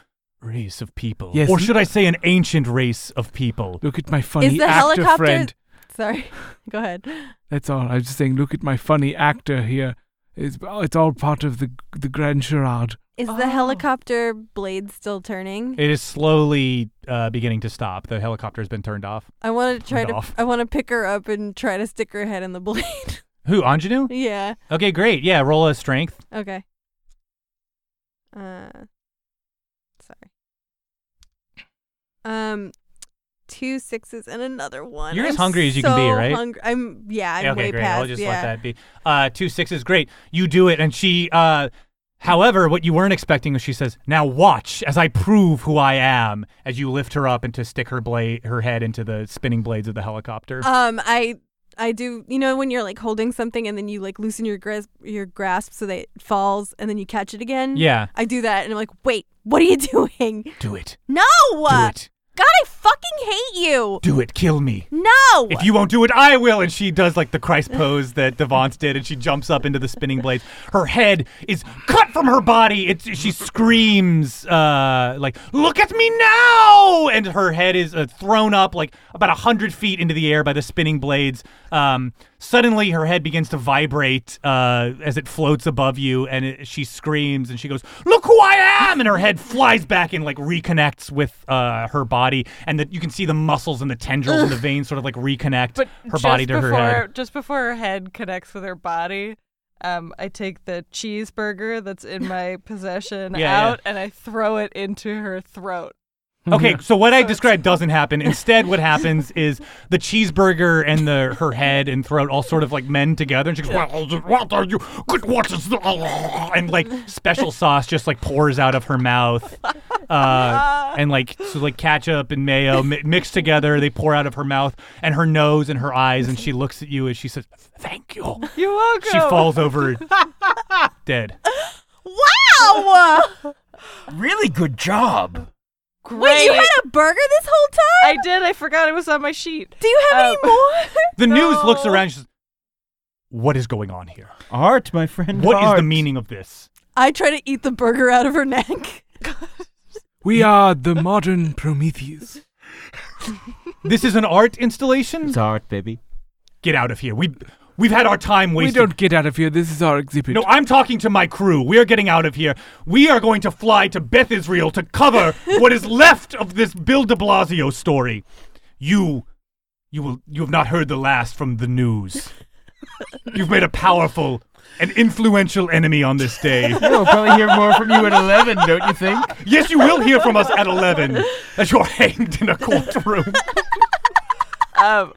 race of people,
Yes.
or should I say, an ancient race of people.
Look at my funny
the
actor
helicopter-
friend.
Sorry. Go ahead.
That's all. I was just saying. Look at my funny actor here. It's, it's all part of the the grand charade.
Is
Oh.
the helicopter blade still turning?
It is slowly uh, beginning to stop. The helicopter has been turned off.
I want to try
Turned
to.
off.
I want to pick her up and try to stick her head in the blade.
Who Ingenue?
yeah.
Okay, great. Yeah, roll a strength.
Okay. Uh. Sorry. Um, two sixes and another one.
You're as
I'm
hungry as you can be,
so
right?
hungry- I'm. Yeah. I'm
Yeah,
way
okay, great.
past.
I'll just
yeah.
let that be. Uh, two sixes, great. You do it, and she. Uh, however, what you weren't expecting is she says, "Now watch as I prove who I am." As you lift her up and to stick her blade, her head into the spinning blades of the helicopter.
Um, I I do. You know when you're like holding something and then you like loosen your grasp, your grasp so that it falls and then you catch it again.
yeah,
I do that and I'm like, wait, what are you doing?
do it.
No.
Do it.
God, I fucking hate you.
Do it, kill me.
No.
If you won't do it, I will. And she does like the Christ pose that Devance did, and she jumps up into the spinning blades. Her head is cut from her body. It's, she screams uh, like, "Look at me now!" And her head is uh, thrown up like about a hundred feet into the air by the spinning blades. Um, suddenly, her head begins to vibrate uh, as it floats above you, and it, she screams and she goes, "Look who I am!" And her head flies back and like reconnects with uh, her body, and that you can see the muscles and the tendrils and the veins sort of like reconnect
But
her body
just
to her
before,
head.
Just before her head connects with her body, um, I take the cheeseburger that's in my possession
Yeah, yeah.
out and I throw it into her throat.
Okay,
Mm-hmm.
so what I described doesn't happen. Instead, what happens is the cheeseburger and the her head and throat all sort of like mend together, and she goes, "Well, what are you? Good, what is the?" And like special sauce just like pours out of her mouth, uh, and like so like ketchup and mayo mi- mixed together, they pour out of her mouth and her nose and her eyes, and she looks at you and she says, "Thank you."
You're welcome.
She falls over dead.
Wow.
Really good job.
Great.
Wait, you had a burger this whole
I
time?
did. I forgot it was on my sheet.
Do you have
Um,
any more?
The news looks
No.
around. She says, "What is going on here?
Art, my friend.
What is
art.
the meaning of this?"
I try to eat the burger out of her neck.
We are the modern Prometheus.
This is an art installation.
It's art, baby.
Get out of here. We we've had our time
We
wasted.
don't get out of here. This is our exhibit.
No, I'm talking to my crew. We are getting out of here. We are going to fly to Beth Israel to cover what is left of this Bill De Blasio story. You, you will, you have not heard the last from the news. You've made a powerful and influential enemy on this day.
We'll probably hear more from you at 11, don't you think?
Yes, you will hear from us at eleven as you're hanged in a courtroom.
Um,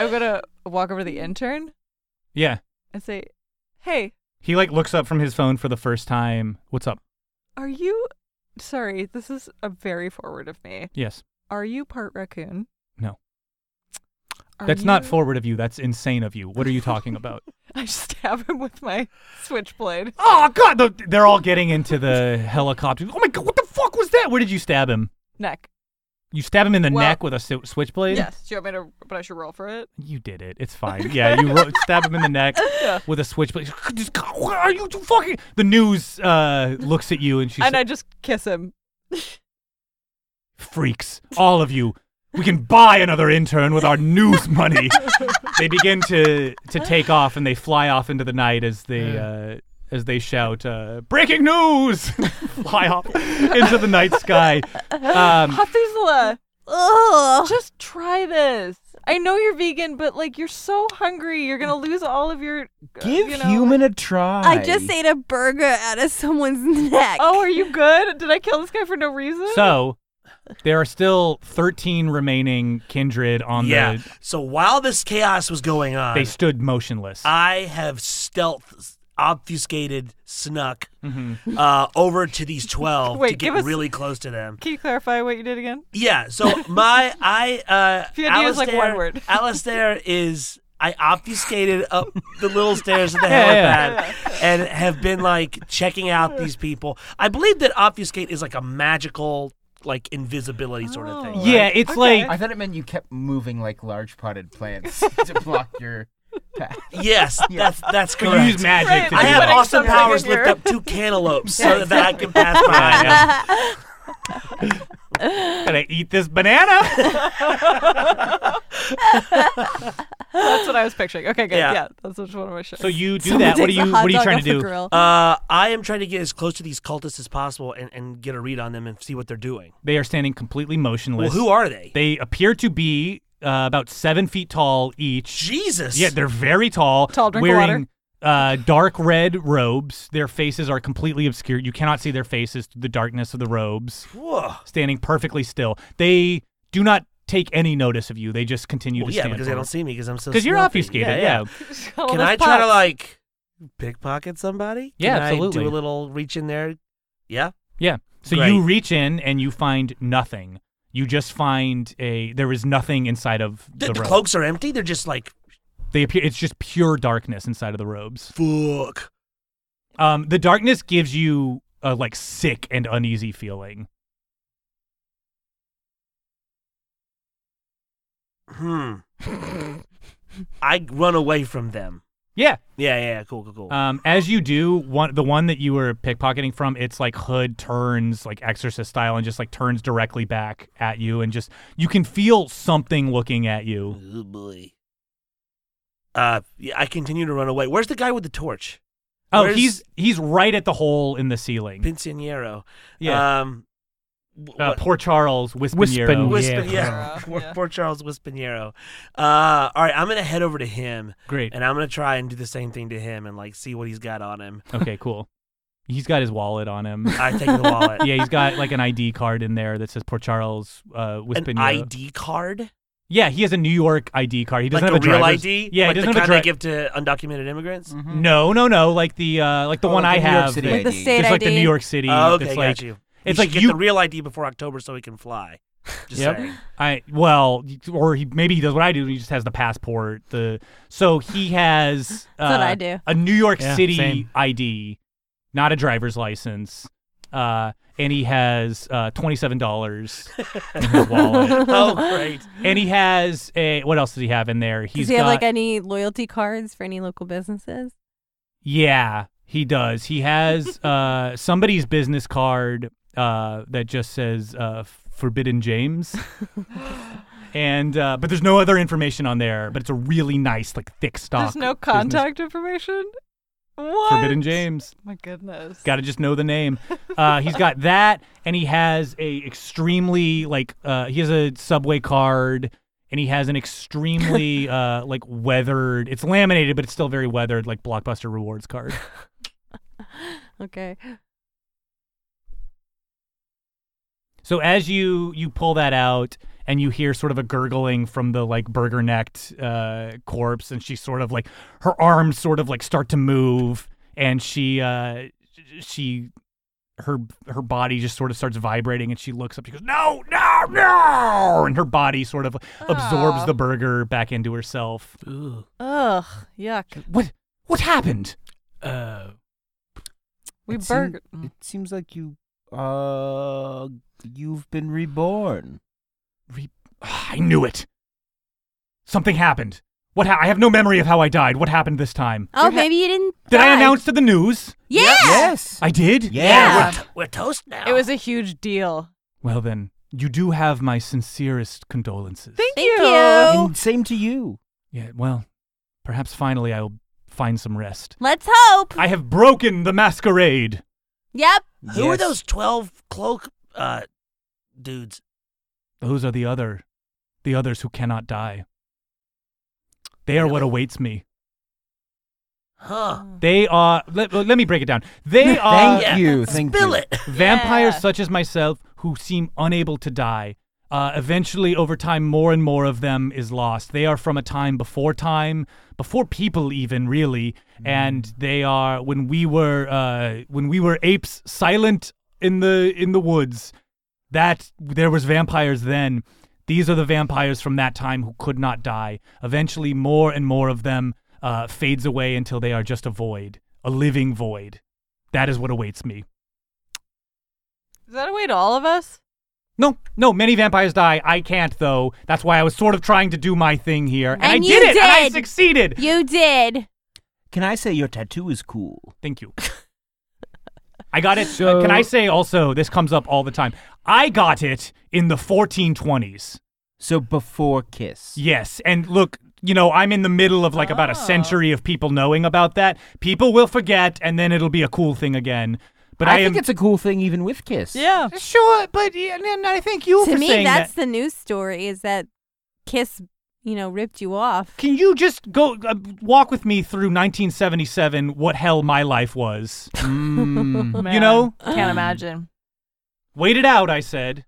I'm gonna walk over to the intern
Yeah,
and say, "Hey,
he like looks up from his phone for the first time. What's up?
are you? Sorry, this is a very forward of me.
Yes.
Are you part raccoon?
No.
Are
That's not
you-
forward of you. That's insane of you. What are you talking about?
I stab him with my switchblade.
oh God! the- they're all getting into the helicopter. Oh my God! What the fuck was that? Where did you stab him?
Neck.
You stab him in the
Well-
neck with a si- switchblade.
Yes. Do you want me to? But I should roll for it.
You did it. It's fine. Yeah, you ro- stab him in the neck
Yeah.
with a switchblade. Just, what are you fucking? The news uh, looks at you and she
and
says,
I just kiss him.
"Freaks, all of you." We can buy another intern with our news money. they begin to to take off and they fly off into the night as they uh, as they shout uh, breaking news fly off into the night sky um,
Methuselah,
Ugh.
just try this. I know you're vegan, but like you're so hungry, you're gonna lose all of your. uh,
Give
you know-
human a try.
I just ate a burger out of someone's neck.
Oh, are you good? Did I kill this guy for no reason?
so there are still 13 remaining kindred on
yeah.
the
So while this chaos was going on,
they stood motionless
I have stealth, obfuscated, snuck
Mm-hmm.
uh, over to these twelve
Wait,
to
give
get
us-
really close to them.
Can you clarify what you did again?
Yeah. So my I uh,
If you had to use, like, one
Alistair-
word.
Alistair is I obfuscated up the little stairs of the helipad
Yeah, yeah.
and have been like checking out these people. I believe that obfuscate is like a magical like invisibility sort of thing.
yeah
right?
it's
Okay.
like
I
thought it meant you kept moving like large potted plants to block your path.
Yes, that's that's
you
correct.
use magic
Right,
to
I
do
have
it.
Putting
awesome
something
powers.
in your-
Lift up two cantaloupes so that I can pass by.
Gonna eat this banana
That's what I was picturing. Okay, good.
Yeah.
Yeah, that's what one of my shows.
so you do that what are
Takes a
you
hot
what are you
dog
trying to
off the
do
grill.
Uh, I am trying to get as close to these cultists as possible and, and get a read on them and see what they're doing.
they are standing completely
Well,
motionless
who are they?
they appear to be uh, about seven feet tall each
Jesus.
Yeah, they're very tall.
Tall, drink of
wearing,
water.
Uh, dark red robes. Their faces are completely obscured. You cannot see their faces through the darkness of the robes.
Whoa.
Standing perfectly still, they do not take any notice of you. They just continue
Well,
to
yeah,
stand.
because they don't see me because I'm so.
Because you're
stealthy.
obfuscated. Yeah.
All
Can
those
I try to
pops.
like pickpocket somebody?
Yeah,
Can I
absolutely.
do a little reach in there. Yeah.
Yeah. So
Great.
you reach in and you find nothing. You just find a. There is nothing inside of
The,
the,
the
robe.
cloaks are empty. They're just like
They appear. It's just pure darkness inside of the robes.
fuck.
Um, the darkness gives you a like sick and uneasy feeling.
Hmm. I run away from them.
Yeah.
Yeah, yeah, yeah, cool, cool, cool.
Um, as you do, one the one that you were pickpocketing from, it's like hood turns like exorcist style and just like turns directly back at you and just you can feel something looking at you.
oh boy. Uh, yeah, I continue to run away. Where's the guy with the torch?
Oh,
Where's
he's he's right at the hole in the ceiling.
Pincianiero.
Yeah.
Um, wh-
Uh,
what-
poor Charles Wispinero.
Wispin-
Wispin- yeah.
Yeah.
Poor,
Yeah.
poor Charles Wispinero. Uh, all right, I'm gonna head over to him,
Great.
and I'm gonna try and do the same thing to him, and like see what he's got on him.
Okay, cool. He's got his wallet on him.
I take the wallet.
yeah, he's got like an ID card in there that says Port Charles uh,
An
Wispinero.
ID card,
Yeah, he has a New York ID card. He doesn't
like
have
a real
driver's-
ID.
Yeah,
like
he
the
doesn't
Hmm.
have
kind
a
they
driver's.
give to undocumented immigrants.
No, no, no. Like the uh, like the
Oh,
one
like
I
the New York
have.
City
that-
Like the
ID.
state
There's like the
ID.
New York City.
Oh, okay,
that's
got
like,
you. You
It's
should
like
get
you.
the real ID before October so he can fly. Just
Yep.
saying.
I well, or he maybe he does what I do. He just has the passport. The so he has. Uh,
what I do.
A New York
Yeah,
City
same.
ID, not a driver's license. Uh, and he has uh, twenty-seven dollars in his wallet.
oh, great.
And he has a what else did he have in there? He's
Does he have
got-
like any loyalty cards for any local businesses?
Yeah, he does. He has uh, somebody's business card uh, that just says uh, Forbidden James. and uh, but there's no other information on there. But it's a really nice, like thick stock.
There's no
business-
contact information. What?
Forbidden James.
My goodness.
Got to just know the name. Uh, he's got that, and he has a extremely like uh, he has a subway card, and he has an extremely uh, like weathered. It's laminated, but it's still very weathered, like blockbuster rewards card.
Okay.
So as you you pull that out and you hear sort of a gurgling from the like burger necked uh, corpse, and she sort of like her arms sort of like start to move, and she uh, she her her body just sort of starts vibrating, and she looks up. She goes no no no, and her body sort of absorbs
Aw.
the burger back into herself.
Ugh, yuck.
What what happened?
Uh,
We
It seem-
burger.
It seems like you, uh, you've been reborn.
I knew it. Something happened. What ha- I have no memory of how I died. What happened this time?
Oh, maybe you didn't.
Did I
die.
announce to the news?
Yeah.
Yes.
I did?
Yeah.
We're, t- we're toast now.
It was a huge deal.
Well, then, you do have my sincerest condolences.
Thank,
Thank you.
And same to you.
yeah, well, perhaps finally I'll find some rest.
Let's hope.
I have broken the masquerade.
Yep.
Who are
Yes.
those twelve cloak uh, dudes?
Those are the other, the others who cannot die. They are what awaits me.
Huh?
They are. Let, let me break it down. They are.
Thank you. Thank
Spill
you.
it.
Vampires
Yeah.
such as myself who seem unable to die. Uh, eventually, over time, more and more of them is lost. They are from a time before time, before people even really,
Mm.
and they are when we were uh, when we were apes, silent in the in the woods. That there was vampires then. These are the vampires from that time who could not die. Eventually, more and more of them uh, fades away until they are just a void, a living void. That is what awaits me.
Is that a way to all of us?
No, no, many vampires die. I can't though. That's why I was sort of trying to do my thing here. And, I
And
did
you
it and I
did.
succeeded.
You did.
Can I say your tattoo is cool?
Thank you. I got it.
So-
uh, can I say also this comes up all the time. I got it in the 1420s.
So before kiss.
Yes. And look, you know, I'm in the middle of like about a
Oh.
century of people knowing about that. People will forget and then it'll be a cool thing again. But I,
think
am
it's a cool thing even with kiss.
Yeah.
sure, but yeah, and I thank you
to
for
me,
saying that.
that's the news story is that Kiss, you know, ripped you off.
Can you just go uh, walk with me through 1977? What hell my life was?
Mm.
You know?
Can't imagine.
Wait it out, I said.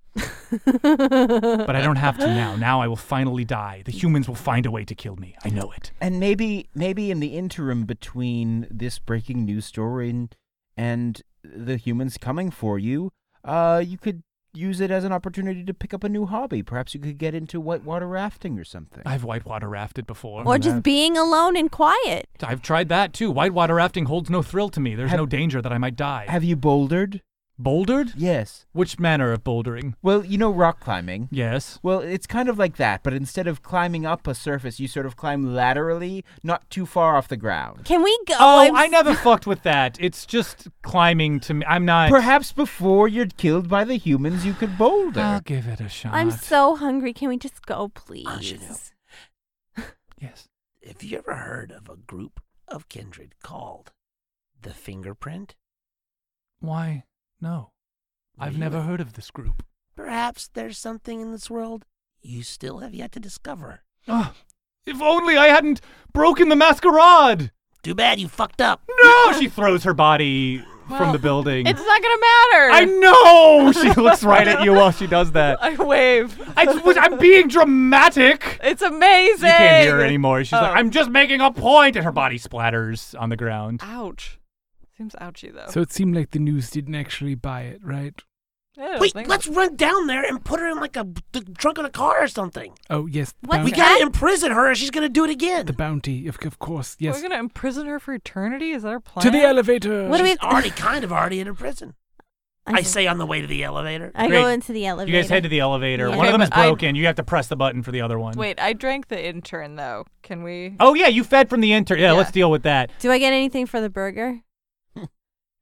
but I don't have to now. Now I will finally die. The humans will find a way to kill me. I know it.
and maybe maybe in the interim between this breaking news story and, and the humans coming for you, uh, you could use it as an opportunity to pick up a new hobby. Perhaps you could get into whitewater rafting or something.
Um,
I've whitewater rafted before.
Oh,
or just being alone and quiet.
I've tried that too. Whitewater rafting holds no thrill to me. There's
Have-
no danger that I might die.
Have you bouldered?
Bouldered?
Yes.
Which manner of bouldering?
Well, you know rock climbing.
Yes.
Well, it's kind of like that, but instead of climbing up a surface, you sort of climb laterally, not too far off the ground.
Can we go?
Oh,
I'm
I
s-
never fucked with that. It's just climbing to me. I'm not.
Perhaps before you're killed by the humans, you could boulder.
I'll give it a shot.
I'm so hungry. Can we just go, please?
Yes.
Have you ever heard of a group of kindred called the Fingerprint?
Why? No. I've never
Really?
heard of this group.
Perhaps there's something in this world you still have yet to discover.
Ah, if only I hadn't broken the masquerade!
Too bad you fucked up.
No! She throws her body from
Well,
the building.
It's not gonna matter.
I know! She looks right at you while she does that.
I wave.
I, am being dramatic!
It's amazing.
You can't hear her anymore. She's
Oh.
like, I'm just making a point, and her body splatters on the ground.
Ouch. Seems ouchy though.
So it seemed like the news didn't actually buy it, right?
Yeah, I don't
Wait,
think
let's run down there and put her in like a the trunk of a car or something.
Oh yes, the
What's
bounty,
We gotta imprison her, or she's gonna do it
the
again.
bounty, of, of course,
so.
yes.
We're gonna imprison her for eternity. Is that our plan?
To the
Uh,
elevator.
What do we?
She's already kind of already in her prison. I
go-
say on the way to the elevator.
I go
Great.
into the elevator.
You guys head to the elevator.
Yeah.
One of them
Okay,
is
but I-
broken. You have to press the button for the other one.
Wait, I drank the intern though. Can we?
Oh, yeah, you fed from the intern. Yeah,
Yeah.
let's deal with that.
Do I get anything for the burger?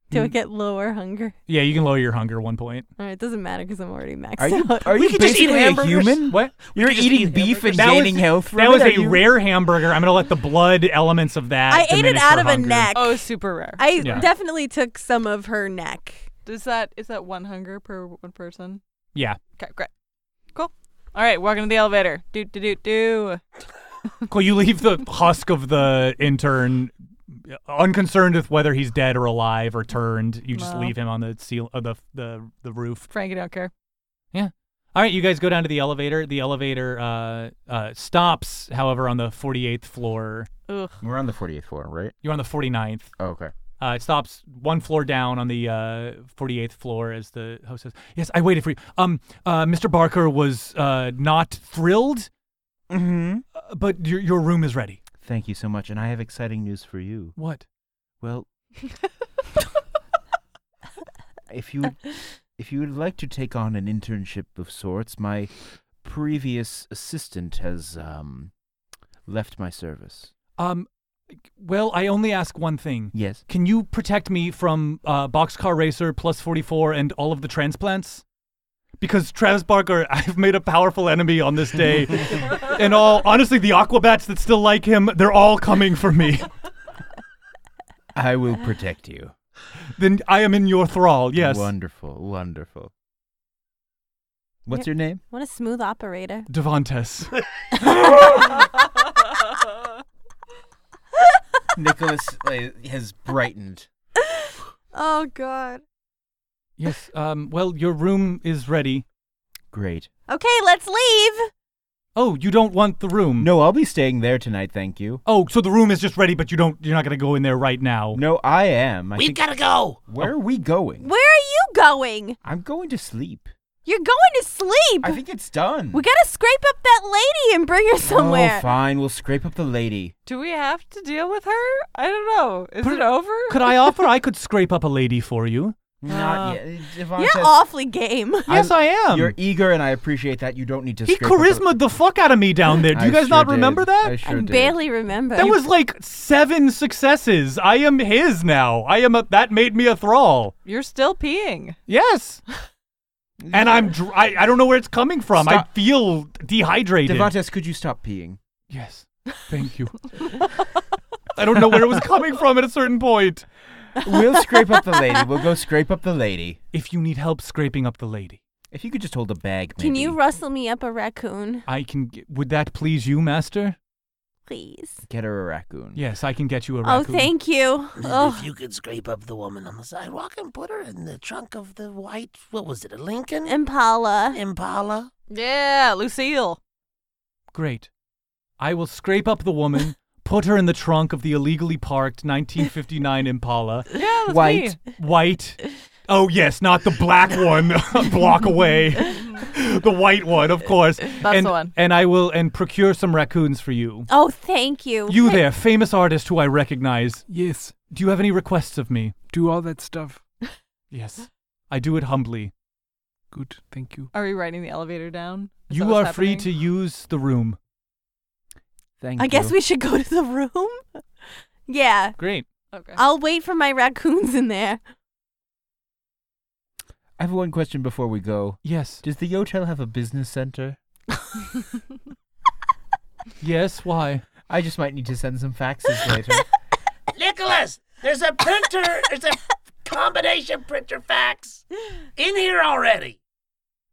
Do I
Mm.
get lower hunger?
Yeah, you can lower your hunger one point.
All right, it doesn't matter because I'm already maxed
Are you
out.
are
We
you
could just eat
basically a
hamburgers.
human?
What?
You're
could just
eating
eat
beef and
hamburgers.
That was-
gaining health from
That was
it?
a
Are you-
rare hamburger. I'm gonna let the blood elements of that.
I ate it
diminish
out
her
of a
hunger.
neck.
Oh, super rare.
I
Yeah.
definitely took some of her neck.
Is that is that one hunger per one person?
Yeah.
Okay, great, cool. All right, walking to the elevator. Do do do do.
Cool. You leave the husk of the intern unconcerned with whether he's dead or alive or turned. You just
Wow.
leave him on the seal of the the the roof.
Frankie don't care.
All right, you guys go down to the elevator. The elevator uh, uh, stops, however, on the 48th floor.
Ugh.
We're on the 48th floor, right?
You're on the 49th.
Oh, okay.
Uh, it stops one floor down on the uh, 48th floor as the host says, Yes, I waited for you. Um, uh, Mr. Barker was uh, not thrilled,
Mm-hmm.
uh, but your, your room is ready.
Thank you so much, and I have exciting news for you.
What?
Well, if you would, if you would like to take on an internship of sorts, my previous assistant has um left my service.
Um, well, I only ask one thing.
Yes.
Can you protect me from uh, Boxcar Racer Plus 44 and all of the transplants? Because Travis Barker, I've made a powerful enemy on this day. and all, honestly, the Aquabats that still like him, they're all coming for me.
I will protect you.
then I am in your thrall, yes.
Wonderful, wonderful. What's your name?
What a smooth operator.
Devantes.
Nicholas uh, has brightened.
Oh God.
Yes. Um, well, your room is ready.
Great.
Okay, let's leave.
Oh, you don't want the room.
No, I'll be staying there tonight, thank you.
Oh, so the room is just ready, but you don't. You're not gonna go in there right now.
No, I am. I
We've
think-
gotta go.
Where are we going?
Where are you going?
I'm going to sleep.
You're going to sleep.
I think it's done.
we gotta scrape up that lady and bring her
Oh,
somewhere.
fine. We'll scrape up the lady.
Do we have to deal with her? I don't know. Is
Put
it
it-
over?
Could I offer? I could scrape up a lady for you.
Uh,
Not yet. Devon
You're
says-
awfully game.
Yes, I am.
You're eager, and I appreciate that. You don't need to.
he
scrape up the-
charisma the fuck out of me down there. Do you
I
guys
sure
not
did.
remember
I
that?
sure
I
did.
barely remember.
That was like seven successes. I am his now. I am a. That made me a thrall.
You're still peeing.
Yes. And I'm. Dr- I, I don't know where it's coming from.
Stop.
I feel dehydrated.
Devantes, could you stop peeing?
Yes. Thank you. I don't know where it was coming from at a certain point.
We'll scrape up the lady. We'll go scrape up the lady.
If you need help scraping up the lady,
If you could just hold a bag, maybe.
Can you rustle me up a raccoon,
I can. G- would that please you, Master?
please?
get her a raccoon?
Yes, I can get you a
Oh,
raccoon.
thank you.
And
Oh,
If you could scrape up the woman on the sidewalk and put her in the trunk of the white, what was it, a Lincoln
Impala.
Impala?
Yeah, Lucille.
Great. I will scrape up the woman, put her in the trunk of the illegally parked 1959 Impala,
Yeah, that's
White.
me.
white. Oh yes, not the black one, a block away. the white one, of course. That's and,
the one.
And I will and procure some raccoons for you.
Oh, thank you.
You there, famous artist who I recognize.
Yes,
Do you have any requests of me?
do all that stuff.
Yes. I do it humbly.
Good, thank you.
Are we riding the elevator down? Is that
You are
what's
free to
happening?
use the room.
Thank
I
you.
guess we should go to the room. yeah.
Great.
Okay.
I'll wait for my raccoons in there.
I have one question before we go.
Yes.
Does the hotel have a business center?
Yes. Why?
I just might need to send some faxes later.
Nicholas, there's a printer. there's a combination printer fax in here already.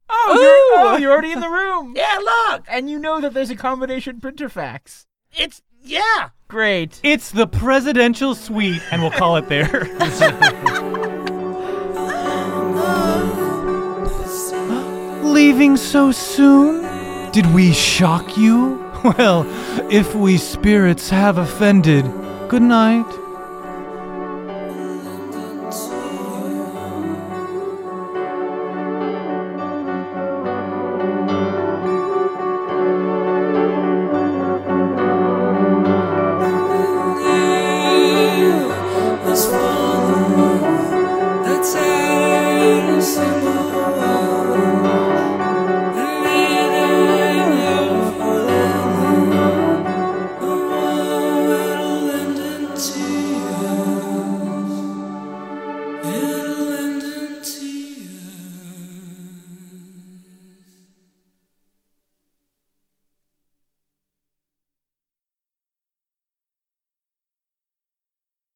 Oh, you're, oh, you're already in the room.
Yeah, look.
And you know that there's a combination printer fax.
It's yeah.
Great.
It's the presidential suite, and we'll call it there. Leaving so soon? Did we shock you? Well, if we spirits have offended, good night.